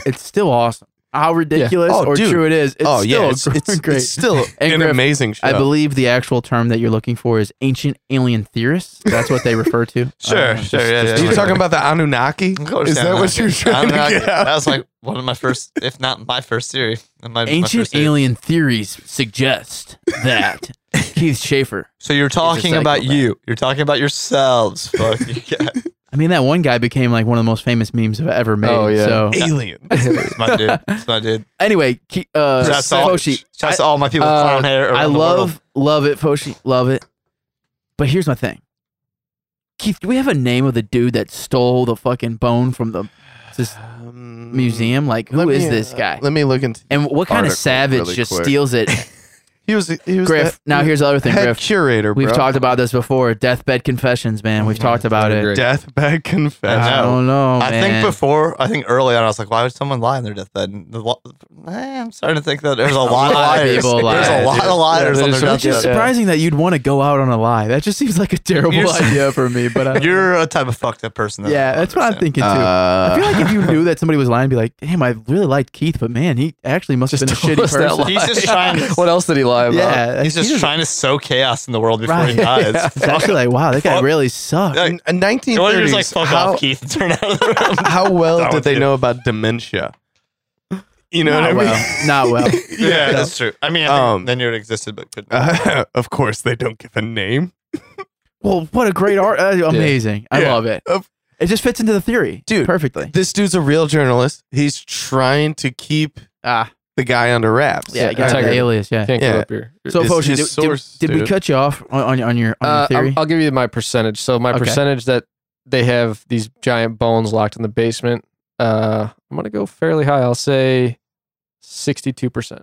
Speaker 2: it's still awesome. How ridiculous
Speaker 1: Oh,
Speaker 2: or
Speaker 1: dude.
Speaker 2: true it is, it's
Speaker 1: oh
Speaker 2: still
Speaker 1: yeah, it's, it's,
Speaker 2: great.
Speaker 1: it's still
Speaker 2: And
Speaker 1: an
Speaker 2: Griff,
Speaker 1: amazing show.
Speaker 2: I believe the actual term that you're looking for is ancient alien theorists. That's what they refer to.
Speaker 3: Sure,
Speaker 2: just-
Speaker 3: sure, yeah,
Speaker 2: just-
Speaker 1: Are
Speaker 3: yeah,
Speaker 1: you talking about the Anunnaki? Is that what you're trying to get out?
Speaker 3: That was like one of my first, if not my first theory. That might be my
Speaker 2: Ancient
Speaker 3: first theory.
Speaker 2: alien theories suggest that Keith Schaefer.
Speaker 3: So you're talking about
Speaker 2: psychopath.
Speaker 3: you. You're talking about yourselves. Fuck you guys.
Speaker 2: I mean, that one guy became like one of the most famous memes I've ever made.
Speaker 4: Oh, yeah.
Speaker 2: So
Speaker 1: Alien.
Speaker 3: It's my dude. It's my dude.
Speaker 2: anyway, Ke- uh,
Speaker 3: Shouts to all,
Speaker 2: Foshi,
Speaker 3: shouts to all my people with
Speaker 4: uh,
Speaker 3: clown hair. around
Speaker 2: I
Speaker 3: the world.
Speaker 2: love love it, Foshi, love it. But here's my thing, Keith. Do we have a name of the dude that stole the fucking bone from the this
Speaker 1: Um,
Speaker 2: museum? Like, who is
Speaker 1: let me,
Speaker 2: this
Speaker 1: uh,
Speaker 2: guy?
Speaker 1: Let me look into.
Speaker 2: and what kind of
Speaker 1: article
Speaker 2: savage
Speaker 1: really
Speaker 2: just
Speaker 1: quick.
Speaker 2: steals it?
Speaker 1: He was. He was.
Speaker 2: Griff.
Speaker 1: the-
Speaker 2: Now here's the other thing,
Speaker 1: head
Speaker 2: Griff.
Speaker 1: curator.
Speaker 2: We've
Speaker 1: bro. Oh,
Speaker 2: talked about this before. Deathbed confessions, man. We've talked about it.
Speaker 4: Great.
Speaker 1: Deathbed confession.
Speaker 2: I
Speaker 3: know.
Speaker 2: don't know,
Speaker 3: I
Speaker 2: Oh, man.
Speaker 3: think before, I think early on, I was like, why would someone lie on their deathbed? And the, lo- eh, I'm starting to think that there's a lot of
Speaker 2: lot of
Speaker 3: liars.
Speaker 2: people lie,
Speaker 3: there's a lot
Speaker 1: dude.
Speaker 3: of liars
Speaker 4: Yeah,
Speaker 3: on their
Speaker 4: there's some-
Speaker 2: Which is
Speaker 3: deathbed.
Speaker 4: Yeah.
Speaker 2: surprising that you'd want to go out on a lie. That just seems like a terrible
Speaker 3: You're-
Speaker 2: idea for me. But I,
Speaker 3: You're a type of fucked up person. that I
Speaker 2: yeah,
Speaker 3: don't
Speaker 2: that's what I'm
Speaker 3: understand.
Speaker 2: thinking too. I feel like if you knew that somebody was lying, be like, "Damn, I really liked Keith, but man, he actually must have been a
Speaker 4: told
Speaker 2: shitty
Speaker 4: us that
Speaker 2: person."
Speaker 4: lie.
Speaker 3: He's just trying to
Speaker 4: what else did he lie about?
Speaker 2: Yeah,
Speaker 3: He's just
Speaker 2: he doesn't-
Speaker 3: trying to sow chaos in the world before he
Speaker 2: Right.
Speaker 3: dies.
Speaker 2: It's actually like, wow, that guy
Speaker 3: Fuck.
Speaker 2: really sucked.
Speaker 3: Yeah.
Speaker 1: In- in 1930s.
Speaker 3: It wasn't just like fuck
Speaker 1: how,
Speaker 3: off, Keith, and turn out of the room.
Speaker 1: how well
Speaker 3: That
Speaker 1: did
Speaker 3: was
Speaker 1: they
Speaker 3: good.
Speaker 1: know about dementia? You know what I
Speaker 2: not
Speaker 1: mean?
Speaker 2: well. Not well.
Speaker 3: yeah, that's true. I mean, I think
Speaker 1: Um,
Speaker 3: then it existed, but couldn't.
Speaker 1: Uh, of course, they don't give a name.
Speaker 2: Well, what a great art! Uh, amazing. I
Speaker 1: Yeah.
Speaker 2: love it.
Speaker 1: Of-
Speaker 2: It just fits into the theory,
Speaker 1: Dude.
Speaker 2: perfectly.
Speaker 1: This dude's a real journalist. He's trying to keep
Speaker 2: Ah,
Speaker 1: the guy under wraps.
Speaker 2: yeah,
Speaker 4: Yeah,
Speaker 2: you got the
Speaker 4: integrity.
Speaker 2: alias. Yeah.
Speaker 4: Can't
Speaker 1: Yeah.
Speaker 4: give up your. your-
Speaker 2: So,
Speaker 1: It's
Speaker 2: Foshi,
Speaker 1: his
Speaker 2: did,
Speaker 1: source,
Speaker 2: did, did we
Speaker 1: dude.
Speaker 2: cut you off on, on, on your on
Speaker 4: Uh,
Speaker 2: your theory?
Speaker 4: I'll, I'll give you my percentage. So my
Speaker 2: Okay.
Speaker 4: percentage that they have these giant bones locked in the basement. Uh, I'm gonna go fairly high. I'll say sixty-two percent.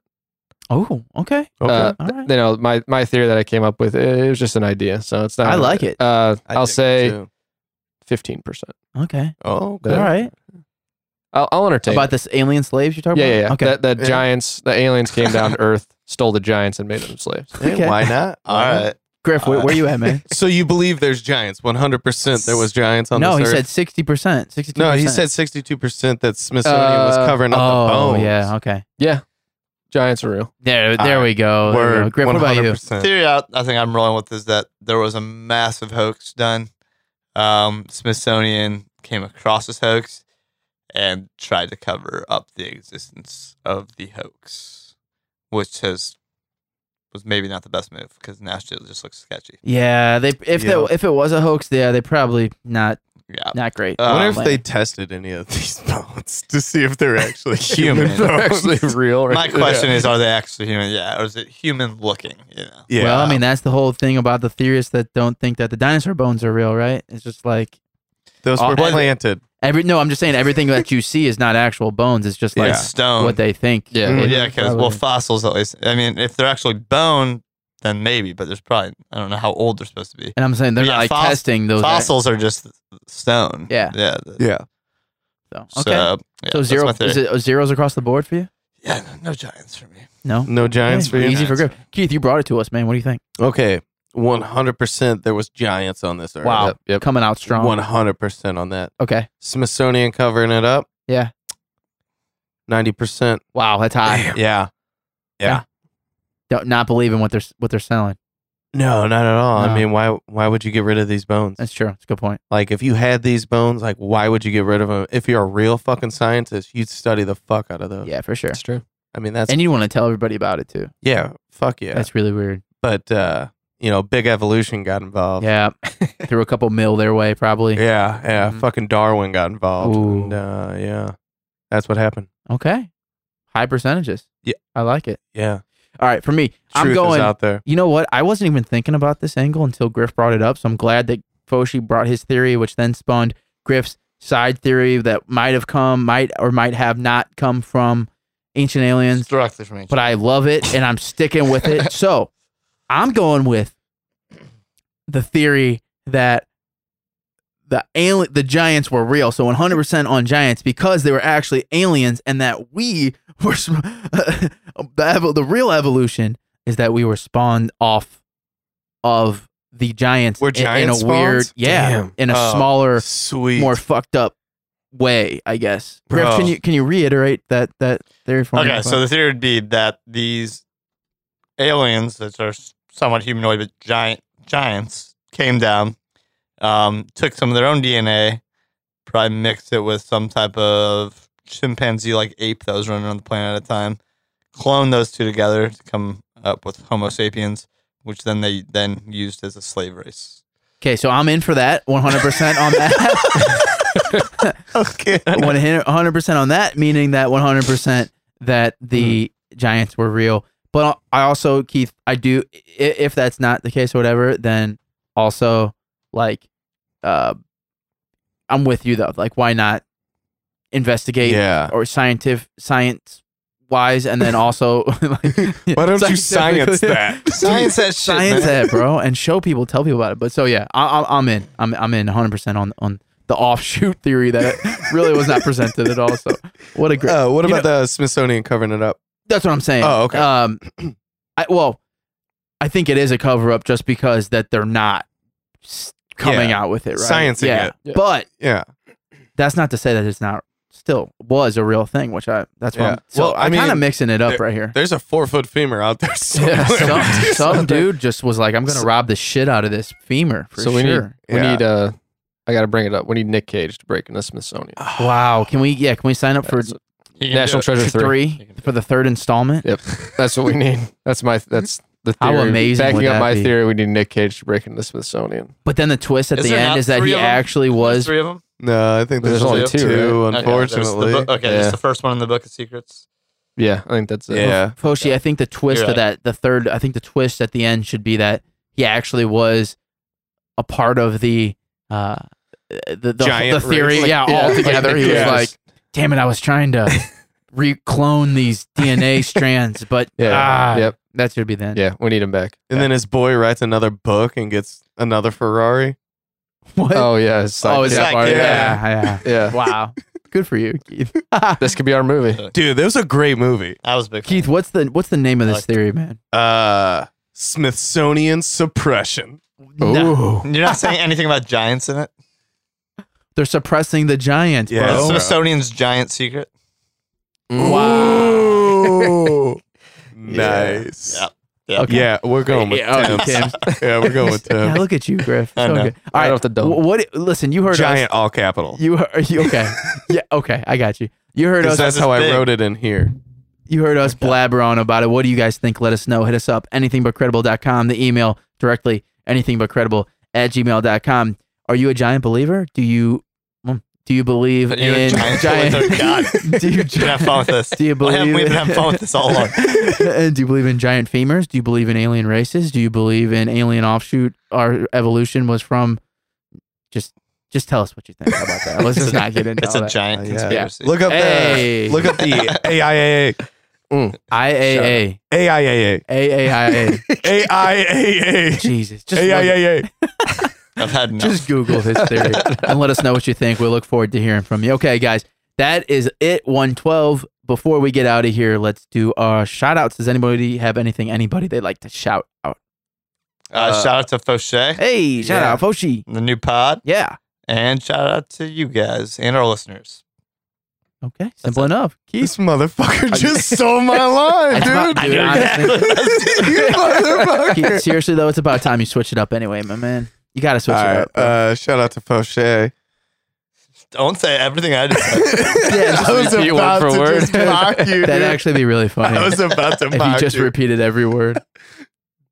Speaker 2: oh, okay.
Speaker 1: Okay.
Speaker 4: Uh,
Speaker 2: All right.
Speaker 4: You know, my my theory that I came up with it, was just an idea, so it's not.
Speaker 2: I like it.
Speaker 4: Uh,
Speaker 1: I
Speaker 4: I'll
Speaker 1: dig it
Speaker 4: say
Speaker 1: too.
Speaker 4: fifteen percent.
Speaker 2: Okay.
Speaker 1: Oh,
Speaker 4: Yeah.
Speaker 2: All right.
Speaker 4: I'll, I'll entertain.
Speaker 2: About
Speaker 4: it.
Speaker 2: this alien slaves you're talking
Speaker 4: yeah,
Speaker 2: about?
Speaker 4: yeah, yeah.
Speaker 2: Okay.
Speaker 4: That, that
Speaker 1: Yeah.
Speaker 4: giants, the aliens came down to Earth, stole the giants, and made them slaves.
Speaker 1: Hey,
Speaker 2: Okay.
Speaker 1: Why not?
Speaker 3: All right.
Speaker 2: Griff, where, where you at, man?
Speaker 1: So you believe there's giants? 100. percent There was giants on
Speaker 2: no, he
Speaker 1: this
Speaker 2: said
Speaker 1: earth?
Speaker 2: 60%. 62%.
Speaker 1: No, he said 62 percent that Smithsonian was
Speaker 4: Uh,
Speaker 1: covering up
Speaker 2: oh,
Speaker 1: the bones.
Speaker 2: yeah. Okay.
Speaker 4: Yeah, giants are real.
Speaker 2: There,
Speaker 1: All
Speaker 2: there
Speaker 1: right.
Speaker 2: we go. There we go.
Speaker 1: Word.
Speaker 2: Oh, Griff, what about you?
Speaker 1: 100%.
Speaker 3: Theory out. I think I'm rolling with is that there was a massive hoax done. Um, Smithsonian came across this hoax and tried to cover up the existence of the hoax, which has was maybe not the best move because Nashville just looks sketchy.
Speaker 2: Yeah, they if
Speaker 1: Yeah.
Speaker 2: They, if it was a hoax, yeah, they probably not
Speaker 3: Yeah.
Speaker 2: not great.
Speaker 3: Uh,
Speaker 1: I wonder
Speaker 3: Um,
Speaker 1: if they tested any of these bones to see if they're actually human.
Speaker 3: Human.
Speaker 1: bones.
Speaker 4: actually real.
Speaker 3: My question is, are they actually human? Yeah, or is it human looking? You know.
Speaker 1: yeah.
Speaker 2: Well, I mean, that's the whole thing about the theorists that don't think that the dinosaur bones are real, right? It's just like
Speaker 1: those
Speaker 2: uh,
Speaker 1: were
Speaker 2: well,
Speaker 1: planted.
Speaker 2: every no, I'm just saying everything that you see is not actual bones. It's just like
Speaker 3: It's stone.
Speaker 2: what they think.
Speaker 4: Yeah.
Speaker 3: Well,
Speaker 2: It-
Speaker 3: Um, yeah, because well,
Speaker 2: probably.
Speaker 3: fossils at least. I mean, if they're actually bone, then maybe. But there's probably I don't know how old they're supposed to be.
Speaker 2: And I'm saying they're
Speaker 3: Yeah,
Speaker 2: not like
Speaker 3: fos-
Speaker 2: testing those.
Speaker 3: Fossils are just stone.
Speaker 2: Yeah.
Speaker 3: yeah,
Speaker 1: Yeah.
Speaker 2: So,
Speaker 3: So,
Speaker 2: okay.
Speaker 3: yeah,
Speaker 2: so
Speaker 3: that's
Speaker 2: zero
Speaker 3: my
Speaker 2: is
Speaker 3: theory.
Speaker 2: it zeros across the board for you?
Speaker 3: Yeah, no- no giants for me.
Speaker 2: No.
Speaker 1: No Giants for
Speaker 2: Okay,
Speaker 1: you.
Speaker 2: Easy for grip. Keith, you brought it to us, man. What do you think?
Speaker 1: Okay. 100% there was Giants on this earth.
Speaker 2: Wow.
Speaker 4: Yep, yep.
Speaker 2: Coming out strong.
Speaker 1: 100% on that.
Speaker 2: Okay.
Speaker 1: Smithsonian covering it up.
Speaker 2: Yeah.
Speaker 1: 90%.
Speaker 2: Wow, that's high.
Speaker 1: Yeah.
Speaker 2: Don't, not believing what they're s- what they're selling.
Speaker 1: No, not at all.
Speaker 2: No.
Speaker 1: I mean, why why would you get rid of these bones?
Speaker 2: That's true. That's a good point.
Speaker 1: Like, if you had these bones, like, why would you get rid of them? If you're a real fucking scientist, you'd study the fuck out of those.
Speaker 2: Yeah, for sure.
Speaker 4: That's true.
Speaker 1: I mean, that's
Speaker 2: And you want to tell everybody about it too.
Speaker 1: yeah, fuck yeah.
Speaker 2: That's really weird.
Speaker 1: but uh, you know, big evolution got involved.
Speaker 2: Yeah. Threw a couple mil their way probably.
Speaker 1: Oh. yeah, yeah.
Speaker 2: Mhm.
Speaker 1: Fucking Darwin got involved.
Speaker 2: Ooh.
Speaker 1: And, uh, yeah, that's what happened.
Speaker 2: Okay. High percentages.
Speaker 1: Yeah.
Speaker 2: I like it.
Speaker 1: Yeah,
Speaker 2: All right, for me, I'm
Speaker 1: truth is
Speaker 2: going
Speaker 1: out there.
Speaker 2: You know what? I wasn't even thinking about this angle until Griff brought it up. So I'm glad that Foshi brought his theory, which then spawned Griff's side theory that might have come, might or might have not come from Ancient Aliens.
Speaker 3: Directly from me.
Speaker 2: But I love it and I'm sticking with it. So I'm going with the theory that the alien, the giants were real. So 100% on giants because they were actually aliens and that we were sm- the, evo- the real evolution is that we were spawned off of the giants
Speaker 1: We're
Speaker 2: in- in,
Speaker 1: giant
Speaker 2: a weird
Speaker 1: spawns?
Speaker 2: yeah
Speaker 1: Damn.
Speaker 2: in a
Speaker 1: Oh,
Speaker 2: smaller
Speaker 1: Sweet.
Speaker 2: more fucked up way I guess Griff,
Speaker 1: Bro.
Speaker 2: can you can you reiterate that that theory for me
Speaker 3: Okay, so the theory would be that these aliens that are somewhat humanoid but giant giants came down, um, took some of their own DNA, probably mixed it with some type of chimpanzee like ape that was running around the planet at the time, cloned those two together to come up with Homo sapiens, which then they then used as a slave race.
Speaker 2: Okay, so I'm in for that 100% on that.
Speaker 3: Okay.
Speaker 2: 100% on that, meaning that 100% that
Speaker 1: Mm-hmm.
Speaker 2: the Giants were real. But I also, Keith, I do, i- if that's not the case or whatever, then also, like, uh, I'm with you though. Like, why not investigate
Speaker 1: yeah.
Speaker 2: or scientific, science wise, and then also, like,
Speaker 1: Why don't you
Speaker 2: scientifically-
Speaker 1: science that?
Speaker 3: Science that shit.
Speaker 2: science
Speaker 3: man.
Speaker 2: that, bro, and show people, tell people about it. But so yeah, I, I, I'm in. I'm I'm in 100 percent on on the offshoot theory that it really was not presented at all. So what a great.
Speaker 1: Uh, what
Speaker 2: You
Speaker 1: about the Smithsonian covering it up?
Speaker 2: that's what I'm saying.
Speaker 1: Oh, okay.
Speaker 2: Um, I, well, I think it is a cover up just because that they're not s- coming out with it, right?
Speaker 1: Sciencing
Speaker 2: yeah.
Speaker 1: it.
Speaker 4: Yeah.
Speaker 2: But
Speaker 1: Yeah.
Speaker 2: that's not to say that it's not still was a real thing, which I that's what
Speaker 1: Yeah.
Speaker 2: I'm, so
Speaker 1: Well, I
Speaker 2: I'm kind of
Speaker 1: mean,
Speaker 2: mixing it up
Speaker 1: there-
Speaker 2: right here.
Speaker 1: There's a four foot femur out there somewhere.
Speaker 2: Yeah, some, some
Speaker 1: Something.
Speaker 2: dude just was like, "I'm gonna rob the shit out of this femur for
Speaker 4: so we
Speaker 2: sure."
Speaker 4: need we
Speaker 1: Yeah.
Speaker 4: need uh I gotta bring it up. We need Nick Cage to break in the Smithsonian.
Speaker 2: Wow. Can we, yeah, can we sign up for
Speaker 4: That's-
Speaker 3: You can
Speaker 4: National
Speaker 3: do
Speaker 4: Treasure
Speaker 2: three,
Speaker 4: three.
Speaker 2: for the third installment?
Speaker 4: Yep. That's what we need. That's my that's the
Speaker 2: How
Speaker 4: theory.
Speaker 2: amazing
Speaker 4: Backing
Speaker 2: would
Speaker 4: up
Speaker 2: that
Speaker 4: my
Speaker 2: be?
Speaker 4: theory, we need Nick Cage to break into the Smithsonian.
Speaker 2: But then the twist at
Speaker 3: Is
Speaker 2: the
Speaker 3: there
Speaker 2: end
Speaker 3: not
Speaker 2: is that
Speaker 3: three
Speaker 2: he
Speaker 3: of 'em?
Speaker 2: actually
Speaker 3: There's
Speaker 2: was.
Speaker 3: three of them.
Speaker 1: No, I think there's, uh, only two,
Speaker 3: Okay, there's the
Speaker 1: unfortunately.
Speaker 3: book- Okay, there's
Speaker 4: Yeah.
Speaker 3: the first one in the Book of Secrets.
Speaker 4: Yeah, I think that's it.
Speaker 1: yeah.
Speaker 2: Foshi, I think the twist
Speaker 3: You're
Speaker 2: of
Speaker 3: right.
Speaker 2: that, the third, I think the twist at the end should be that he actually was a part of the, uh, the, the,
Speaker 1: Giant
Speaker 2: the theory.
Speaker 1: race.
Speaker 2: Yeah, all together. He
Speaker 1: Yes.
Speaker 2: was like, damn it, I was trying to reclone these DNA strands, but
Speaker 4: Yeah.
Speaker 2: ah,
Speaker 4: Yep.
Speaker 2: that should be the end.
Speaker 4: Yeah, we need him back.
Speaker 1: And then his boy writes another book and gets another Ferrari.
Speaker 2: What?
Speaker 4: Oh yeah, it's like,
Speaker 2: oh, is
Speaker 4: yeah,
Speaker 2: that part?
Speaker 1: yeah.
Speaker 2: Yeah,
Speaker 4: yeah.
Speaker 2: yeah. Wow. Good for you, Keith.
Speaker 4: This could be our movie.
Speaker 1: Dude, that was a great movie.
Speaker 3: I was a big. fan.
Speaker 2: Keith, what's the what's the name of this
Speaker 3: Like-
Speaker 2: theory, man?
Speaker 1: Uh Smithsonian suppression.
Speaker 2: No.
Speaker 3: You're not saying anything about giants in it.
Speaker 2: They're suppressing the giants,
Speaker 1: Yeah.
Speaker 3: The
Speaker 1: Oh.
Speaker 2: bro.
Speaker 3: Smithsonian's giant secret.
Speaker 1: Wow. nice.
Speaker 3: Yeah.
Speaker 1: Yeah.
Speaker 3: Yeah.
Speaker 2: Okay.
Speaker 1: we're going with
Speaker 2: Yeah,
Speaker 1: Tim.
Speaker 2: okay, Tim's.
Speaker 1: yeah, we're going with
Speaker 2: Yeah,
Speaker 1: Tim.
Speaker 2: look at you, Griff.
Speaker 3: I
Speaker 2: So
Speaker 3: know.
Speaker 2: good. All
Speaker 4: Right
Speaker 2: right.
Speaker 4: off the dome.
Speaker 2: wh- What? Listen, you heard
Speaker 1: Giant all capital.
Speaker 2: Us, you heard you, okay? yeah, okay. I got you. You heard us.
Speaker 1: Because that's
Speaker 3: is
Speaker 1: how I
Speaker 3: big.
Speaker 1: wrote it in here.
Speaker 2: You heard us blabber on about it. What do you guys think? Let us know. Hit us up. Anythingbutcredible.com. The email directly, anythingbutcredible at gmail.com. Are you a giant believer? Do you mm, do you believe
Speaker 3: Are you a
Speaker 2: in
Speaker 3: giant believer? God.
Speaker 2: do you
Speaker 3: You can have fun with this.
Speaker 2: do you
Speaker 3: Well,
Speaker 2: believe
Speaker 3: I haven't- we've been having fun with this all along.
Speaker 2: Uh, do you believe in giant femurs? Do you believe in alien races? Do you believe in alien offshoot? Our evolution was from just just tell us what you think How about that. uh, Let's just not get into
Speaker 3: It's
Speaker 2: all
Speaker 3: a
Speaker 2: that.
Speaker 3: giant
Speaker 1: Yeah.
Speaker 3: conspiracy.
Speaker 1: Look up
Speaker 2: Hey.
Speaker 1: the look up the AIA.
Speaker 2: IAA.
Speaker 1: AIAA.
Speaker 2: AAIA.
Speaker 1: AIAA.
Speaker 2: Jesus. Just, look-
Speaker 1: AIAA.
Speaker 3: I've had enough.
Speaker 2: just Google his theory and let us know what you think. We look forward to hearing from you. Okay, guys, that is it. 112. Before we get out of here, let's do our shout outs. Does anybody have anything anybody they'd like to shout out?
Speaker 3: uh, shout out to Fauché,
Speaker 2: Hey, shout
Speaker 3: Yeah.
Speaker 2: out, Foshi.
Speaker 3: the new pod,
Speaker 2: Yeah.
Speaker 3: and shout out to you guys and our listeners.
Speaker 2: Okay. Simple enough. Keith.
Speaker 1: This motherfucker just stole my line,
Speaker 2: It's about-
Speaker 1: dude.
Speaker 2: dude, honestly,
Speaker 1: you motherfucker.
Speaker 2: Keith, seriously though, it's about time you switch it up anyway, my man. You gotta switch
Speaker 1: All
Speaker 2: it
Speaker 1: right.
Speaker 2: up. bro.
Speaker 1: Uh, shout out to Fauché.
Speaker 3: Don't say everything I just said.
Speaker 1: I was
Speaker 4: repeat word
Speaker 1: about
Speaker 4: for
Speaker 1: to
Speaker 4: word.
Speaker 1: just mock you. dude.
Speaker 2: That'd actually be really funny.
Speaker 1: I was about to
Speaker 2: if you
Speaker 1: mock
Speaker 2: just
Speaker 1: you.
Speaker 2: repeated every word.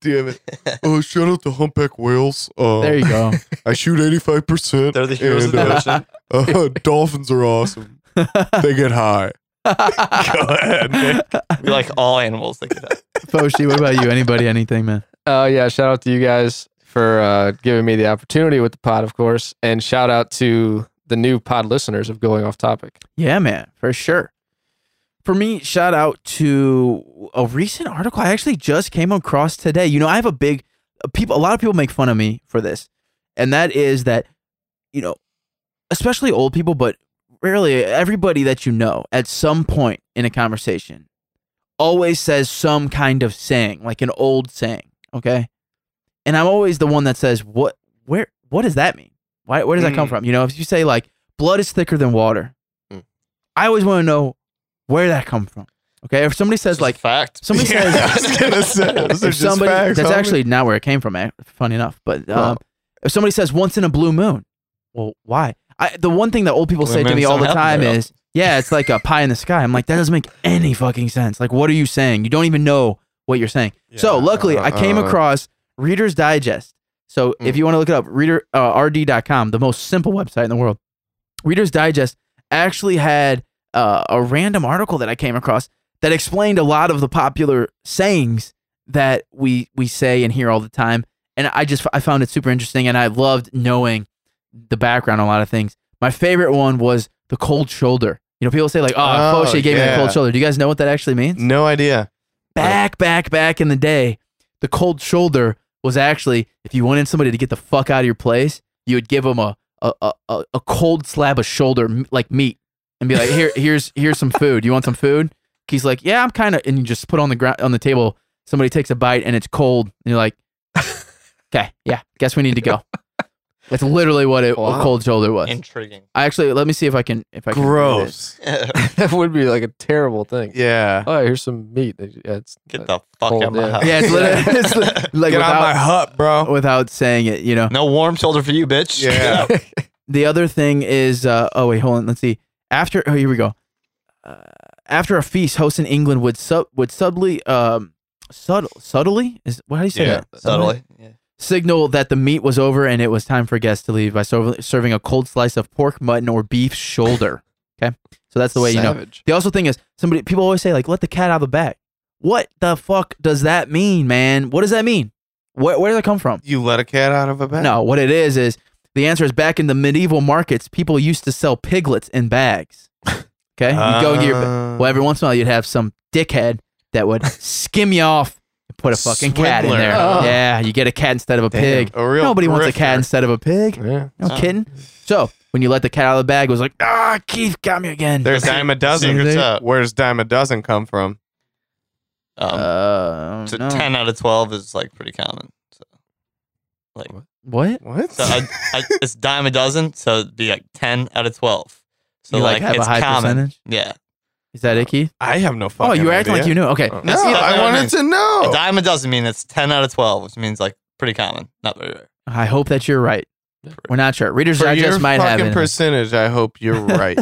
Speaker 1: Damn it. Oh, shout out to humpback whales. Uh,
Speaker 2: There you go.
Speaker 1: I shoot 85%.
Speaker 3: They're the heroes of
Speaker 1: and,
Speaker 3: the
Speaker 1: uh,
Speaker 3: ocean.
Speaker 1: uh, dolphins are awesome. They get high.
Speaker 3: Go ahead. Nick. We like all animals. That get up.
Speaker 2: Foshi, what about you? Anybody, anything, man?
Speaker 4: Uh, yeah, shout out to you guys for uh, giving me the opportunity with the pod, of course, and shout out to the new pod listeners of Going Off Topic.
Speaker 2: Yeah, man, for sure. For me, shout out to a recent article I actually just came across today. You know, I have a big people. A lot of people make fun of me for this, and that is that you know, especially old people, but rarely everybody that you know at some point in a conversation always says some kind of saying, like an old saying. Okay, and I'm always the one that says, "What? Where? What does that mean? Why? Where does that come
Speaker 3: Mm.
Speaker 2: from?" You know, if you say like "blood is thicker than water,"
Speaker 1: Mm.
Speaker 2: I always want to know where that come from. Okay, if somebody says
Speaker 3: It's like
Speaker 2: like
Speaker 3: fact.
Speaker 2: somebody
Speaker 1: Yeah,
Speaker 2: says
Speaker 1: I was gonna say, those are
Speaker 2: if
Speaker 1: just
Speaker 2: somebody
Speaker 1: facts,
Speaker 2: that's
Speaker 1: homie.
Speaker 2: actually not where it came from. eh, Funny enough, but um, if somebody says once in a blue moon, well, why? I, the one thing that old people
Speaker 3: Blue
Speaker 2: say to me
Speaker 3: moons
Speaker 2: all the
Speaker 3: don't
Speaker 2: time
Speaker 3: happen very
Speaker 2: is, "Yeah, it's like a pie in the sky." I'm like, that doesn't make any fucking sense. Like, what are you saying? You don't even know what you're saying. so,
Speaker 1: Yeah,
Speaker 2: luckily, I came
Speaker 1: uh-uh.
Speaker 2: across Reader's Digest. So, if you want to look it up, reader uh, rd.com, the most simple website in the world. Reader's Digest actually had uh, a random article that I came across that explained a lot of the popular sayings that we we say and hear all the time. And I just I found it super interesting, and I loved knowing the background on a lot of things. My favorite one was the cold shoulder. You know, people say like, "Oh,
Speaker 1: Oh,
Speaker 2: oh Foshi gave me the cold
Speaker 1: yeah.
Speaker 2: shoulder." Do you guys know what that actually means?
Speaker 1: No idea.
Speaker 2: back, back, back in the day, the cold shoulder was actually if you wanted somebody to get the fuck out of your place, you would give them a a, a- a, a cold slab of shoulder m- like meat and be like, here, here's here's some food. You want some food? He's like, yeah, I'm kind of, and you just put on the ground on the table. Somebody takes a bite and it's cold, and you're like, okay, yeah, guess we need to go. That's literally what it, a
Speaker 4: Wow.
Speaker 2: cold shoulder was.
Speaker 3: Intriguing.
Speaker 2: I actually let me see if I can if I can read it.
Speaker 1: Gross.
Speaker 4: that would be like a terrible thing.
Speaker 1: Yeah.
Speaker 4: Oh, here's some meat. Yeah, it's, uh,
Speaker 3: Get the fuck out
Speaker 4: Cold,
Speaker 3: of my
Speaker 4: yeah.
Speaker 3: house.
Speaker 2: Yeah, it's literally, it's li- like
Speaker 1: Get out
Speaker 2: without,
Speaker 1: my hut, bro.
Speaker 2: without saying it, you know.
Speaker 3: No warm shoulder for you, bitch.
Speaker 1: Yeah.
Speaker 3: Get out.
Speaker 2: The other thing is, uh, oh wait, hold on. Let's see. After, oh here we go. Uh, after a feast, hosts in England would sub would subtly, um, subtle, subtly is what how do you say
Speaker 1: Yeah,
Speaker 2: that?
Speaker 3: Subtly. Yeah.
Speaker 2: signal that the meat was over and it was time for guests to leave by serv- serving a cold slice of pork, mutton, or beef shoulder. okay, so that's the way you know.
Speaker 4: savage.
Speaker 2: The also thing is somebody people always say like let the cat out of the bag. What the fuck does that mean, man? What does that mean? Where where did that come from?
Speaker 1: You let a cat out of a bag?
Speaker 2: No, what it is is the answer is back in the medieval markets, people used to sell piglets in bags. Okay, you go to your ba-
Speaker 1: Uh,
Speaker 2: well every once in a while you'd have some dickhead that would skim you off and put a fucking cat in
Speaker 1: Swindler.
Speaker 2: there.
Speaker 1: Oh.
Speaker 2: Yeah, you get a cat instead of a
Speaker 1: damn,
Speaker 2: pig.
Speaker 1: A real
Speaker 2: Nobody wants a cat
Speaker 1: grifter.
Speaker 2: instead of a pig.
Speaker 4: Yeah.
Speaker 2: No kidding. So when you let the cat out of the bag, it was like ah, Keith got me again.
Speaker 1: There's dime a dozen.
Speaker 3: Secret's
Speaker 2: They-
Speaker 3: up.
Speaker 1: Where's dime a dozen come from?
Speaker 3: Um,
Speaker 2: Uh,
Speaker 3: so
Speaker 2: no.
Speaker 3: 10 out of 12 is like pretty common. So, like,
Speaker 2: What?
Speaker 1: What?
Speaker 3: so I, I, it's dime a dozen. So it'd be like 10 out of 12. So,
Speaker 2: You, like, have a
Speaker 3: it's
Speaker 2: high
Speaker 3: common.
Speaker 2: percentage?
Speaker 3: Yeah.
Speaker 2: Is that it, Keith?
Speaker 1: I have no fucking
Speaker 2: Oh, you were acting
Speaker 1: idea.
Speaker 2: like you knew. Okay.
Speaker 1: No,
Speaker 3: That's- that's
Speaker 1: I
Speaker 3: what I
Speaker 1: wanted
Speaker 3: mean.
Speaker 1: to
Speaker 3: A
Speaker 1: know.
Speaker 3: dime a dozen mean it's 10 out of 12, which means like pretty common. Not very rare.
Speaker 2: I hope that you're right. We're not sure. Reader's
Speaker 1: For your
Speaker 2: Digest might have
Speaker 1: fucking
Speaker 2: it.
Speaker 1: percentage, I hope you're right.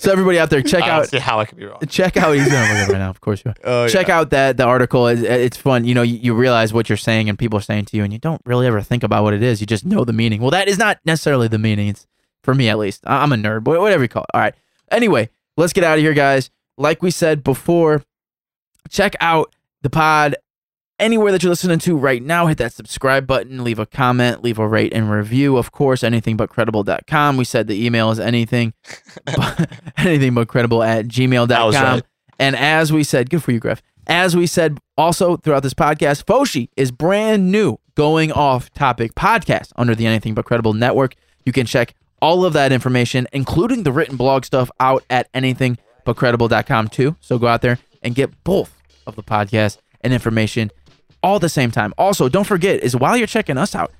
Speaker 2: So everybody out there, check
Speaker 3: I don't
Speaker 2: out
Speaker 3: see how I could be wrong.
Speaker 2: check out he's doing it right now. Of course you are.
Speaker 1: Oh, yeah.
Speaker 2: Check out that the article. It's, it's fun. You know, you, you realize what you're saying and people are saying to you, and you don't really ever think about what it is. You just know the meaning. Well, that is not necessarily the meaning. It's for me at least. I- I'm a nerd, but whatever you call it. All right. Anyway, let's get out of here, guys. Like we said before, check out the pod anywhere that you're listening to right now. Hit that subscribe button, leave a comment, leave a rate and review. Of course, anythingbutcredible.com. We said the email is anything, but, anything but credible at
Speaker 3: I was
Speaker 2: gmail.com.
Speaker 3: right.
Speaker 2: And as we said, good for you, Griff. As we said also throughout this podcast, Foshi is brand new going off topic podcast under the Anything But Credible network. You can check all of that information, including the written blog stuff, out at anythingbutcredible.com too. So go out there and get both of the podcast and information all the same time. Also, don't forget is while you're checking us out,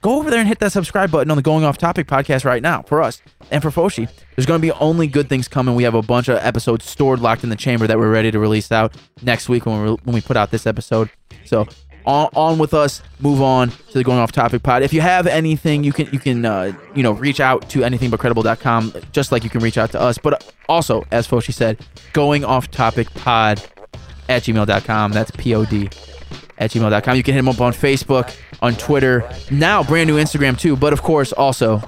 Speaker 2: go over there and hit that subscribe button on the Going Off Topic podcast right now for us and for Foshi. There's going to be only good things coming. We have a bunch of episodes stored locked in the chamber that we're ready to release out next week when we when we put out this episode. So on, on with us. Move on to the Going Off Topic pod. If you have anything, you can you can uh, you know reach out to anythingbutcredible.com just like you can reach out to us. But also, as Foshi said, Going Off Topic pod at gmail.com. That's P O D at gmail.com. You can hit him up on Facebook, on Twitter, now brand new Instagram too. But of course, also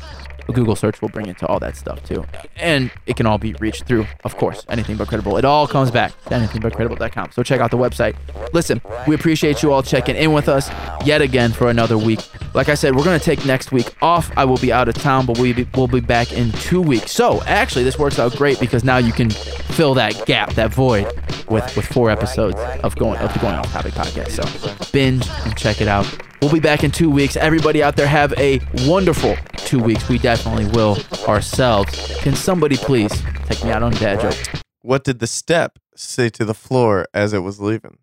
Speaker 2: a Google search will bring it to all that stuff too. And it can all be reached through, of course, anything but credible. It all comes back to anythingbutcredible.com. So check out the website. Listen, we appreciate you all checking in with us yet again for another week. Like I said, we're going to take next week off. I will be out of town, but we'll be, we'll be back in two weeks. So actually, this works out great because now you can fill that gap, that void, with, with four episodes of going of the Going Off Topic podcast. So binge and check it out. We'll be back in two weeks. Everybody out there, have a wonderful two weeks. We definitely will ourselves. Can somebody please take me out on a dad joke?
Speaker 1: What did the step say to the floor as it was leaving?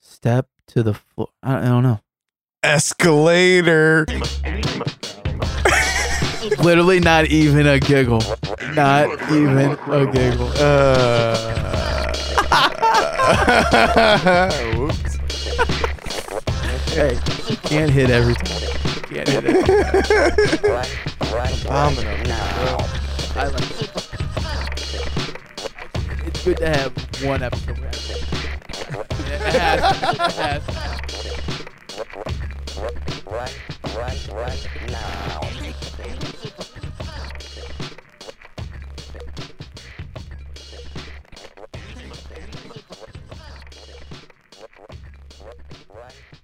Speaker 2: Step to the floor. I I don't know.
Speaker 1: Escalator.
Speaker 2: Literally, not even a giggle. Not even a giggle.
Speaker 1: Eh, Uh, whoops.
Speaker 2: Hey, can't hit every time. Can't hit it. I like it. It's good to have one episode. where I- It has to, it has to.
Speaker 8: Right.